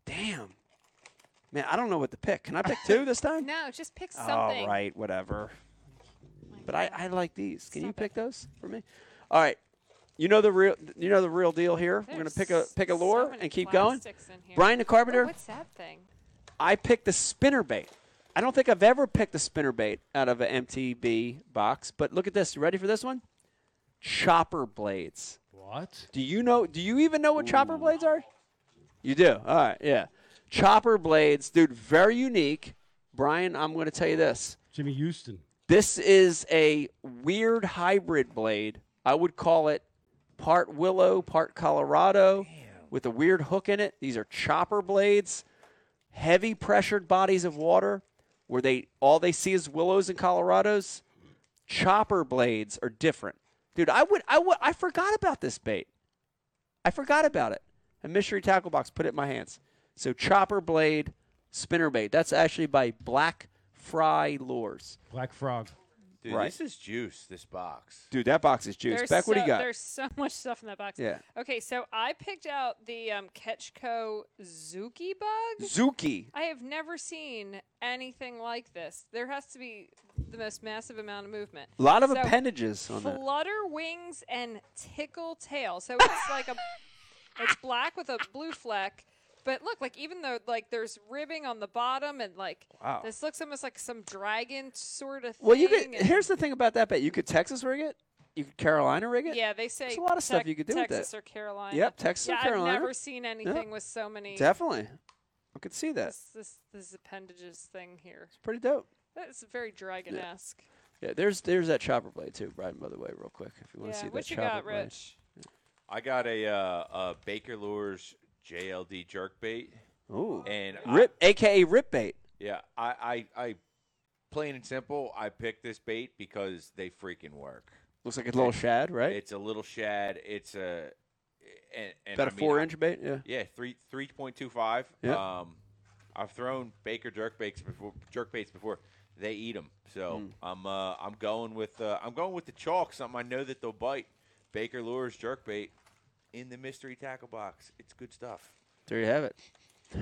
A: Damn, man, I don't know what to pick. Can I pick two this time?
E: No, just pick something.
A: All right, whatever. But I, I like these. Can you pick those for me? All right. You know the real you know the real deal here. We're gonna
E: There's
A: pick a pick a
E: so
A: lure
E: many
A: and keep going.
E: plastics in here.
A: Brian the Carpenter,
E: Whoa, what's that thing?
A: I picked the spinner bait. I don't think I've ever picked a spinner bait out of an MTB box, but look at this. You ready for this one? Chopper blades.
C: What?
A: Do you know? Do you even know what chopper blades are? You do. All right. Yeah. Chopper blades, dude. Very unique. Brian, I'm going to tell you this.
C: Jimmy Houston.
A: This is a weird hybrid blade. I would call it part willow, part Colorado, with a weird hook in it. These are chopper blades, heavy pressured bodies of water where they all they see is willows and Colorados. Chopper blades are different. Dude, I would I would I forgot about this bait. I forgot about it. A mystery tackle box put it in my hands. So chopper blade spinner bait. That's actually by Black Fry Lures.
C: Black Frog.
B: Dude,
A: Right.
B: this is juice. This box.
A: Dude, that box is juice.
E: There's
A: Beck,
E: so,
A: what do you got?
E: There's so much stuff in that box.
A: Yeah.
E: Okay, so I picked out the um, Ketchco Zuki bug.
A: Zuki.
E: I have never seen anything like this. There has to be the most massive amount of movement.
A: A lot of
E: So,
A: appendages on that.
E: Flutter wings and tickle tail. So it's like a, it's black with a blue fleck. But look, like even though like there's ribbing on the bottom and like
A: Wow.
E: this looks almost like some dragon sort of thing.
A: Well, you could.
E: and-
A: Here's the thing about that bet. You could Texas rig it. You could Carolina rig it.
E: Yeah, they say
A: There's a lot of stuff
E: Tex-
A: you could do with
E: Texas
A: that.
E: or Carolina.
A: Yep, Texas or
E: yeah,
A: Carolina.
E: I've never seen anything with so many
A: Definitely. I could see that.
E: this, this this appendages thing here.
A: Pretty dope.
E: That's very dragon esque.
A: Yeah, there's there's that chopper blade too, Brian. By the way, real quick, if you
E: Yeah,
A: want to see
E: what
A: that
E: you
A: chopper
E: got,
A: blade.
E: Rich?
B: I got a, uh, a Baker Lures JLD jerk bait,
A: Ooh,
B: and I-
A: rip, aka rip bait.
B: yeah, I, I, I, plain and simple, I picked this bait because they freaking work.
A: Looks like a little shad, right?
B: It's a little shad. It's a and, and
A: About
B: I
A: a
B: mean,
A: four inch bait. Yeah.
B: Yeah, three three point two five.
A: Yeah.
B: Um, I've thrown Baker jerk baits before. Jerk baits before. They eat them. So
A: Mm.
B: I'm uh, I'm going with uh, I'm going with the chalk. Something I know that they'll bite. Baker lures jerk bait in the mystery tackle box. It's good stuff.
A: There you have it.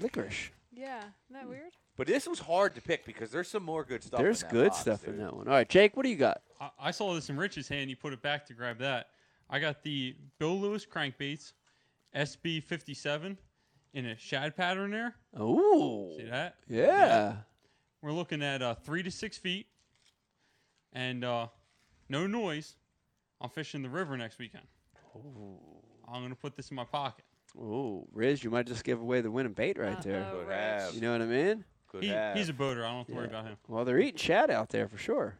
A: Licorice.
E: Yeah, isn't that weird?
B: But this was hard to pick because there's some more good stuff. in
A: There's
B: that
A: good
B: box,
A: stuff in
B: dude.
A: that one. All right, Jake, what do you got?
F: I, I saw this in Rich's hand. You put it back to grab that. I got the Bill Lewis crankbaits, SB57, in a shad pattern there.
A: Ooh.
F: See that?
A: Oh, Yeah.
F: We're looking at uh, three to six feet, and uh, no noise. I'm fishing the river next weekend.
A: Oh.
F: I'm gonna put this in my pocket.
A: Ooh, Riz, you might just give away the winning bait right there.
E: Uh-oh,
B: Could
E: Rich.
B: have.
A: You know what I mean?
B: Could
F: He,
B: have.
F: he's a boater. I don't have to worry
A: Yeah.
F: about him.
A: Well, they're eating shad out there for sure.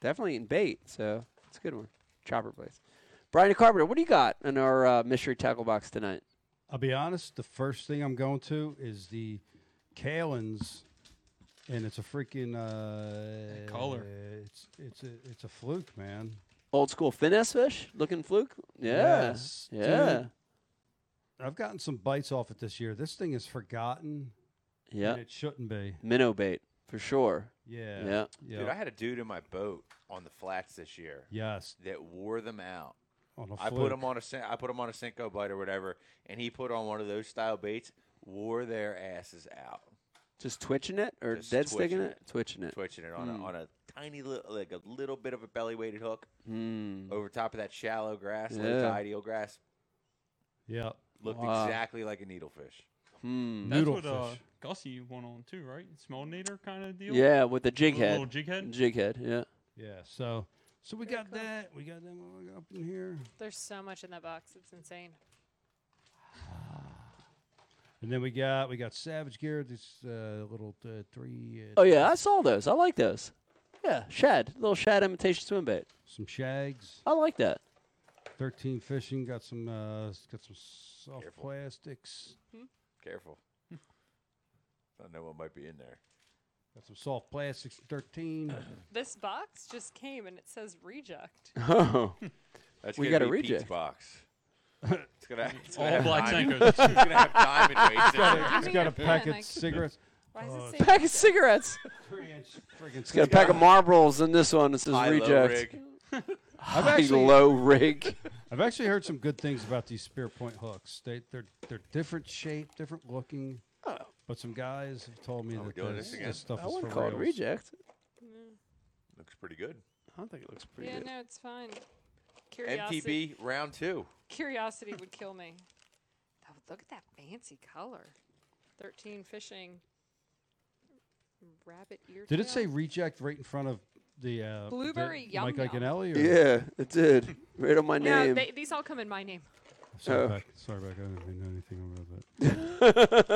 A: Definitely eating bait, so it's a good one. Chopper blades. Brian Carpenter, what do you got in our uh, mystery tackle box tonight?
C: I'll be honest. The first thing I'm going to is the Kalins, and it's a freaking uh,
F: color.
C: It's it's a it's a fluke, man.
A: Old school finesse fish looking fluke? Yeah.
C: Yes, dude.
A: yeah.
C: I've gotten some bites off it this year. This thing is forgotten.
A: Yeah.
C: and it shouldn't be.
A: Minnow bait, for sure.
C: Yeah,
A: Yeah.
C: yeah.
B: Dude, I had a dude in my boat on the flats this year
C: yes,
B: that wore them out.
C: on a
B: I put
C: fluke.
B: him on a Cin- I put him on a Senko bite or whatever, and he put on one of those style baits, wore their asses out,
A: Just twitching it or
B: Just
A: dead sticking
B: twitching
A: it?
B: it.
A: Twitching it.
B: twitching it on
A: Mm.
B: a, on a tiny little like a little bit of a belly weighted hook
A: Hmm.
B: over top of that shallow grass,
A: Yeah.
B: low tide eel grass.
C: Yeah,
B: Looked
A: Wow.
B: exactly like a needlefish.
A: Hmm.
F: That's
C: Noodle
F: what uh,
C: fish.
F: Gussie went on too, right? Smellnator kind of deal.
A: Yeah, with the jig
F: Little- Little
A: head.
F: jig head.
A: Jig head, yeah.
C: yeah. So so we got that. We got them all up in here,
E: There's so much in that box. It's insane.
C: and then we got we got Savage Gear. This uh, little uh, three. Uh,
A: Oh, yeah, I saw those. I like those. Yeah, shad. Little shad imitation swim bait.
C: Some shags.
A: I like that.
C: Thirteen fishing. Got some. Uh, s- got some soft plastics.
B: Careful. I know what might be in there.
C: Got some soft plastics. Thirteen.
E: This box just came and it says reject.
A: Oh,
B: That's
A: We
B: got
A: gotta
B: to
A: read
B: Pete's
A: it.
B: box. It's gonna, it's gonna
F: All
B: have
F: black
B: diamond-
F: Senkos.
B: It's gonna have diamond weights in there.
C: He's got a
E: pen,
C: packet
E: I-
C: of cigarettes.
E: Why
C: Oh,
E: does it say
A: pack of cigarettes.
C: Three inch friggin'
A: Got a pack of Marlboros in this one. It says
B: High, low
A: reject.
B: rig.
C: I've
A: High
C: actually,
A: low rig.
C: I've actually heard some good things about these spear point hooks. They they're they're different shape, different looking. But some guys have told me
B: Are we
C: that
B: doing
C: this,
B: this again?
C: this stuff
A: I
C: is for
A: wouldn't call it
C: reals.
A: reject.
B: Looks pretty good.
A: I don't think it looks pretty
E: Yeah,
A: good.
E: no, it's fine. Curiosity,
B: MTB round two.
E: curiosity would kill me. Oh, look at that fancy color. 13 fishing. Rabbit ear.
C: Did it
E: tail.
C: say reject right in front of the uh,
E: Blueberry
C: the,
E: Yum
C: Mike
E: Yum.
C: Iaconelli? Or?
A: Yeah, it did. Right on my
E: No,
A: name.
E: they, these all come in my name.
C: Sorry,
A: Oh.
C: back, sorry, back. I don't really know anything about that.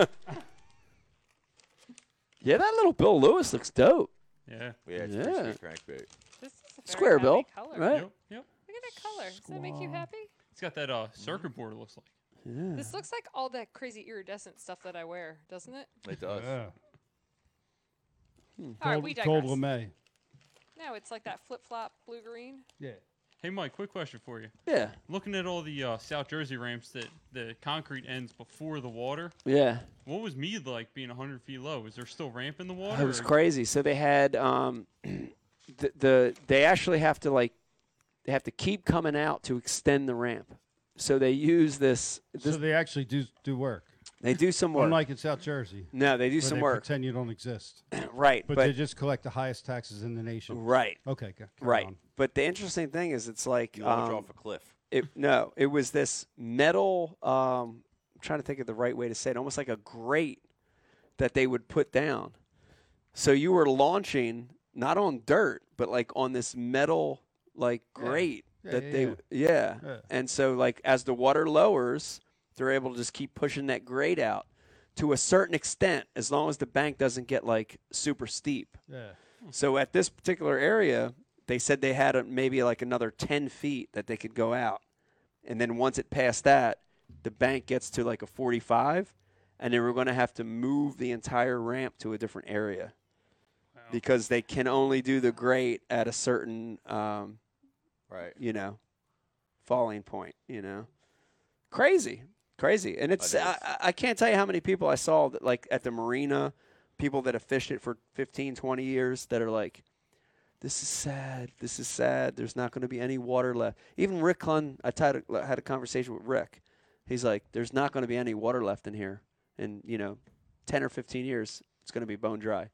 A: yeah, that little Bill Lewis looks dope.
F: Yeah.
B: Yeah, it's
A: Yeah.
B: yeah. crankbait.
E: This is a very
A: Square
E: happy
A: bill,
E: color.
A: right?
F: Yep. Yep.
E: Look at that color. Does that make you happy?
F: It's got that uh, circuit board. It looks like.
E: This looks like all that crazy iridescent stuff that I wear, doesn't it?
B: It does.
E: All right,
C: Gold-
E: we
C: Gold
E: digress.
C: lame.
E: No, it's like that flip flop blue green.
C: Yeah.
F: Hey, Mike. Quick question for you.
A: Yeah.
F: Looking at all the uh, South Jersey ramps that the concrete ends before the water.
A: Yeah.
F: What was Mead like being 100 feet low? Is there still ramp in the water?
A: It was
F: or-
A: crazy. So they had um, the, the they actually have to like they have to keep coming out to extend the ramp. So they use this.
C: So
A: this
C: they actually do do work.
A: they do some work.
C: Unlike in South Jersey,
A: no, they do
C: where
A: some
C: they
A: work.
C: pretend you don't exist,
A: right,
C: but,
A: but,
C: they just collect the highest taxes in the nation.
A: right,
C: Okay, go, carry
A: right.
C: on.
A: But the interesting thing is, it's like
B: You launch
A: um,
B: off a cliff.
A: it, no, it was this metal. Um, I'm trying to think of the right way to say it. Almost like a grate that they would put down. So you were launching not on dirt, but like on this metal like grate
C: Yeah,
A: that
C: yeah,
A: they
C: yeah.
A: yeah.
C: Yeah.
A: And so like as the water lowers, they're able to just keep pushing that grate out to a certain extent as long as the bank doesn't get like super steep.
C: Yeah.
A: So at this particular area, they said they had a, maybe like another 10 feet that they could go out. And then once it passed that, the bank gets to like a 45, and then we're going to have to move the entire ramp to a different area because they can only do the grate at a certain, um,
B: Right.
A: you know, falling point, you know. Crazy. Crazy. And it's,
B: It is.
A: I, I- I can't tell you how many people I saw that like at the marina, people that have fished it for 15, 20 years that are like, this is sad. This is sad. There's not going to be any water left. Even Rick Klun, I tied a, had a conversation with Rick. He's like, there's not going to be any water left in here. And, you know, 10 or 15 years, it's going to be bone dry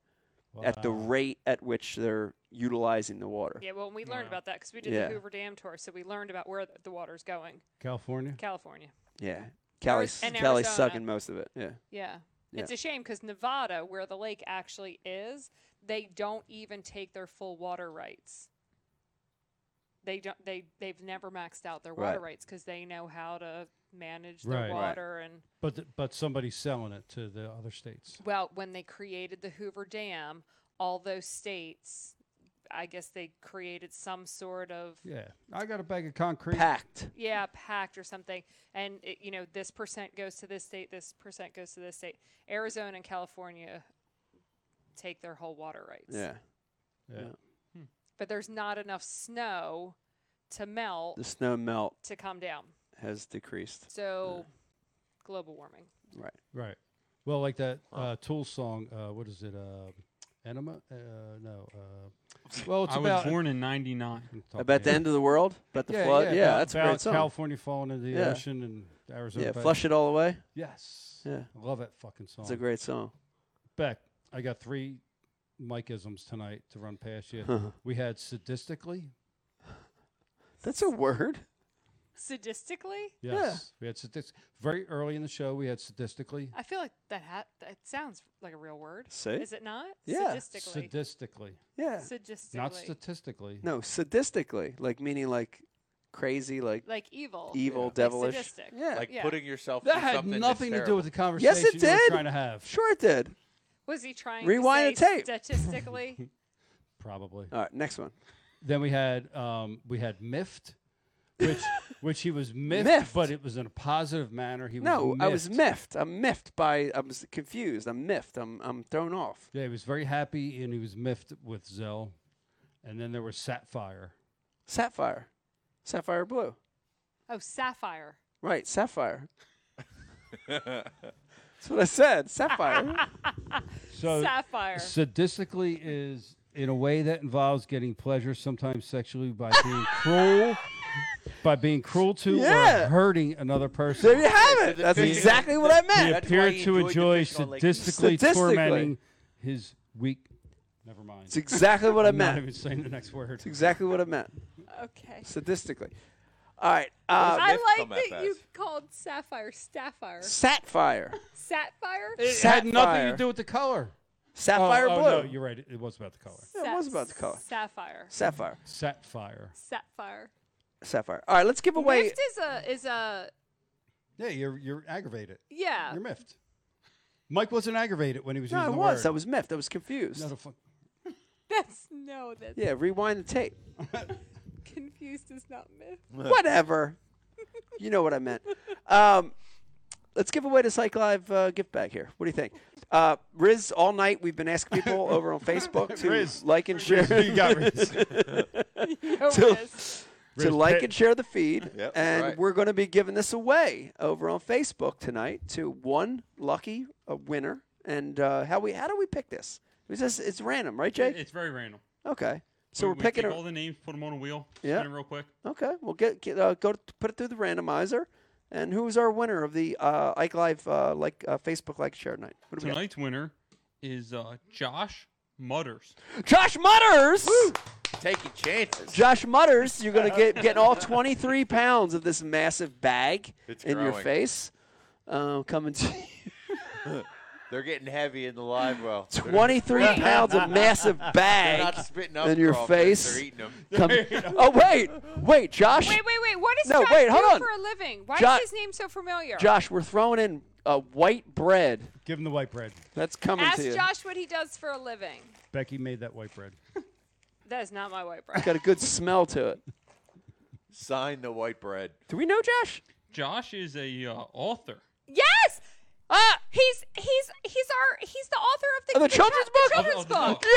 A: at the
C: Wow.
A: rate at which they're utilizing the water.
E: Yeah, well, we learned
F: Wow.
E: about that because we did
A: Yeah.
E: the Hoover Dam tour, so we learned about where th- the water's going.
C: California.
E: California.
A: Yeah. Cali's,
E: and
A: Cali's
E: Arizona.
A: sucking most of it. Yeah.
E: Yeah.
A: Yeah.
E: It's a shame because Nevada, where the lake actually is, they don't even take their full water rights. They don't. They they've never maxed out their water
A: Right.
E: rights because they know how to manage their
C: Right. Right.
E: water and
C: But th- but somebody's selling it to the other states.
E: Well, when they created the Hoover Dam, all those states, I guess they created some sort of yeah,
C: Yeah. I got a bag of concrete.
A: Packed.
E: pact or something, and it, you know this percent goes to this state, this percent goes to this state. Arizona and California take their whole water rights,
A: Yeah.
C: Yeah.
E: but there's not enough snow to melt
A: The snow melt
E: to come down,
A: has decreased.
E: so global warming.
A: Right.
C: Right. Well, like that uh, Tool song. Uh, what is it? Uh, Enema? Uh, no. Uh, well, it's
F: I was
C: about.
F: born in '99.
A: About the end of the world? About the flood? Yeah,
C: about-
A: that's
C: about
A: a great song.
C: California falling into the
A: Yeah.
C: ocean and Arizona.
A: yeah,
C: back-
A: flush it all away.
C: Yes.
A: Yeah.
C: I love that fucking song.
A: It's a great song.
C: Beck, I got three micisms tonight to run past you.
A: Uh-huh.
C: We had sadistically.
A: That's a word.
E: Sadistically,
C: Yes. We had sadistic. Very early in the show, we had sadistically.
E: I feel like that ha- that sounds like a real word.
A: See?
E: Is it not?
A: Yeah.
E: Sadistically.
C: Sadistically.
A: Yeah.
E: Sadistically.
C: Not statistically.
A: No, sadistically, like meaning like crazy, like
E: like evil.
A: evil,
E: Like
A: devilish.
E: sadistic.
A: Yeah.
B: Like
E: Yeah.
B: putting yourself
C: That
B: through
C: had
B: something that's
C: nothing to do
B: terrible.
C: with the conversation
A: yes, it
C: you were
A: did.
C: trying to have.
A: Sure, it did.
E: Was he trying
A: Rewind
E: to say
A: the tape.
E: statistically?
C: Probably.
A: All right, next one.
C: Then we had um, we had miffed. which which he was miffed,
A: Miffed.
C: but it was in a positive manner. He was
A: no, I was
C: miffed.
A: miffed. I'm miffed by. I'm s- confused. I'm miffed. I'm I'm thrown off.
C: Yeah, he was very happy, and he was miffed with Zell. And then there was Sapphire.
A: Sapphire, sapphire blue.
E: Oh, Sapphire.
A: Right, sapphire. That's what I said. Sapphire.
C: So
E: Sapphire.
C: sadistically is in a way that involves getting pleasure sometimes sexually by being cruel, by being cruel to
A: Yeah.
C: or hurting another person.
A: there you have it.
B: the
A: That's
B: physical-
A: exactly what I
C: He
A: meant.
B: That's why
C: appeared
B: he
C: to
B: enjoyed the
C: enjoy
B: fish on Lake-
C: sadistically,
A: Statistically.
C: tormenting his weak. Never mind.
A: It's exactly what I
C: I'm not
A: meant.
C: even saying the next word.
A: It's exactly what I meant.
E: okay.
A: Sadistically. All right. Uh,
B: Miffed
E: I
B: come
E: like
B: at
E: that you
B: us.
E: called Sapphire Sapphire.
A: sapphire.
E: Sapphire?
C: It had nothing
A: Sapphire.
C: to do with the color.
A: Sapphire
C: oh,
A: blue.
C: no, you're right. It, it was about the color.
A: Yeah, it was about the color.
E: Sapphire.
A: Sapphire.
C: Sapphire.
E: Sapphire.
A: Sapphire. All right, let's give away.
E: Miffed is a is a
C: Yeah, you're you're aggravated.
E: yeah.
C: You're miffed. Mike wasn't aggravated when he was
A: No, I
C: using the
A: was.
C: word.
A: I was miffed. I was confused.
C: Not a fu-
E: That's no that's
A: yeah, rewind the tape.
E: confused is not myth.
A: Whatever. you know what I meant. Um, let's give away the Psych Live uh, gift bag here. What do you think? Uh, Riz, all night we've been asking people over on Facebook to
C: Riz.
A: like and share.
C: you got Riz.
E: No
A: So-
E: risk.
A: to
C: Riz
A: like
C: Pit.
A: and share the feed.
B: Yep,
A: and
B: right.
A: we're going to be giving this away over on Facebook tonight to one lucky uh, winner. And uh, how we how do we pick this? It's just, it's random, right, Jake?
F: It's very random.
A: okay. So
F: We-
A: we're
F: we
A: picking
F: take
A: a,
F: all the names, put them on a wheel,
A: Yeah.
F: spin it real quick.
A: Okay, we'll get, get uh, go to, put it through the randomizer. And who's our winner of the uh, Ike Live uh, like uh, Facebook like share night? What do we got?
F: Tonight's winner is uh, Josh Mutters.
A: Josh Mutters.
B: Taking chances.
A: Josh Mutters, you're gonna get getting all 23 pounds of this massive bag
B: It's
A: in your
B: growing.
A: face, uh, coming to you.
B: They're getting heavy in the live well. They're-
A: 23 pounds of massive
B: They're not
A: bag
B: spitting up
A: in your
B: crawfish,
A: face.
B: They're eating them.
A: Come- oh wait, wait, Josh,
E: Wait, wait, wait. What does
A: No,
E: Josh
A: wait, hold
E: do
A: on.
E: for a living? Why
A: Jo-
E: is his name so familiar?
A: Josh, we're throwing in uh, white bread.
C: Give him the white bread.
A: That's coming
E: Ask
A: to you.
E: Josh what he does for a living.
C: Becky made that white bread.
E: That is not my white bread.
A: Got a good smell to it.
B: Sign the white bread.
A: Do we know Josh?
F: Josh is a uh, author.
E: Yes. Uh, he's he's he's our he's the author of the,
A: Ah! Of the children's book?
E: The children's
F: Of the- of the
E: book.
F: book.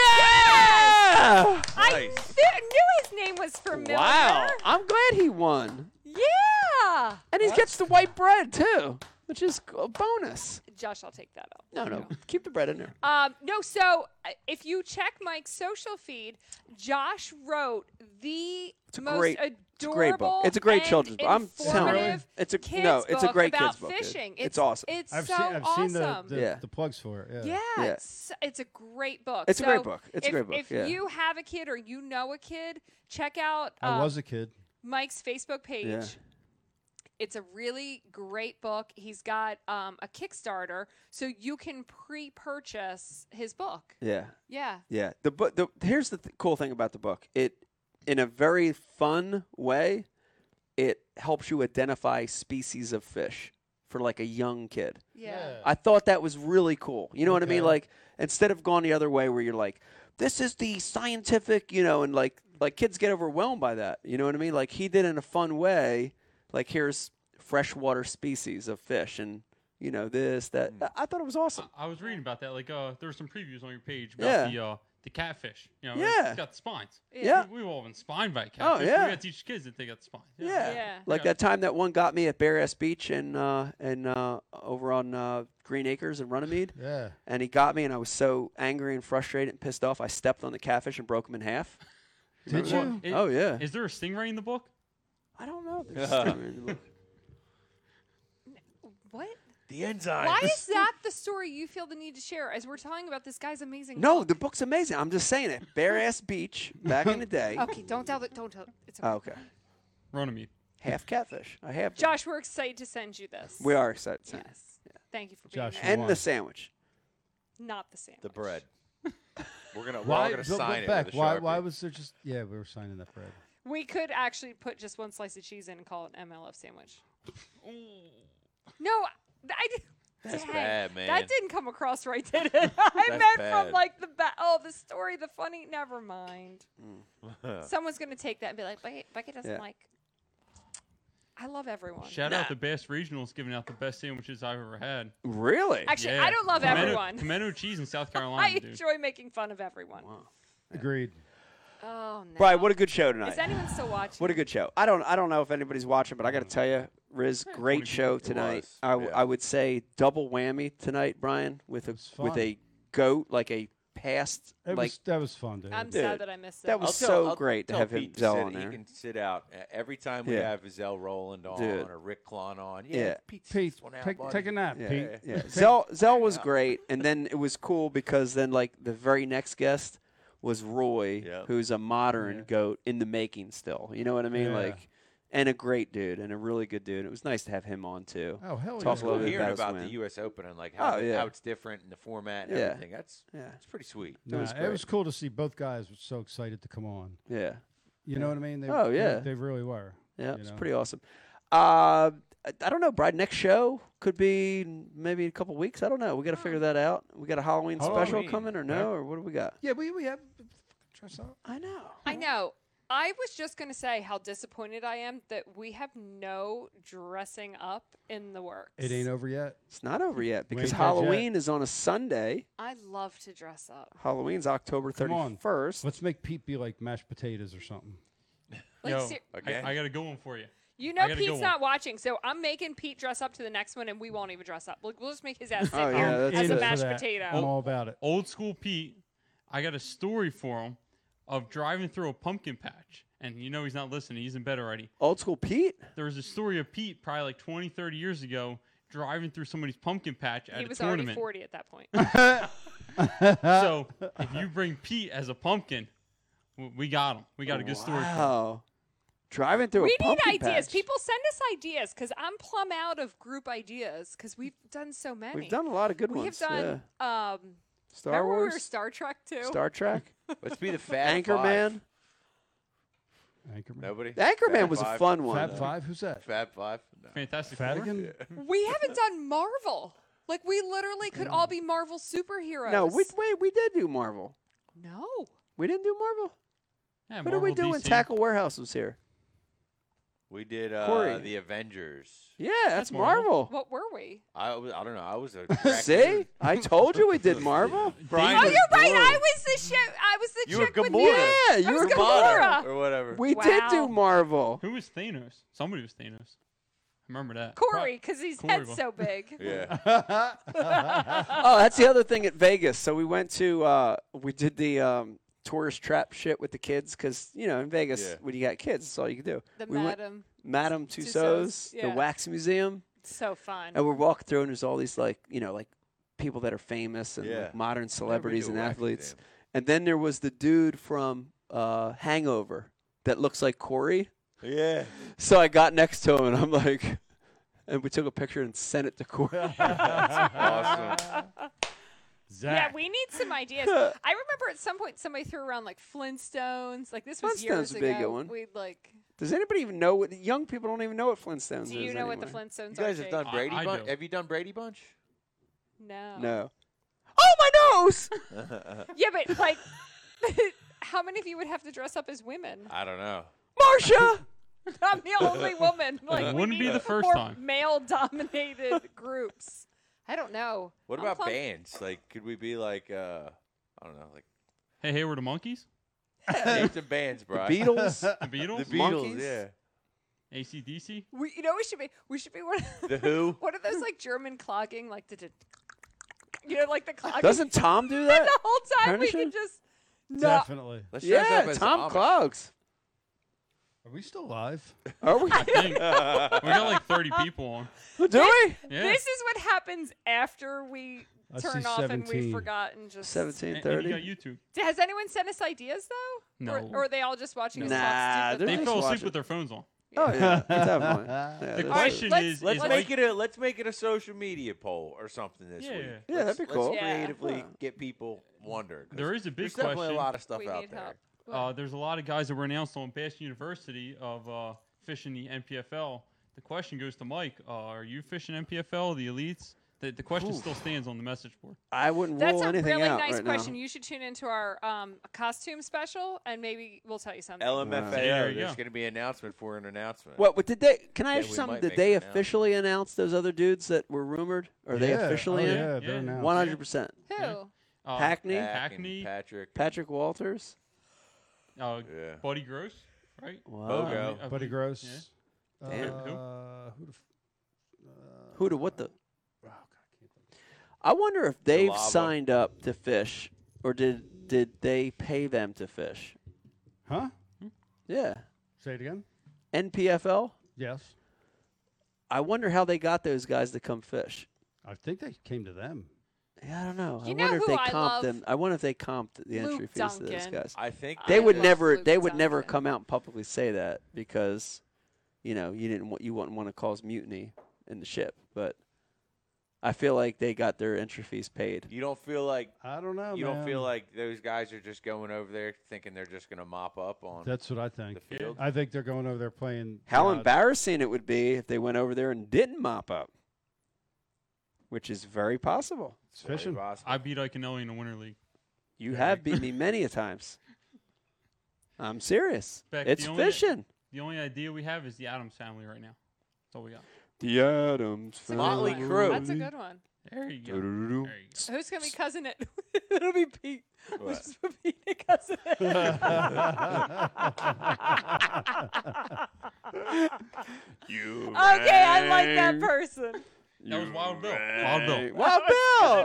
A: Yeah!
E: I
B: Nice.
E: thi- knew his name was familiar.
A: Wow, I'm glad he won,
E: Yeah.
A: and he gets the white bread too, which is a bonus.
E: Josh, I'll take that up.
A: No, no, keep the bread in there.
E: Um, no, so uh, if you check Mike's social feed, Josh wrote the
A: a
E: most
A: great-
E: adorable.
A: it's a great book. It's a great
E: and
A: children's book. I'm telling you.
E: informative
A: It's a-
E: kids
A: no, it's a
E: book
A: great
E: about
A: kids book, dude.
E: Fishing.
A: It's awesome.
E: It's
C: I've
E: so
C: seen I've
E: awesome.
C: seen the the,
A: Yeah.
C: the plugs for it.
E: Yeah,
C: Yeah.
A: Yeah.
E: It's, it's a great book.
A: It's a great
E: So
A: book. It's a
E: if,
A: great book,
E: If
A: yeah.
E: you have a kid or you know a kid, check out
C: I
E: uh,
C: was a kid.
E: Mike's Facebook page.
A: Yeah.
E: It's a really great book. He's got um, a Kickstarter, so you can pre-purchase his book.
A: Yeah,
E: Yeah,
A: Yeah, the book. The, here's the th- cool thing about the book. It, in a very fun way, it helps you identify species of fish for like a young kid.
E: yeah.
A: I thought that was really cool. You know what I mean?
C: Okay.
A: Like instead of going the other way where you're like, this is the scientific, you know, and like like kids get overwhelmed by that. You know what I mean? Like he did in a fun way. Like here's freshwater species of fish and you know this that.
F: Hmm.
A: I- I thought it was awesome.
F: I was reading about that. Like, uh, there were some previews on your page about
A: Yeah.
F: the uh, the catfish. You know, it's-
A: Yeah.
F: it's got the spines.
A: Yeah.
F: We, have all been spined by catfish.
A: Oh, yeah.
F: We got to teach kids that they got spines.
A: Yeah.
E: Yeah.
A: Like
F: Yeah.
A: that time that one got me at Bear Ass Beach and uh, and uh, over on uh, Green Acres in Runnymede,
C: Yeah.
A: and he got me, and I was so angry and frustrated and pissed off, I stepped on the catfish and broke him in half.
C: Did
F: Well,
C: you?
F: it-
A: oh yeah.
F: Is there a stingray in the book?
A: I don't know. if there's a stinger in the book.
E: What?
B: The enzyme.
E: Why is that the story you feel the need to share as we're talking about this guy's amazing?
A: no,
E: book?
A: the book's amazing. I'm just saying it. Bear Ass Beach back in the day.
E: okay, don't tell it. Don't tell. It's okay.
A: Oh, okay.
F: Runnymede.
A: Half catfish. I have.
E: Josh, we're excited to send you this.
A: We are excited.
E: Yes. Thank you for being
C: Josh,
E: here.
C: you
A: And
C: won.
A: the sandwich.
E: Not the sandwich.
B: the bread? We're gonna. We're all
C: Why?
B: gonna sign
C: but- but
B: it.
C: back,
B: With a
C: why?
B: Sharpie.
C: Why was there just? Yeah, we were signing that bread.
E: We could actually put just one slice of cheese in and call it MLF sandwich. No, I- I did.
B: That's
E: Dang,
B: bad, man.
E: That didn't come across right, did it? I meant from
B: bad.
E: like the ba- oh the story, the funny.
B: Mm.
E: Never mind. Someone's gonna take that and be like, Bucket, Bucket doesn't
A: Yeah.
E: like. I love everyone.
F: Shout out to Bass Regionals giving out the best sandwiches I've ever had.
A: Really?
E: Actually,
F: Yeah.
E: I don't love
F: Tomato-
E: everyone.
F: Tomato cheese in South
E: I
F: Carolina, dude.
E: enjoy making fun of everyone.
A: Wow.
C: Agreed.
E: Oh no.
A: Brian, what a good show tonight.
E: Is anyone still watching?
A: What a good show. I don't I don't know if anybody's watching, but I got to tell you, Riz, great show tonight.
B: was,
A: I, w-
B: yeah.
A: I would say double whammy tonight, Brian, with a
C: was fun.
A: with a goat like a past
C: That
A: like
C: was that was fun, dude.
E: I'm
A: Dude,
E: sad that I missed it.
A: that was- so great to
B: tell
A: have him
B: Pete
A: Zell
B: sit,
A: on
B: He
A: there.
B: can sit out Uh, every time we
A: Yeah.
B: have Zell Roland on
A: Dude.
B: or Rick Klon on. Yeah,
A: Yeah.
B: Pete, sit
C: Pete,
B: this one out,
C: take,
B: buddy.
C: take a nap,
A: yeah,
C: Pete.
A: yeah. Zell Zell was great, and then it was cool because then like the very next guest was Roy,
B: Yeah.
A: who's a modern goat in the making still. You know what I mean?
C: Yeah.
A: Like, and a great dude and a really good dude. It was nice to have him on too.
C: Oh hell
A: Talk a
C: yeah!
A: little
B: Cool
A: bit
B: hearing
A: about his
B: about the
A: win.
B: U.S. Open and like how,
A: Oh,
B: the-
A: yeah.
B: how it's different and the format and
A: Yeah.
B: everything. That's
A: Yeah,
B: that's pretty sweet.
A: It was
C: Nah, it was
A: great.
C: cool to see both guys were so excited to come on.
A: yeah.
C: You know what I mean? They,
A: Oh,
C: they-
A: yeah.
C: they really were.
A: Yeah,
C: you
A: it's
C: know?
A: pretty awesome. Uh, I- I don't know, Brad. Next show could be n- maybe in a couple weeks. I don't know. We got to figure that out. We got a Halloween, special
F: Halloween,
A: coming or no, or what do we got?
C: Yeah, we we have dress up.
A: I know.
E: I know. I was just going to say how disappointed I am that we have no dressing up in the works.
C: It ain't over yet.
A: It's not over yet because
C: Wait, Dad,
A: Halloween is on a Sunday.
E: I love to dress up.
A: Halloween's October
C: Come on.
A: thirty first.
C: Let's make Pete be like mashed potatoes or something.
E: Like,
F: Yo,
E: ser-
B: Okay.
F: I, I got a good one for you.
E: you
F: I
E: know,
F: gotta go
E: Pete's
F: on.
E: not watching, so I'm making Pete dress up to the next one, and we won't even dress up. Like, we'll just make his ass sit
A: Oh, yeah,
E: here
A: that's
E: as
A: it.
E: a
A: For
E: mashed
C: that.
E: potato.
F: Oh,
C: I'm all about it.
F: Old school Pete, I got a story for him of driving through a pumpkin patch. And you know he's not listening. He's in bed already.
A: Old school Pete.
F: There was a story of Pete probably like 20, 30 years ago driving through somebody's pumpkin patch at
E: He
F: a
E: was already
F: tournament.
E: 40 at that point.
A: Uh,
F: So if you bring Pete as a pumpkin, w- we got him. We got a good story. for him.
A: Wow. Driving through
E: we
A: a
E: need
A: pumpkin
E: ideas.
A: patch.
E: People send us ideas because I'm plumb out of group ideas because we've done so many.
A: We've done a lot of good
E: We
A: ones.
E: have done.
A: yeah.
E: Um,
A: Star
E: remember when we were
A: Wars,
E: Star Trek too.
A: Star Trek,
B: Let's be the Fab
A: Anchorman.
B: Five.
C: Anchorman.
B: Nobody.
A: The Anchorman
B: Fab
A: was a
B: Five?
A: fun one.
C: Fab
A: though.
C: Five. Who's that?
B: Fab Five. No.
F: Fantastic. Four?
C: Fadigan.
E: we haven't done Marvel. Like we literally could all be Marvel superheroes.
A: No, we, wait, we did do Marvel.
E: no.
A: We didn't do Marvel.
F: Yeah,
A: What did we
F: Marvel,
A: do when
F: DC.
A: Tackle Warehouse was here?
B: We did uh,
A: Corey.
B: the Avengers.
A: Yeah, that's
F: Marvel.
A: Marvel.
E: What were we?
B: I, was- I don't know. I was a
A: See, I told you we did Marvel.
E: Oh, you're right. I was the ship. I was the
B: You were
E: chick with
B: Gamora.
E: you.
A: Yeah,
E: I
A: you
E: was
A: were
E: Gamora.
B: Gamora or whatever.
A: We did do
E: Wow.
A: Marvel.
F: Who was Thanos? Somebody was Thanos. I remember that.
E: Corey, because his
F: Corey
E: head's
F: was-
E: so big.
B: yeah.
A: Oh, that's the other thing at Vegas. So we went to uh, we did the um, tourist trap shit with the kids because you know in Vegas
B: Yeah.
A: when you got kids, that's all you can do.
E: The
A: we went
E: madam,
A: Madame
E: Tussauds,
A: Tussauds,
E: yeah.
A: the wax museum,
E: so fun.
A: and we're walking through and there's all these like you know like people that are famous and
B: Yeah.
A: like, modern celebrities
B: do
A: and
B: a wax
A: athletes.
B: museum.
A: And then there was the dude from uh, Hangover that looks like Corey.
B: yeah.
A: So I got next to him and I'm like, and we took a picture and sent it to Corey.
B: Awesome.
E: Yeah, we need some ideas. I remember at some point somebody threw around like Flintstones. Like this was years
A: Flintstones would be a
E: ago.
A: good one.
E: We'd like.
A: Does anybody even know what? Young people don't even know what Flintstones is.
E: Do you know what the
A: anymore.
E: Flintstones
B: You guys
E: are?
B: have
E: Jake?
B: done
F: I-
B: Brady
F: I
B: Bunch?
F: do.
B: Have you done Brady Bunch?
E: No.
A: No. Oh my nose!
E: Yeah, but like, how many of you would have to dress up as women?
B: I don't know.
A: Marcia.
E: I'm the only woman. Like,
F: It
E: we
F: wouldn't be
E: need
F: the first
E: more
F: time.
E: Male-dominated groups. I don't know.
B: What
E: I'm
B: about
E: plumb-
B: bands? Like, could we be like, uh, I don't know, like
F: Hey, hey, we're the monkeys.
B: name some bands, bro.
A: Beatles.
F: The
B: The
F: Beatles.
B: Beatles,
A: Monkeys?
B: yeah.
F: ACDC.
E: We, you know, we should be. We should be one.
B: The Who.
E: What are those like German clogging? Like the. You know, like the clogging.
A: Doesn't Tom do
E: the
A: that?
E: whole time we
A: Punisher?
E: can just. No,
C: Definitely.
B: Let's dress up
A: yeah,
B: as
A: Tom
B: Amish.
A: Clogs.
C: Are we still live?
A: Are we?
F: I think we got like 30 people on.
A: Do we?
F: Yeah.
E: This is what happens after we
C: I see
E: turn off and we've
C: 17.
E: forgotten. Just
A: Seventeen
F: and, and you got
A: thirty.
F: YouTube.
E: Has anyone sent us ideas though? Or,
F: No.
E: or are they all just watching us
A: Nah,
E: talk
A: they're
E: stupid?
F: They
A: just
F: fell asleep
A: watching.
F: with their phones on.
A: Oh yeah, definitely.
C: The
A: Yeah,
F: The
A: that's-
E: Alright,
F: question
E: let's-
F: is,
E: let's
B: Let's
F: is
E: Like-
B: make it a let's make it a social media poll or something this
F: Yeah.
B: week.
F: Yeah,
B: Let's-
A: that'd be cool.
B: Let's
E: Yeah.
B: creatively
A: Yeah.
B: get people wondering. 'cause
F: There is a big
B: there's definitely a
F: question.
B: lot of stuff
E: we
B: out
E: need
B: there.
E: help.
F: uh, there's a lot of guys that were announced on Bass University of uh, fishing the NPFL. The question goes to Mike: uh, Are you fishing NPFL, the elites, The, the question
A: Oof.
F: still stands on the message board.
A: I wouldn't
E: That's
A: rule
E: a
A: anything
E: really
A: out
E: nice
A: right
E: question.
A: now.
E: You should tune into our um, costume special, and maybe we'll tell you something.
B: LMFAO.
F: There you
B: There's
F: go.
B: going to be an announcement for an announcement.
A: What, what did they? Can I
B: Yeah,
A: ask you
B: we
A: something?
B: might
A: Did
B: make
A: they
B: an announcement.
A: officially announce those other dudes that were rumored? Are they
C: Yeah.
A: officially
C: oh,
A: in?
C: Yeah, they're
F: Yeah.
C: announced.
A: One hundred percent.
E: Who?
F: Uh,
A: Hackney,
B: Pack and
F: Hackney.
B: Patrick,
A: Patrick Walters.
F: Uh,
B: yeah,
F: Buddy Gross, right?
A: Wow.
F: I
B: Bogo.
F: mean, I
C: Buddy
F: believe-
C: Gross.
A: Damn.
C: Uh,
F: Who?
C: who the f- uh,
A: Who to what the?
C: oh, God, I can't think.
A: I wonder if they've
B: lava.
A: signed up to fish, or did did they pay them to fish?
C: Huh?
A: Yeah,
C: Say it again.
A: NPFL.
C: Yes.
A: I wonder how they got those guys to come fish.
C: I think they came to them.
A: Yeah, I don't know. I
E: You know
A: wonder if
E: who
A: they
E: I
A: comped
E: love?
A: them. I wonder if they comped the
E: Luke
A: entry fees to those
E: Duncan.
A: guys.
B: I think
A: They
E: I
A: would
E: love
A: never.
E: Luke
A: they would never
E: Duncan.
A: come out and publicly say that because, you know, you didn't. Want, you wouldn't want to cause mutiny in the ship. But I feel like they got their entry fees paid.
B: you don't feel like
C: I don't
A: Oh,
C: know.
B: you don't feel
C: man.
B: like those guys are just going over there thinking they're just going to mop up on
C: That's what I think.
B: the field.
C: I think they're going over there playing.
A: How
C: uh,
A: embarrassing it would be if they went over there and didn't mop up, which is very possible.
C: it's fishing.
F: I beat Ike and Ellie in the Winter League.
A: You have beat me many a times. I'm serious.
F: Beck,
A: it's
F: the only-
A: fishing.
F: The only idea we have is the Adams family right now. That's all we got.
A: The Adams
E: That's a good
B: Motley
E: one.
B: Crue.
E: That's a good one.
F: There you go. There you
E: Who's gonna be cousin it? It'll be Pete.
B: What?
E: This will be the cousin it.
B: You
E: okay, I like that person.
F: go. That was Wild Bill. Wild Bill.
A: Wow, Bill!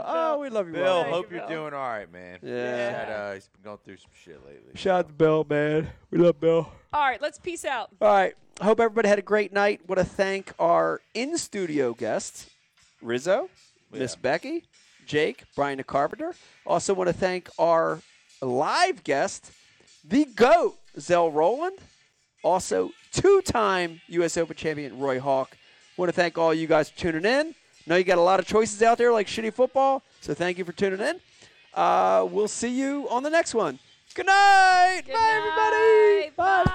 A: Oh, we love you,
B: Bill,
A: Bill.
E: Thank
B: hope
E: you,
B: you're
E: Bill.
B: doing all right, man.
A: Yeah.
B: Had, uh, he's been going through some shit lately.
A: Shout out to Bill, man. We love Bill.
E: All right, let's peace out.
A: All right. I Hope everybody had a great night. Want to thank our in studio guests, Rizzo, Miss Becky, Jake, Brian the Carpenter. Also want to thank our live guest, the GOAT, Zell Rowland. Also, two time U.S. Open champion, Roy Hawk. Want to thank all you guys for tuning in. Know you got a lot of choices out there like shitty football, so thank you for tuning in. Uh, we'll see you on the next one. Good night.
E: Good
A: bye, everybody.
E: night.
A: Bye. Bye.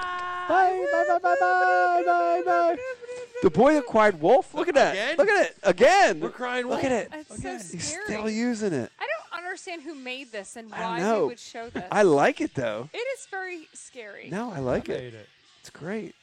A: Bye. Bye. Bye. Bye. Bye. Bye. The boy that cried wolf. Look at that.
B: Again?
A: Look at it again.
B: We're crying
A: Look at it.
E: That's so
A: He's
E: scary.
A: still using it.
E: I don't understand who made this and
A: I
E: why they
A: know.
E: would show this.
A: I like it though.
E: it is very scary.
A: No, I like
C: I
A: it.
C: made it.
A: It's great.